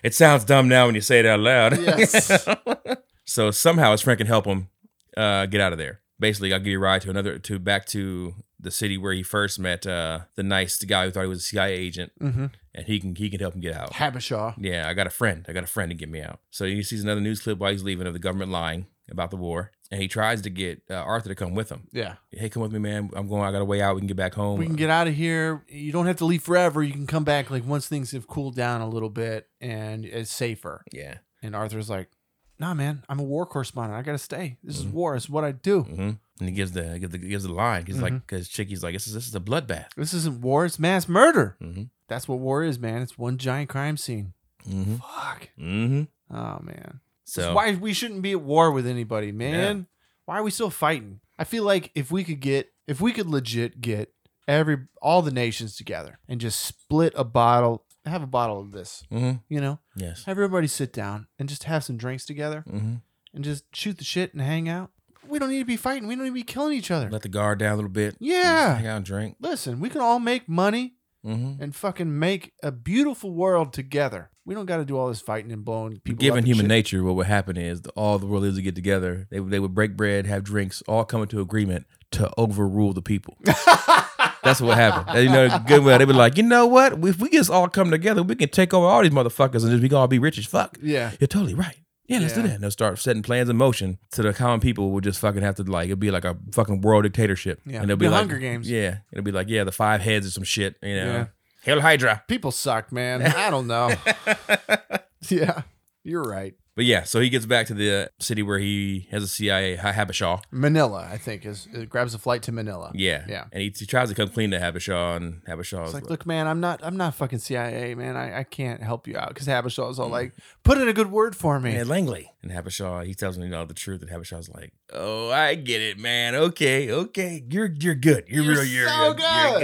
B: it sounds dumb now when you say it out loud.
A: Yes.
B: so somehow his friend can help him uh, get out of there. Basically, I'll give you a ride to another, to back to the city where he first met uh, the nice guy who thought he was a CIA agent,
A: Mm-hmm.
B: and he can he can help him get out.
A: Habishaw.
B: Yeah, I got a friend. I got a friend to get me out. So he sees another news clip while he's leaving of the government lying about the war, and he tries to get uh, Arthur to come with him.
A: Yeah.
B: Hey, come with me, man. I'm going. I got a way out. We can get back home.
A: we can get out of here. You don't have to leave forever. You can come back like once things have cooled down a little bit and it's safer.
B: yeah.
A: And Arthur's like, Nah, man, I'm a war correspondent. I gotta stay. This is
B: Mhm.
A: war. It's what I do.
B: hmm And he gives the gives the, gives the line. He's
A: Mm-hmm.
B: like, because Chicky's like, this is this is a bloodbath.
A: This isn't war. It's mass murder.
B: Mm-hmm.
A: That's what war is, man. It's one giant crime scene.
B: Mm-hmm.
A: Fuck.
B: Mm-hmm.
A: Oh man. That's
B: So
A: why we shouldn't be at war with anybody, man. Why are we still fighting? I feel like if we could get, if we could legit get every all the nations together and just split a bottle, have a bottle of this,
B: hmm
A: you know,
B: Yes.
A: have everybody sit down and just have some drinks together
B: Mm-hmm.
A: and just shoot the shit and hang out. We don't need to be fighting. We don't need to be killing each other.
B: Let the guard down a little bit. Just
A: yeah.
B: Hang out and drink.
A: Listen, we can all make money
B: Mm-hmm.
A: and fucking make a beautiful world together. We don't got to do all this fighting and blowing people. up
B: Given
A: and
B: human
A: shit.
B: nature, what would happen is the, all the world leaders would get together. They, would- they would break bread, have drinks, all come into agreement to overrule the people. That's what would happen. And, you know, good well, they would be like, you know what? If we just all come together, we can take over all these motherfuckers and just we gonna all be rich as fuck.
A: Yeah.
B: You're totally right. Yeah, let's do
A: Yeah.
B: that. And they'll start setting plans in motion. So the common people will just fucking have to like it'll be like a fucking world dictatorship.
A: Yeah.
B: And it'll be
A: The
B: like
A: Hunger Games.
B: Yeah. It'll be like, yeah, the five heads or some shit, you know.
A: Yeah.
B: Hail Hydra.
A: People suck, man. I don't know. yeah. You're right.
B: But yeah, so he gets back to the city where he has a CIA Ha- Habishaw.
A: Manila, I think, is it grabs a flight to Manila.
B: Yeah.
A: Yeah.
B: And he, he tries to come clean to Habishaw and Habishaw
A: It's
B: is
A: like,
B: like,
A: look, man, I'm not, I'm not fucking CIA, man. I, I can't help you out because Habishaw's
B: Mm.
A: all like, put in a good word for me.
B: Man, Langley. And Habishaw, he tells him, you know, the truth. And Habishaw's like, oh, I get it, man. Okay, okay. You're you're good. You're,
A: You're
B: real, you're,
A: so
B: good. You're
A: good."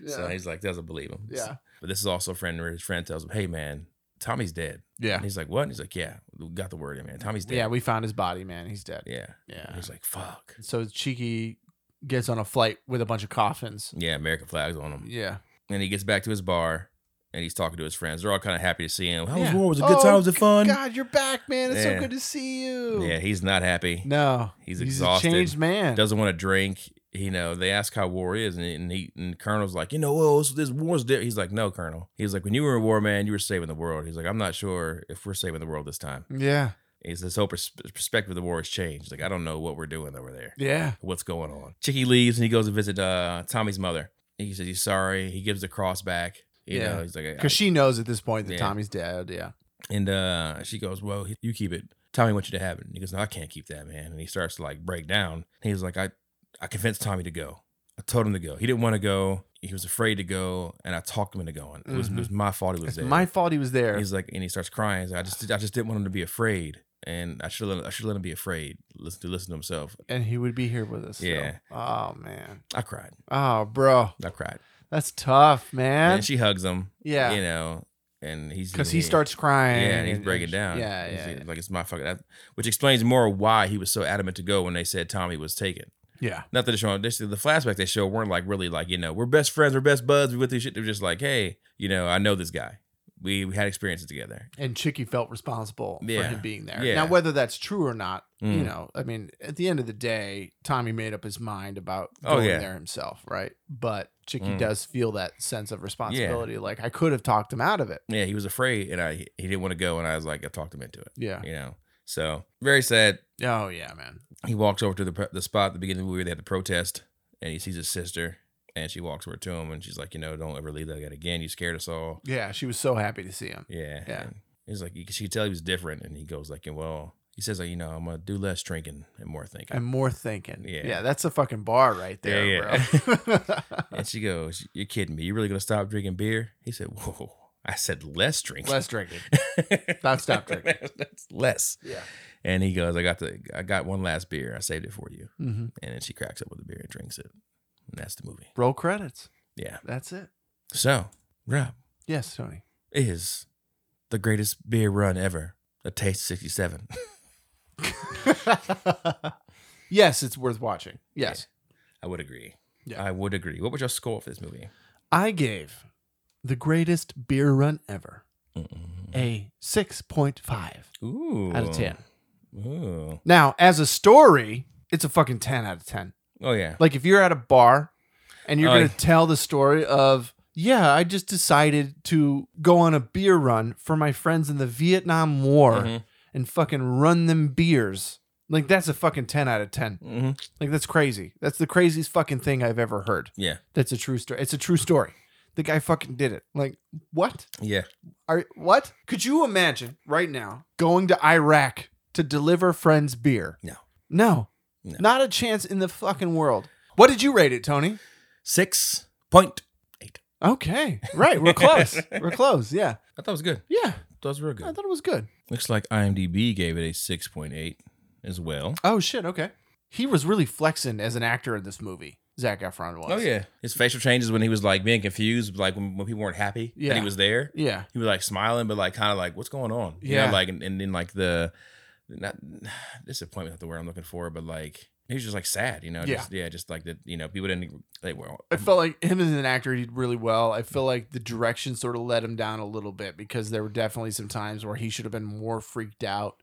B: good.
A: yeah.
B: So he's like, doesn't believe him.
A: Yeah.
B: But this is also a friend where his friend tells him, hey, man, Tommy's dead.
A: yeah,
B: And he's like, what? And he's like, yeah, we got the word in, man. Tommy's
A: Yeah,
B: dead.
A: We Ah. found his body, man. He's dead.
B: Yeah.
A: Yeah.
B: And he's like, fuck.
A: So Cheeky gets on a flight with a bunch of coffins.
B: Yeah, American flags on him.
A: Yeah.
B: And he gets back to his bar and he's talking to his friends. They're all kind of happy to see him. How
A: Yeah. Oh,
B: was war? Was it good time? Was it fun?
A: God, you're back, man. It's
B: Yeah.
A: so good to see you.
B: Yeah, he's not happy.
A: No.
B: He's
A: a changed
B: exhausted.
A: man.
B: Doesn't want to drink. You know, they ask how war is, and, and he and Colonel's like, you know, well, this, this war's different. He's like, no, Colonel. He's like, when you were in war, man, you were saving the world. He's like, I'm not sure if we're saving the world this time.
A: yeah.
B: He's this whole pers- perspective of the war has changed. Like, I don't know what we're doing over there.
A: Yeah.
B: what's going on. Chicky leaves and he goes to visit uh, Tommy's mother. He says he's sorry. He gives the cross back. You
A: Yeah.
B: know, he's like, I-
A: Because she knows at this point that
B: Yeah.
A: Tommy's dead. Yeah.
B: and uh, she goes, well, you keep it. Tommy wants you to have it. And he goes, no, I can't keep that, man. And he starts to like break down. He's like, I, I convinced Tommy to go. I told him to go. He didn't want to go. He was afraid to go, and I talked him into going. It was, it
A: Mhm.
B: was my fault. He was
A: It's
B: there.
A: my fault he was there.
B: He's like, and he starts crying. He's like, I just, I just didn't want him to be afraid, and I should, I should let him be afraid. Listen to listen to himself.
A: and he would be here with us. still.
B: Yeah.
A: Oh, man.
B: I cried.
A: Oh, bro.
B: I cried.
A: That's tough,
B: And,
A: man.
B: she hugs him. you
A: yeah.
B: know, and he's
A: Because he starts crying.
B: yeah, and he's breaking
A: sh-
B: down.
A: Yeah.
B: He's
A: Yeah. yeah.
B: like it's my fucking, that, which explains more why he was so adamant to go when they said Tommy was taken.
A: Yeah.
B: Not that it's showing this, the flashback they show weren't like really like you know we're best friends, we're best buds, we went through shit. They're just like, hey, you know, I know this guy. We, we had experiences together.
A: And Chicky felt responsible
B: Yeah.
A: for him being there.
B: Yeah.
A: Now, whether that's true or not, you
B: Mm.
A: know, I mean, at the end of the day, Tommy made up his mind about
B: Oh,
A: going
B: yeah.
A: there himself, right? But Chicky
B: Mm.
A: does feel that sense of responsibility. Like, I could have talked him out of it.
B: Yeah, he was afraid, and I he didn't want to go, and I was like, I talked him into it.
A: Yeah.
B: You know, so very sad.
A: Oh, yeah, man.
B: he walks over to the, the spot at the beginning of the movie where they had the protest and he sees his sister and she walks over to him and she's like you know don't ever leave that guy again you scared us all
A: Yeah. She was so happy to see him.
B: yeah
A: Yeah.
B: And he's like you- she could tell he was different and he goes like well he says like you know i'm gonna do less drinking and more thinking
A: And more thinking.
B: Yeah.
A: Yeah. That's a fucking bar right there,
B: Yeah,
A: bro.
B: and she goes you're kidding me you really gonna stop drinking beer he said whoa i said less drinking
A: Less drinking. Not stop drinking.
B: That's less
A: Yeah.
B: and he goes i got the i got one last beer i saved it for you
A: Mm-hmm.
B: and then she cracks up with the beer and drinks it and that's the movie
A: Roll credits.
B: yeah
A: That's it.
B: so rob
A: Yes, Tony.
B: is the greatest beer run ever. A taste 67.
A: yes, it's worth watching. Yes.
B: I would agree.
A: Yeah.
B: I would agree. What was your score for this movie?
A: I gave the greatest beer run ever a 6.5
B: Ooh.
A: out of 10.
B: Ooh.
A: Now, as a story, it's a fucking 10 out of 10.
B: Oh, yeah.
A: Like if you're at a bar and you're
B: Oh,
A: going
B: yeah.
A: to tell the story of, yeah, I just decided to go on a beer run for my friends in the Vietnam War
B: Mhm.
A: and fucking run them beers. Like that's a fucking 10 out of 10.
B: Mhm.
A: Like that's crazy. That's the craziest fucking thing I've ever heard.
B: Yeah.
A: That's a true story. It's a true story. The guy fucking did it. Like what?
B: Yeah.
A: Are what? Could you imagine right now going to Iraq to deliver friends beer?
B: No.
A: No.
B: No.
A: Not a chance in the fucking world. What did you rate it, Tony?
B: 6.8.
A: Okay. Right. We're close. we're close. Yeah.
B: I thought it was good.
A: Yeah.
B: That was real
A: I
B: good.
A: thought it was good.
B: Looks like IMDb gave it a 6.8 as well.
A: Oh shit, okay. He was really flexing as an actor in this movie. Zach Efron was.
B: Oh, yeah. His facial changes when he was like being confused, like when, when people weren't happy that
A: Yeah.
B: he was there.
A: Yeah.
B: he was like smiling, but like kind of like, what's going on? You
A: Yeah.
B: know, like, and, and then like the, not disappointment, not the word I'm looking for, but like, he was just like sad, you know?
A: Yeah.
B: Just, yeah. Just like that, you know, people didn't, they were,
A: I felt like him as an actor, he did really well. I feel like the direction sort of let him down a little bit because there were definitely some times where he should have been more freaked out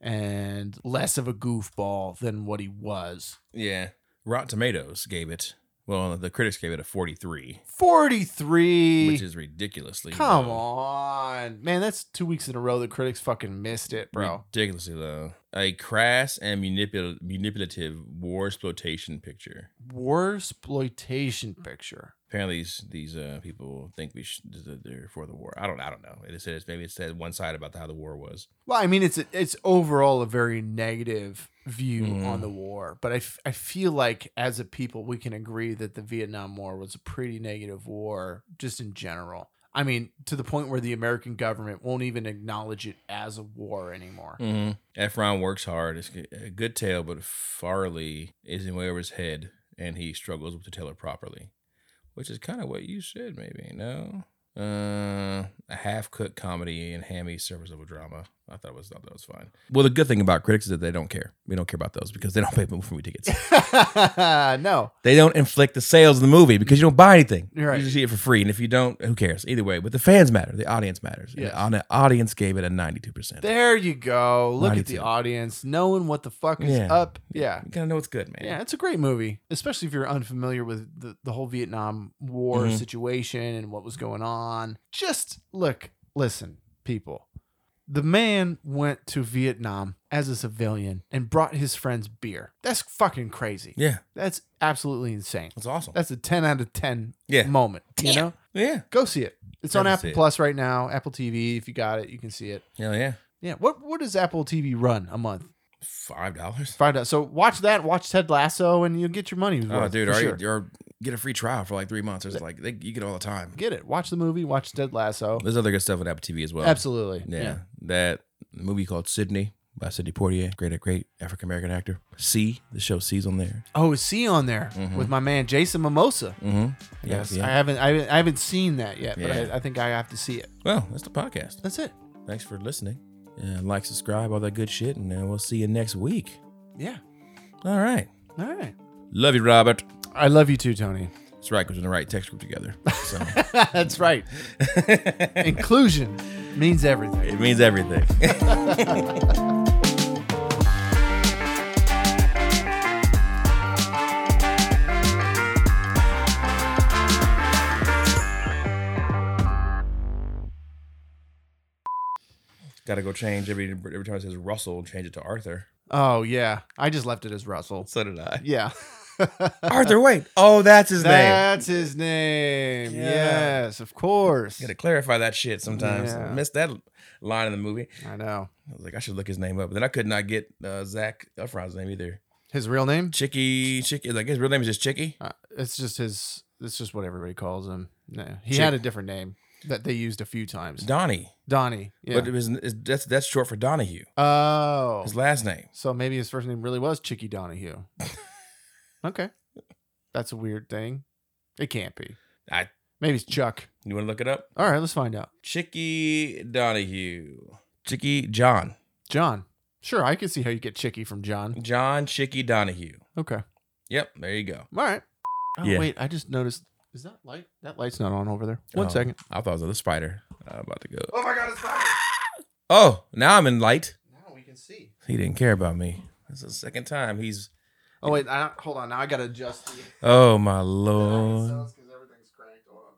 A: and less of a goofball than what he was.
B: yeah. Rotten Tomatoes gave it, well, the critics gave it a 43,
A: 43.
B: which is ridiculously
A: E. Come
B: low.
A: on. Man, that's two weeks in a row the critics fucking missed it, bro.
B: Ridiculously low. A crass and manipul- manipulative war exploitation picture.
A: War exploitation picture.
B: Apparently, these, these uh, people think we should, that they're for the war. I don't, I don't know. It says maybe it said one side about how the war was.
A: Well, I mean, it's it's overall a very negative view
B: Mhm.
A: on the war, but I, f- I feel like as a people we can agree that the Vietnam War was a pretty negative war just in general. I mean, to the point where the American government won't even acknowledge it as a war anymore.
B: Mm-hmm. Efron works hard. It's a good tale, but Farley is in way over his head, and he struggles with the teller properly, which is kind of what you said, maybe. No, uh, a half-cooked comedy and hammy service of a drama. I thought it was I thought that was fine. Well, the good thing about critics is that they don't care. We don't care about those because they don't pay for movie tickets.
A: no.
B: they don't inflict the sales of the movie because you don't buy anything.
A: You're right.
B: You just see it for free, and if you don't, who cares? Either way, but the fans matter. The audience matters.
A: Yes.
B: And the audience gave it a ninety-two percent.
A: There you go. Look at the
B: 92.
A: audience, knowing what the fuck is
B: Yeah.
A: up. Yeah.
B: You gotta know it's good, man.
A: Yeah, it's a great movie, especially if you're unfamiliar with the, the whole Vietnam War
B: Mhm.
A: situation and what was going on. Just look, listen, people. The man went to Vietnam as a civilian and brought his friends beer. That's fucking crazy.
B: Yeah,
A: That's absolutely insane.
B: that's awesome.
A: That's a 10 out of 10
B: Yeah.
A: moment. You know?
B: yeah,
A: Go see it. It's on
B: Gotta
A: Apple
B: see it.
A: Plus right now, Apple TV. If you got it, you can see it.
B: hell yeah.
A: Yeah. What what does Apple TV run a month?
B: Five dollars.
A: Find out. So watch that, watch Ted Lasso, and you'll get your money.
B: Oh, dude, or, or get a free trial for like three months. It's like they, you get it all the time.
A: get it. Watch the movie. Watch Ted Lasso.
B: There's other good stuff on Apple TV as well.
A: Absolutely.
B: Yeah, that movie called Sydney by Sidney Poitier, great, great African American actor. C, the show C's on there.
A: Oh, is C on there
B: Mhm.
A: with my man Jason Mimosa?
B: Mm-hmm.
A: Yes. I haven't. I haven't, I haven't seen that yet, but
B: Yeah.
A: I, I think I have to see it.
B: Well, that's the podcast.
A: That's it.
B: Thanks for listening. Uh, like, subscribe, all that good shit, and uh, we'll see you next week.
A: Yeah.
B: All right.
A: All right.
B: Love you, Robert.
A: I love you too, Tony.
B: That's right, because we're in the right text group together. So
A: That's right. Inclusion means everything.
B: it means everything. Got to go change every every time it says Russell, change it to Arthur.
A: Oh yeah, I just left it as Russell.
B: So did I.
A: Yeah.
B: Arthur, wait. Oh, that's his name.
A: That's his name.
B: Yeah.
A: Yes, of course.
B: You gotta clarify that shit sometimes.
A: Yeah.
B: I missed that line in the movie.
A: I know.
B: I was like, I should look his name up. But then I could not get uh, Zach Efron's name either.
A: His real name?
B: Chicky, Chicky. Like his real name is just Chicky.
A: Uh, it's just his. It's just what everybody calls him. No, he
B: Chick-
A: had a different name that they used a few times.
B: Donnie.
A: Donnie. Yeah.
B: But it was it's, that's that's short for Donahue.
A: oh.
B: His last name.
A: So maybe his first name really was Chicky Donahue. okay. That's a weird thing. It can't be.
B: I-
A: Maybe it's Chuck.
B: You want to look it up?
A: All right, let's find out.
B: Chicky Donahue. Chicky John.
A: John. Sure, I can see how you get Chicky from John.
B: John Chicky Donahue.
A: Okay.
B: Yep, there you go.
A: All right. Oh
B: Yeah.
A: wait, I just noticed. Is that light? That light's not on over there. One
B: Oh,
A: second.
B: I thought it was a spider. I'm about to go.
A: Oh my god, it's light.
B: Oh, now I'm in light.
A: Now we can see.
B: He didn't care about me. That's the second time he's.
A: Oh wait, I, hold on. Now I gotta adjust. The,
B: Oh my lord.
A: because everything's cranked. Hold on.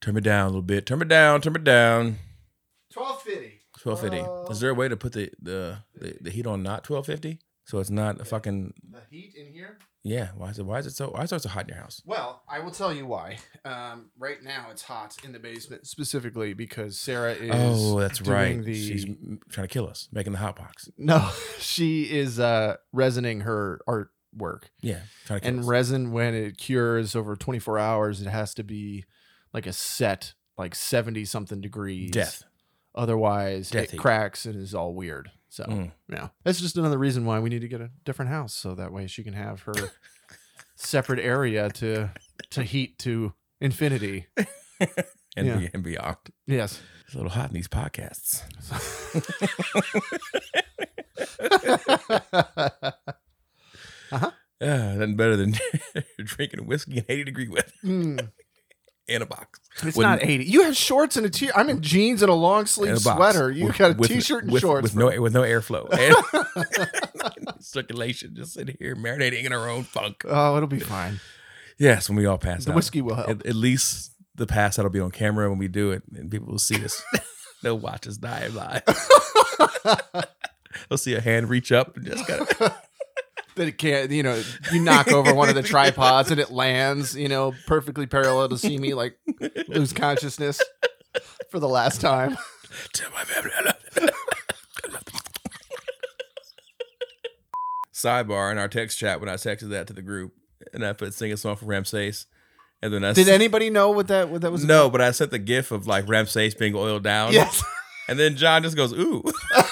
B: Turn me down a little bit. Turn me down. Turn me down.
A: Twelve fifty.
B: Twelve fifty. Is there a way to put the the, the, the heat on not twelve fifty? So it's not a fucking
A: The heat in here.
B: yeah. Why is it? Why is it so? Why is it so hot in your house?
A: Well, I will tell you why. Um, right now it's hot in the basement specifically because Sarah is.
B: Oh, that's
A: doing
B: right.
A: the-
B: She's m- trying to kill us, making the hot box.
A: No, she is uh resining her artwork.
B: Yeah, trying to kill
A: And
B: us.
A: resin, when it cures over 24 hours, it has to be like a set, like 70 something degrees.
B: death.
A: Otherwise,
B: Death
A: it
B: heat.
A: cracks and is all weird. So,
B: Mm.
A: yeah. That's just another reason why we need to get a different house. So that way she can have her separate area to to heat to infinity.
B: And,
A: Yeah.
B: be- and beyond.
A: Yes.
B: It's a little hot in these podcasts. Uh, nothing better than drinking whiskey in eighty degree weather
A: Mm,
B: in a box.
A: it's
B: With-
A: not 80. You have shorts and a t I'm in jeans and a long
B: in
A: sleeve
B: a box.
A: sweater. You
B: With-
A: got a
B: with-
A: shirt and
B: with-
A: shorts.
B: with no with no airflow. And- circulation, just sitting here marinating in our own funk.
A: oh, it'll be fine.
B: Yes, when we all pass
A: The
B: out.
A: whiskey will help.
B: At, at least the pass out will be on camera when we do it, and people will see us. They'll watch us die live. They'll see a hand reach up and just kind of
A: that it can't, you know, you knock over one of the tripods and it lands, you know, perfectly parallel to see me like lose consciousness for the last time.
B: tell my family I love them. Sidebar in our text chat when I texted that to the group, and I put sing a song for Ramses, and then I
A: Did
B: s-
A: anybody know what that what that was?
B: no, but I sent the gif of like Ramses being oiled down.
A: Yes.
B: And then John just goes, ooh.
A: yeah.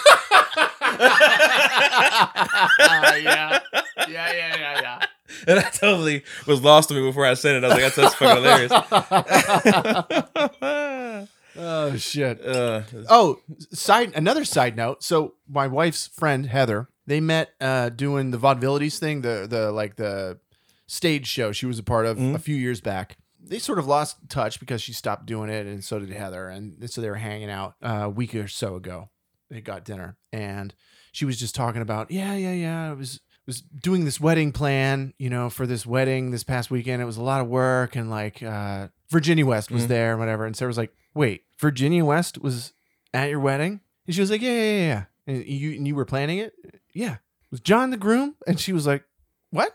A: Yeah, yeah, yeah, yeah.
B: And I totally was lost to me before I said it. I was like, that's, that's fucking hilarious.
A: Oh shit.
B: Uh,
A: Oh, side another side note. So my wife's friend Heather, they met uh, doing the vaudevillities thing, the the like the stage show she was a part of a few years back. They sort of lost touch because she stopped doing it, and so did Heather, and so they were hanging out uh, a week or so ago. They got dinner, and she was just talking about yeah, yeah, yeah. It was was doing this wedding plan, you know, for this wedding this past weekend. It was a lot of work, and like uh, Virginia West was
B: Mhm.
A: there and whatever. And Sarah was like, "Wait, Virginia West was at your wedding?" And she was like, "Yeah, yeah, yeah." yeah." And you and you were planning it? Yeah. Was John the groom? And she was like, "What?"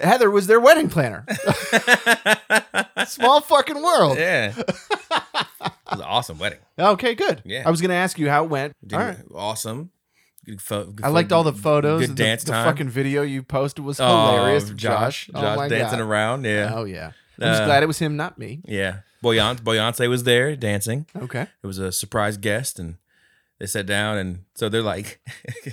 A: Heather was their wedding planner. Small fucking world.
B: yeah. It was an awesome wedding.
A: Okay, good.
B: Yeah.
A: I was gonna ask you how it went.
B: Dude,
A: all right.
B: Awesome. Good pho- good
A: I
B: pho-
A: liked all the photos.
B: Good
A: and the-
B: dance
A: the,
B: time.
A: fucking video you posted was
B: Oh,
A: hilarious. of
B: Josh. Josh,
A: oh my
B: dancing
A: God.
B: around. Yeah.
A: Oh yeah. I'm just
B: Uh,
A: glad it was him, not me.
B: Yeah. Boyan- Boyonce was there dancing.
A: Okay.
B: it was a surprise guest and they sat down and so they're like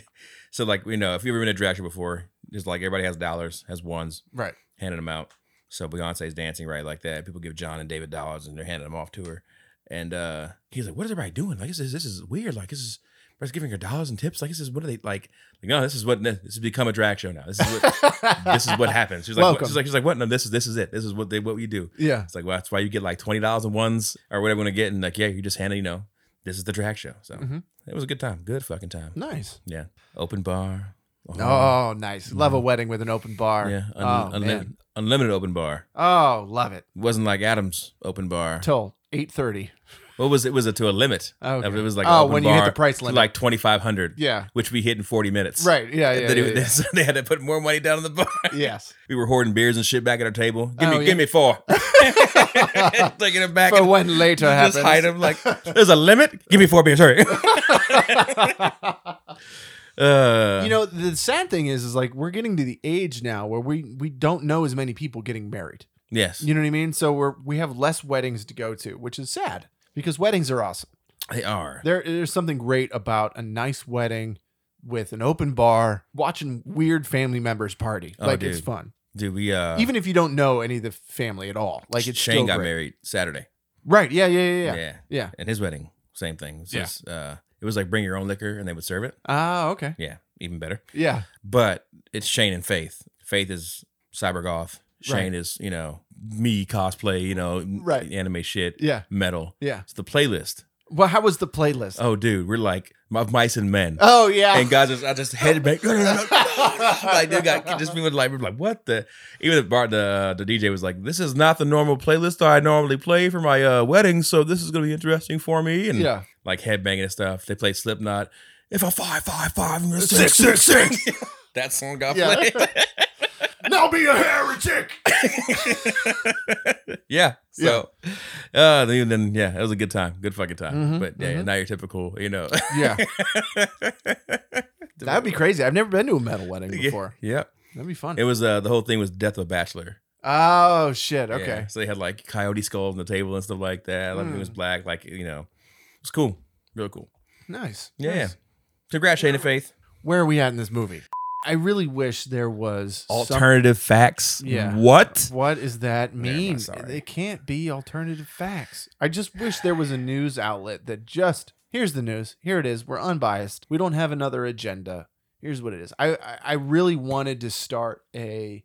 B: so like you know if you've ever been to a drag show before just like everybody has dollars has ones
A: Right.
B: handing them out so beyonce's dancing right like that people give john and david dollars and they're handing them off to her and uh he's like what is everybody doing like this is this is weird like this is everybody's giving her dollars and tips like this is what are they like, like no this is what this has become a drag show now this is what this is what happens she's like what?
A: Welcome.
B: she's like she's like what no this is this is it this is what they what we do
A: yeah.
B: it's like, well, that's why you get like twenty dollars in ones or whatever you want to get, and like, yeah, you just handle, you know, this is the drag show. So
A: Mhm.
B: it was a good time, good fucking time.
A: Nice.
B: Yeah, open bar.
A: Oh, nice. Love a wedding with an open bar.
B: Mm. yeah, un-
A: oh,
B: unlim-
A: man.
B: unlimited open bar.
A: oh, love it.
B: It wasn't like Adam's open bar.
A: Till eight thirty.
B: what was it? Was it to a limit?
A: Okay.
B: It was like
A: Oh,
B: open
A: when you hit the
B: bar
A: price
B: to,
A: limit.
B: like twenty five hundred.
A: Yeah.
B: which we hit in forty minutes.
A: Right. Yeah.
B: And
A: Yeah.
B: then
A: yeah,
B: it-
A: yeah.
B: so they had to put more money down on the bar.
A: yes.
B: We were hoarding beers and shit back at our table. Give
A: Oh,
B: me,
A: yeah.
B: give me four. Taking it back
A: For
B: and-
A: when later happens.
B: Just hide them like there's a limit. Give me four beers. Hurry. uh,
A: You know, the sad thing is, is like we're getting to the age now where we we don't know as many people getting married.
B: yes,
A: You know what I mean? So we're we have less weddings to go to, which is sad because weddings are awesome.
B: they are.
A: There, there's something great about a nice wedding with an open bar, watching weird family members party.
B: Oh,
A: like it's
B: dude.
A: fun,
B: Dude, we uh,
A: even if you don't know any of the family at all. Like it's
B: Shane
A: still
B: got
A: great.
B: married Saturday.
A: Right? Yeah, yeah, yeah, yeah. Yeah.
B: and his wedding, same thing. It's
A: Yeah.
B: just, uh, it was like bring your own liquor, and they would serve it.
A: Ah, okay.
B: Yeah, even better.
A: Yeah,
B: But it's Shane and Faith. Faith is cyber goth. Shane is you know me cosplay. You know
A: Right.
B: anime shit.
A: yeah,
B: Metal.
A: yeah.
B: It's the playlist.
A: Well, how was the playlist?
B: Oh, dude, we're like of mice and men.
A: oh yeah.
B: and guys just I just head back like they got just people like we were like what the even the bar the the DJ was like this is not the normal playlist I normally play for my uh, wedding so this is gonna be interesting for me and
A: yeah.
B: like headbanging and stuff they played Slipknot if I five five five I'm gonna six six six that song got
A: Yeah.
B: played
A: Now be a heretic.
B: yeah so uh then, then yeah it was a good time good fucking time
A: Mhm,
B: but yeah
A: mhm.
B: now you're typical you know
A: Yeah, that'd be crazy. I've never been to a metal wedding
B: Yeah,
A: before.
B: yeah
A: That'd be fun.
B: it was uh the whole thing was Death of a Bachelor
A: Oh shit. Okay.
B: Yeah, So they had like coyote skulls on the table and stuff like that. Everything was
A: Mm.
B: black. Like you know, it was cool, real cool.
A: Nice.
B: Yeah.
A: nice.
B: Congrats, Shane and Faith.
A: Where are we at in this movie? I really wish there was some-
B: Alternative facts.
A: Yeah.
B: What?
A: What does that
B: Never mind,
A: mean?
B: sorry.
A: It can't be alternative facts. I just wish there was a news outlet that just here's the news. Here it is. We're unbiased. We don't have another agenda. Here's what it is. I I, I really wanted to start a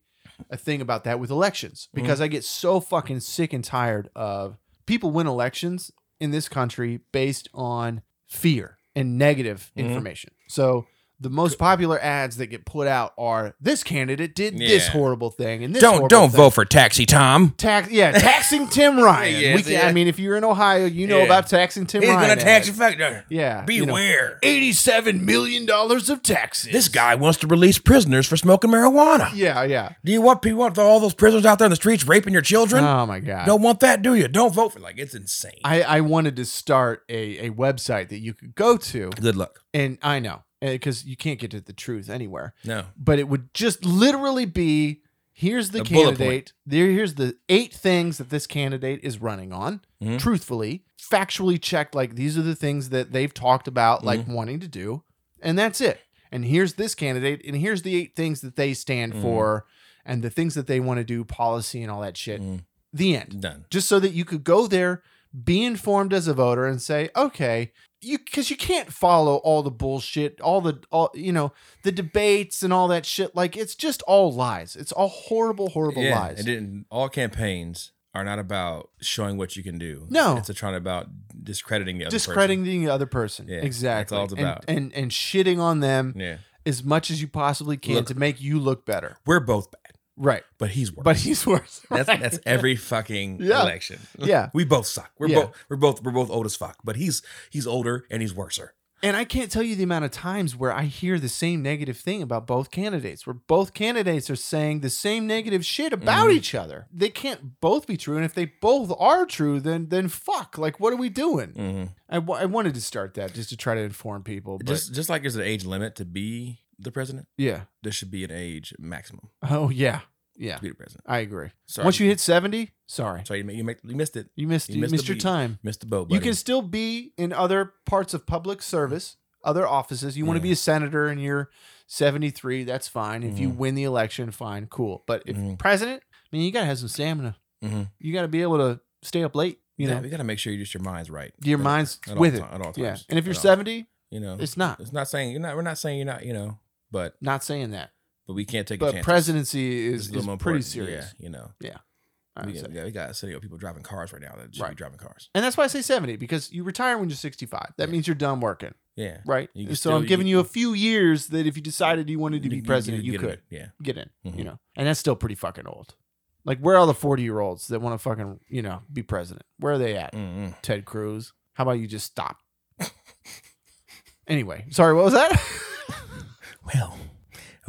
A: a thing about that with elections because
B: Mm-hmm.
A: I get so fucking sick and tired of people win elections in this country based on fear and negative
B: Mhm.
A: information. So the most popular ads that get put out are this candidate did this
B: Yeah.
A: horrible thing and this
B: Don't
A: horrible
B: don't
A: thing."
B: vote for Taxi Tom.
A: Tax, yeah, taxing Tim Ryan.
B: Yes,
A: we can,
B: yeah.
A: I mean, if you're in Ohio, you know
B: Yeah.
A: about taxing Tim
B: He's
A: Ryan.
B: gonna tax you.
A: ads.
B: Fuck, no.
A: Yeah, you know.
B: Beware.
A: eighty-seven million dollars of taxes.
B: This guy wants to release prisoners for smoking marijuana.
A: Yeah, yeah.
B: Do you want people want all those prisoners out there in the streets raping your children?
A: Oh my god.
B: Don't want that, do you? Don't vote for like it's insane.
A: I, I wanted to start a, a website that you could go to,
B: Good luck.
A: and I know because you can't get to the truth anywhere.
B: No.
A: But it would just literally be here's the
B: A bullet point.
A: candidate. There, here's the eight things that this candidate is running on.
B: Mhm.
A: Truthfully, factually checked, like these are the things that they've talked about, like
B: Mm-hmm.
A: wanting to do, and that's it. And here's this candidate, and here's the eight things that they stand
B: Mhm.
A: for, and the things that they want to do, policy and all that shit.
B: Mhm.
A: The end
B: Done.
A: just so that you could go there, be informed as a voter and say, okay, you because you can't follow all the bullshit, all the all you know, the debates and all that shit. Like it's just all lies. It's all horrible, horrible
B: yeah,
A: lies.
B: And then all campaigns are not about showing what you can do.
A: No.
B: It's a trying about discrediting the other person.
A: Discrediting the other person.
B: Yeah, that's
A: exactly.
B: all it's
A: And-
B: about.
A: And, and shitting on them
B: Yeah.
A: as much as you possibly can
B: Look-
A: to make you look better.
B: We're both bad,
A: Right.
B: but he's worse.
A: But he's worse.
B: that's
A: Right.
B: that's every fucking
A: Yeah.
B: election.
A: Yeah.
B: We both suck. We're
A: Yeah.
B: both we're both we're both old as fuck. But he's he's older and he's worser.
A: And I can't tell you the amount of times where I hear the same negative thing about both candidates, where both candidates are saying the same negative shit about
B: Mhm.
A: each other. They can't both be true, and if they both are true, then then fuck. Like, what are we doing?
B: Mm-hmm.
A: I, wa- I wanted to start that just to try to inform people, but
B: Just just like there's an age limit to be the president,
A: yeah.
B: there should be an age maximum
A: Oh yeah, yeah.
B: to be the president.
A: I agree.
B: Sorry,
A: Once you hit seventy, sorry,
B: sorry, you, ma- you, ma- you missed it,
A: you missed
B: You
A: you,
B: missed
A: missed
B: the
A: your
B: beat.
A: time.
B: missed the boat.
A: You can still be in other parts of public service, other offices. You want to
B: Yeah.
A: be a senator and you're 73, that's fine. If you
B: Mhm.
A: win the election, fine, cool. But if
B: Mhm.
A: president, I mean, you got to have some stamina.
B: Mhm.
A: You got to be able to stay up late, you know.
B: you got to make sure you just your mind's right.
A: Your
B: At-
A: mind's
B: at all
A: with
B: ti-
A: it.
B: at all times.
A: Yeah. And if you're
B: At all-
A: 70,
B: you know,
A: it's not.
B: It's not saying you're not. We're not saying you're not. You know, but
A: Not saying that.
B: but we can't take a
A: But
B: chance.
A: presidency
B: This
A: is,
B: a little
A: is
B: more
A: pretty
B: important.
A: serious.
B: Yeah, you know,
A: I
B: we
A: would
B: got,
A: say.
B: yeah, we got a city of people driving cars right now that should be
A: Right.
B: driving cars.
A: And that's why I say 70 because you retire when you're 65. That
B: Yeah.
A: means you're done working,
B: Yeah,
A: right?
B: You can
A: so
B: still-
A: I'm giving
B: you-
A: you, a few years that if you decided you wanted to be president, you
B: get
A: could.
B: it. Yeah,
A: get in,
B: Mhm.
A: you know. And that's still pretty fucking old. Like, where are the 40 year olds that want to fucking, you know, be president? Where are they at?
B: Mm-mm.
A: Ted Cruz? How about you just stop? anyway, sorry, what was that?
B: Well,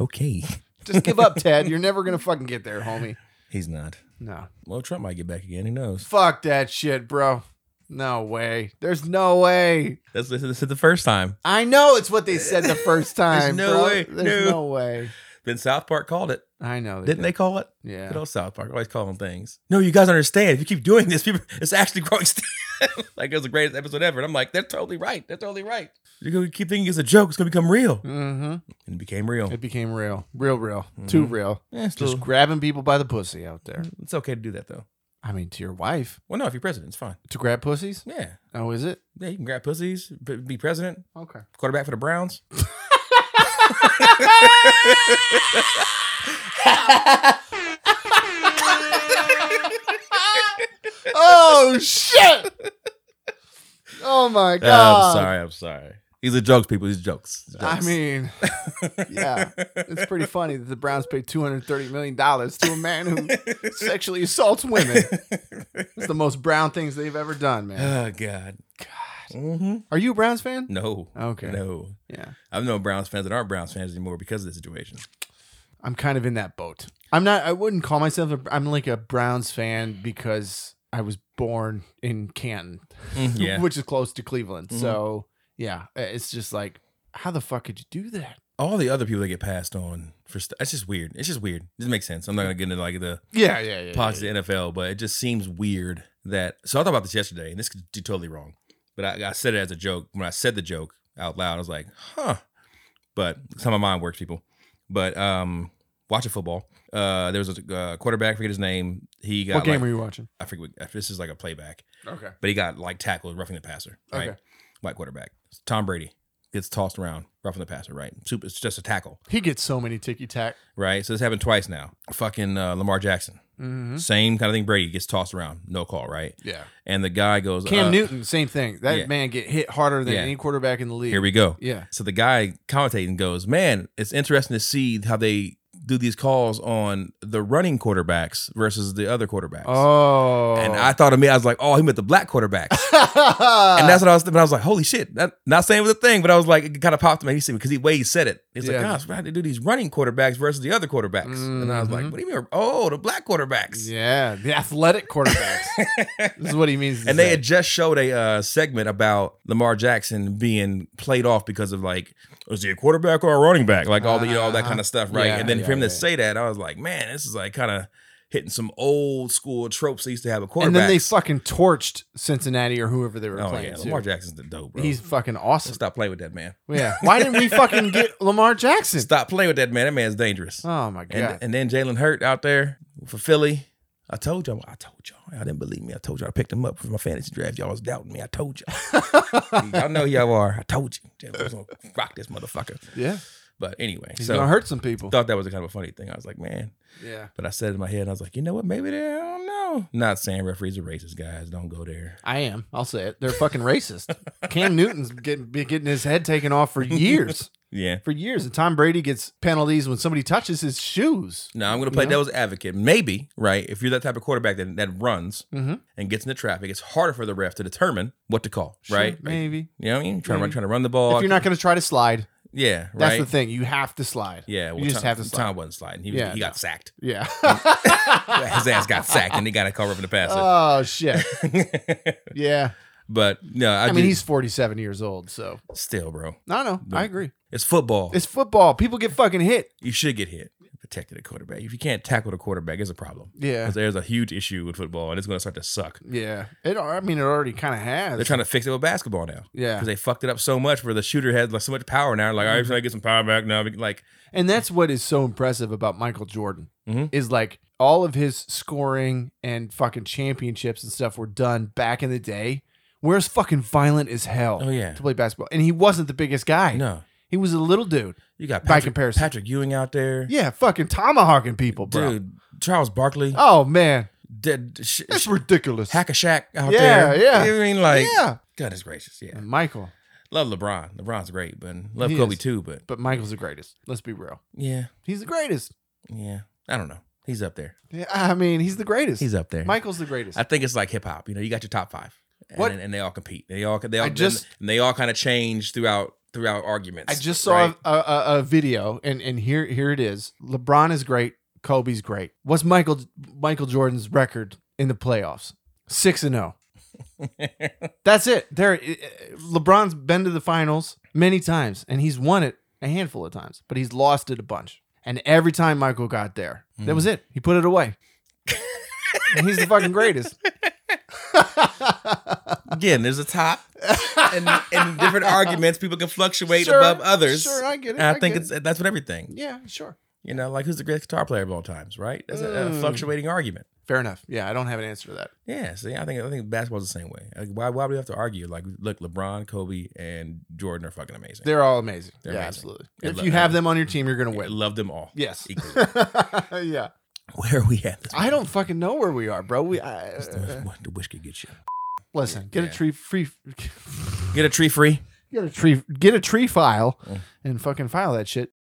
B: okay,
A: just give up, Ted. You're never going to fucking get there, homie.
B: he's not.
A: No.
B: Well, Trump might get back again. Who knows?
A: Fuck that shit, bro. No way. There's no way.
B: That's this, this is the first time.
A: I know it's what they said the first time.
B: no
A: bro.
B: way.
A: There's
B: No.
A: no. way.
B: Then South Park called it,
A: I know.
B: didn't they call it?
A: they?
B: Good
A: Yeah.
B: old South Park. Always call them things. No, you guys understand. If you keep doing this, people, it's actually growing. st- like it was the greatest episode ever. And I'm like, they're totally right. They're totally right. You're gonna keep thinking it's a joke. It's gonna become real.
A: Mm-hmm.
B: And it became real.
A: It became real. Real, real. Too
B: Mm-hmm.
A: real.
B: Yeah, it's,
A: Just
B: little-
A: grabbing people by the pussy out there.
B: it's okay to do that though.
A: I mean, to your wife
B: Well, no, if you're president, it's fine.
A: to grab pussies.
B: Yeah,
A: Oh, is it?
B: yeah, you can grab pussies, b- be president,
A: Okay.
B: quarterback for the Browns.
A: oh shit! Oh my
B: Oh, I'm
A: god!
B: sorry. I'm sorry. These are jokes, people. These are jokes. These are
A: I
B: jokes.
A: mean, yeah, it's pretty funny that the Browns paid two hundred thirty million dollars to a man who sexually assaults women. It's the most brown things they've ever done, man.
B: oh God. God. hmm
A: Are you a Browns fan?
B: No.
A: Okay.
B: No.
A: Oh, Yeah,
B: I've known Browns fans that aren't Browns fans anymore because of the situation.
A: I'm kind of in that boat. I'm not. I wouldn't call myself. A, I'm like a Browns fan because I was born in Canton.
B: yeah.
A: which is close to Cleveland.
B: Mhm.
A: So yeah, uh, it's just like, how the fuck could you do that?
B: All the other people that get passed on for st- that's just weird. It's just weird. It doesn't make sense. I'm not gonna get into like the
A: Yeah, yeah, yeah.
B: pods of the NFL, but it just seems weird that. So I thought about this yesterday, and this could be totally wrong, but I, I said it as a joke. When I said the joke out loud, I was like, "Huh," but it's how my mind works, people. But um, watching football, uh, there was a uh, quarterback. I forget his name. He got
A: What game
B: like-
A: were you watching?
B: I forget. What, this is like a playback,
A: Okay.
B: but he got like tackled, roughing the passer. Right,
A: Okay.
B: white quarterback. Tom Brady gets tossed around, roughing the passer. Right, Super, it's just a tackle.
A: He gets so many ticky tack.
B: Right, so this happened twice now. Fucking uh, Lamar Jackson,
A: Mm-hmm.
B: same kind of thing. Brady gets tossed around, no call. Right,
A: Yeah.
B: and the guy goes,
A: Cam
B: uh,
A: Newton, same thing. That
B: yeah.
A: man get hit harder than
B: Yeah.
A: any quarterback in the league.
B: Here we go.
A: yeah.
B: So the guy commentating goes, Man, it's interesting to see how they do these calls on the running quarterbacks versus the other quarterbacks.
A: Oh.
B: And I thought of me, I was like, Oh, he meant the black quarterbacks.
A: and
B: And
A: Uh,
B: that's what I was. But I was like, "Holy shit!" That, not saying it was a thing, but I was like, it kind of popped in my head. He said because he way he said it. He's like,
A: Yeah.
B: "Gosh, why do they do these running quarterbacks versus the other quarterbacks?" And I was like,
A: Mhm.
B: "What do you mean? Oh, the black quarterbacks."
A: yeah, the athletic quarterbacks. this is what he means. to
B: And they
A: say.
B: had just showed a uh, segment about Lamar Jackson being played off because of like, was he a quarterback or a running back? Like all the you know, all that
A: Uh-huh.
B: kind of stuff, right?
A: Yeah,
B: and then for
A: yeah,
B: him
A: yeah.
B: to say that, I was like, man, this is like kind of hitting some old school tropes they used to have a quarterback.
A: and then they fucking torched Cincinnati or whoever they were
B: oh
A: playing.
B: yeah,
A: to.
B: Lamar Jackson's the dope, bro.
A: He's
B: He's
A: fucking awesome.
B: stop playing with that man.
A: Yeah. Why didn't we fucking get Lamar Jackson?
B: Stop playing with that man. That man's dangerous.
A: Oh my god.
B: and and then Jalen Hurt out there for Philly. I told y'all. I told y'all. I didn't believe me. I told you I picked him up for my fantasy draft. Y'all was doubting me. I told you. y'all know y'all are. I told you. Jeff was gonna rock this motherfucker.
A: Yeah.
B: But anyway,
A: He's
B: so
A: gonna
B: I
A: hurt some people.
B: thought that was a kind of a funny thing. I was like, man.
A: Yeah.
B: But I said it in my head, and I was like, you know what? Maybe they I don't know. Not saying referees are racist, guys. Don't go there.
A: I am. I'll say it. They're fucking racist. Cam Newton's getting been getting his head taken off for years,
B: Yeah.
A: for years, and Tom Brady gets penalties when somebody touches his shoes.
B: Now I'm gonna play
A: Yeah.
B: devil's advocate. Maybe, right? If you're that type of quarterback that, that runs
A: Mhm.
B: and gets into traffic, it's harder for the ref to determine what to call, right?
A: Sure, Maybe.
B: You know what I mean? Trying to run,
A: Maybe.
B: trying to run the ball.
A: If you're not going to try to slide,
B: yeah,
A: that's
B: right.
A: the thing. You have to slide.
B: Yeah, well,
A: you just
B: Tom,
A: have to slide.
B: Tom wasn't sliding. He, was,
A: Yeah,
B: he
A: no.
B: got sacked.
A: Yeah.
B: His ass got sacked, and they got a cover up in the passer.
A: oh shit. Yeah.
B: but no, I,
A: I, mean,
B: do-
A: he's 47 years old, so
B: still, bro.
A: no, no,
B: No.
A: I agree.
B: It's football.
A: It's football. People get fucking hit.
B: you should get hit. Protected a quarterback. If you can't tackle the quarterback, it's a problem.
A: Yeah.
B: 'Cause there's a huge issue with football, and it's going to start to suck.
A: Yeah. It. al- I mean, it already kind of has.
B: They're trying to fix it with basketball now.
A: yeah. Mm-hmm.
B: because they fucked it up so much where the shooter had like so much power now. Like, all right, so I get some power back now. Like,
A: And that's what is so impressive about Michael Jordan
B: Mhm.
A: is like all of his scoring and fucking championships and stuff were done back in the day. where it's fucking violent as hell
B: oh yeah,
A: to play basketball, and he wasn't the biggest guy.
B: no,
A: He was a little dude.
B: you got
A: By
B: Patrick,
A: comparison.
B: Patrick Ewing out there,
A: Yeah, fucking tomahawking people, bro.
B: dude. Charles Barkley,
A: Oh man,
B: dead sh-
A: that's
B: sh-
A: ridiculous.
B: hack a shack out
A: Yeah,
B: there.
A: yeah.
B: You mean like,
A: yeah,
B: God is gracious, yeah.
A: and Michael,
B: Love LeBron. LeBron's great, but love
A: He
B: Kobe
A: is.
B: too. But
A: but Michael's the greatest. Let's be real.
B: yeah,
A: He's the greatest.
B: yeah. I don't know. He's up there.
A: Yeah, I mean, he's the greatest.
B: He's up there.
A: Michael's the greatest.
B: I think it's like hip hop. You know, you got your top five, and,
A: What-
B: and they all compete. They all they
A: I
B: all
A: just-
B: and they all kind of change throughout throughout arguments.
A: I just saw
B: right?
A: a, a, a video, and and here here it is. LeBron is great. Kobe's great. What's Michael Michael Jordan's record in the playoffs? Six and zero. That's it. There, eh, LeBron's been to the finals many times, and he's won it a handful of times, but he's lost it a bunch. And every time Michael got there,
B: Hmm.
A: that was it. He put it away. and he's the fucking greatest.
B: Again, there's a top, and, and different arguments people can fluctuate
A: Sure,
B: above others.
A: Sure, I get it.
B: and I, think
A: get
B: it's
A: it.
B: that's what everything.
A: yeah, sure.
B: You know, like who's the greatest guitar player of all times, right? That's a, a
A: Mm.
B: fluctuating argument.
A: Fair enough. Yeah, I don't have an answer to that.
B: Yeah, see, I think I think basketball's the same way. Like, why why do we have to argue? Like, look, LeBron, Kobe, and Jordan are fucking amazing.
A: They're all amazing.
B: They're
A: yeah,
B: amazing.
A: absolutely.
B: They
A: if
B: love
A: you have
B: them.
A: them on your team, you're gonna
B: I
A: win.
B: love them all.
A: Yes.
B: equally.
A: yeah.
B: Where are we at? This
A: I don't fucking know where we are, bro. We I,
B: morning?
A: uh,
B: What the wish could get you.
A: listen. Get
B: Yeah.
A: a tree free.
B: Get a tree free.
A: Get a tree. Get a tree file,
B: Mm.
A: and fucking file that shit.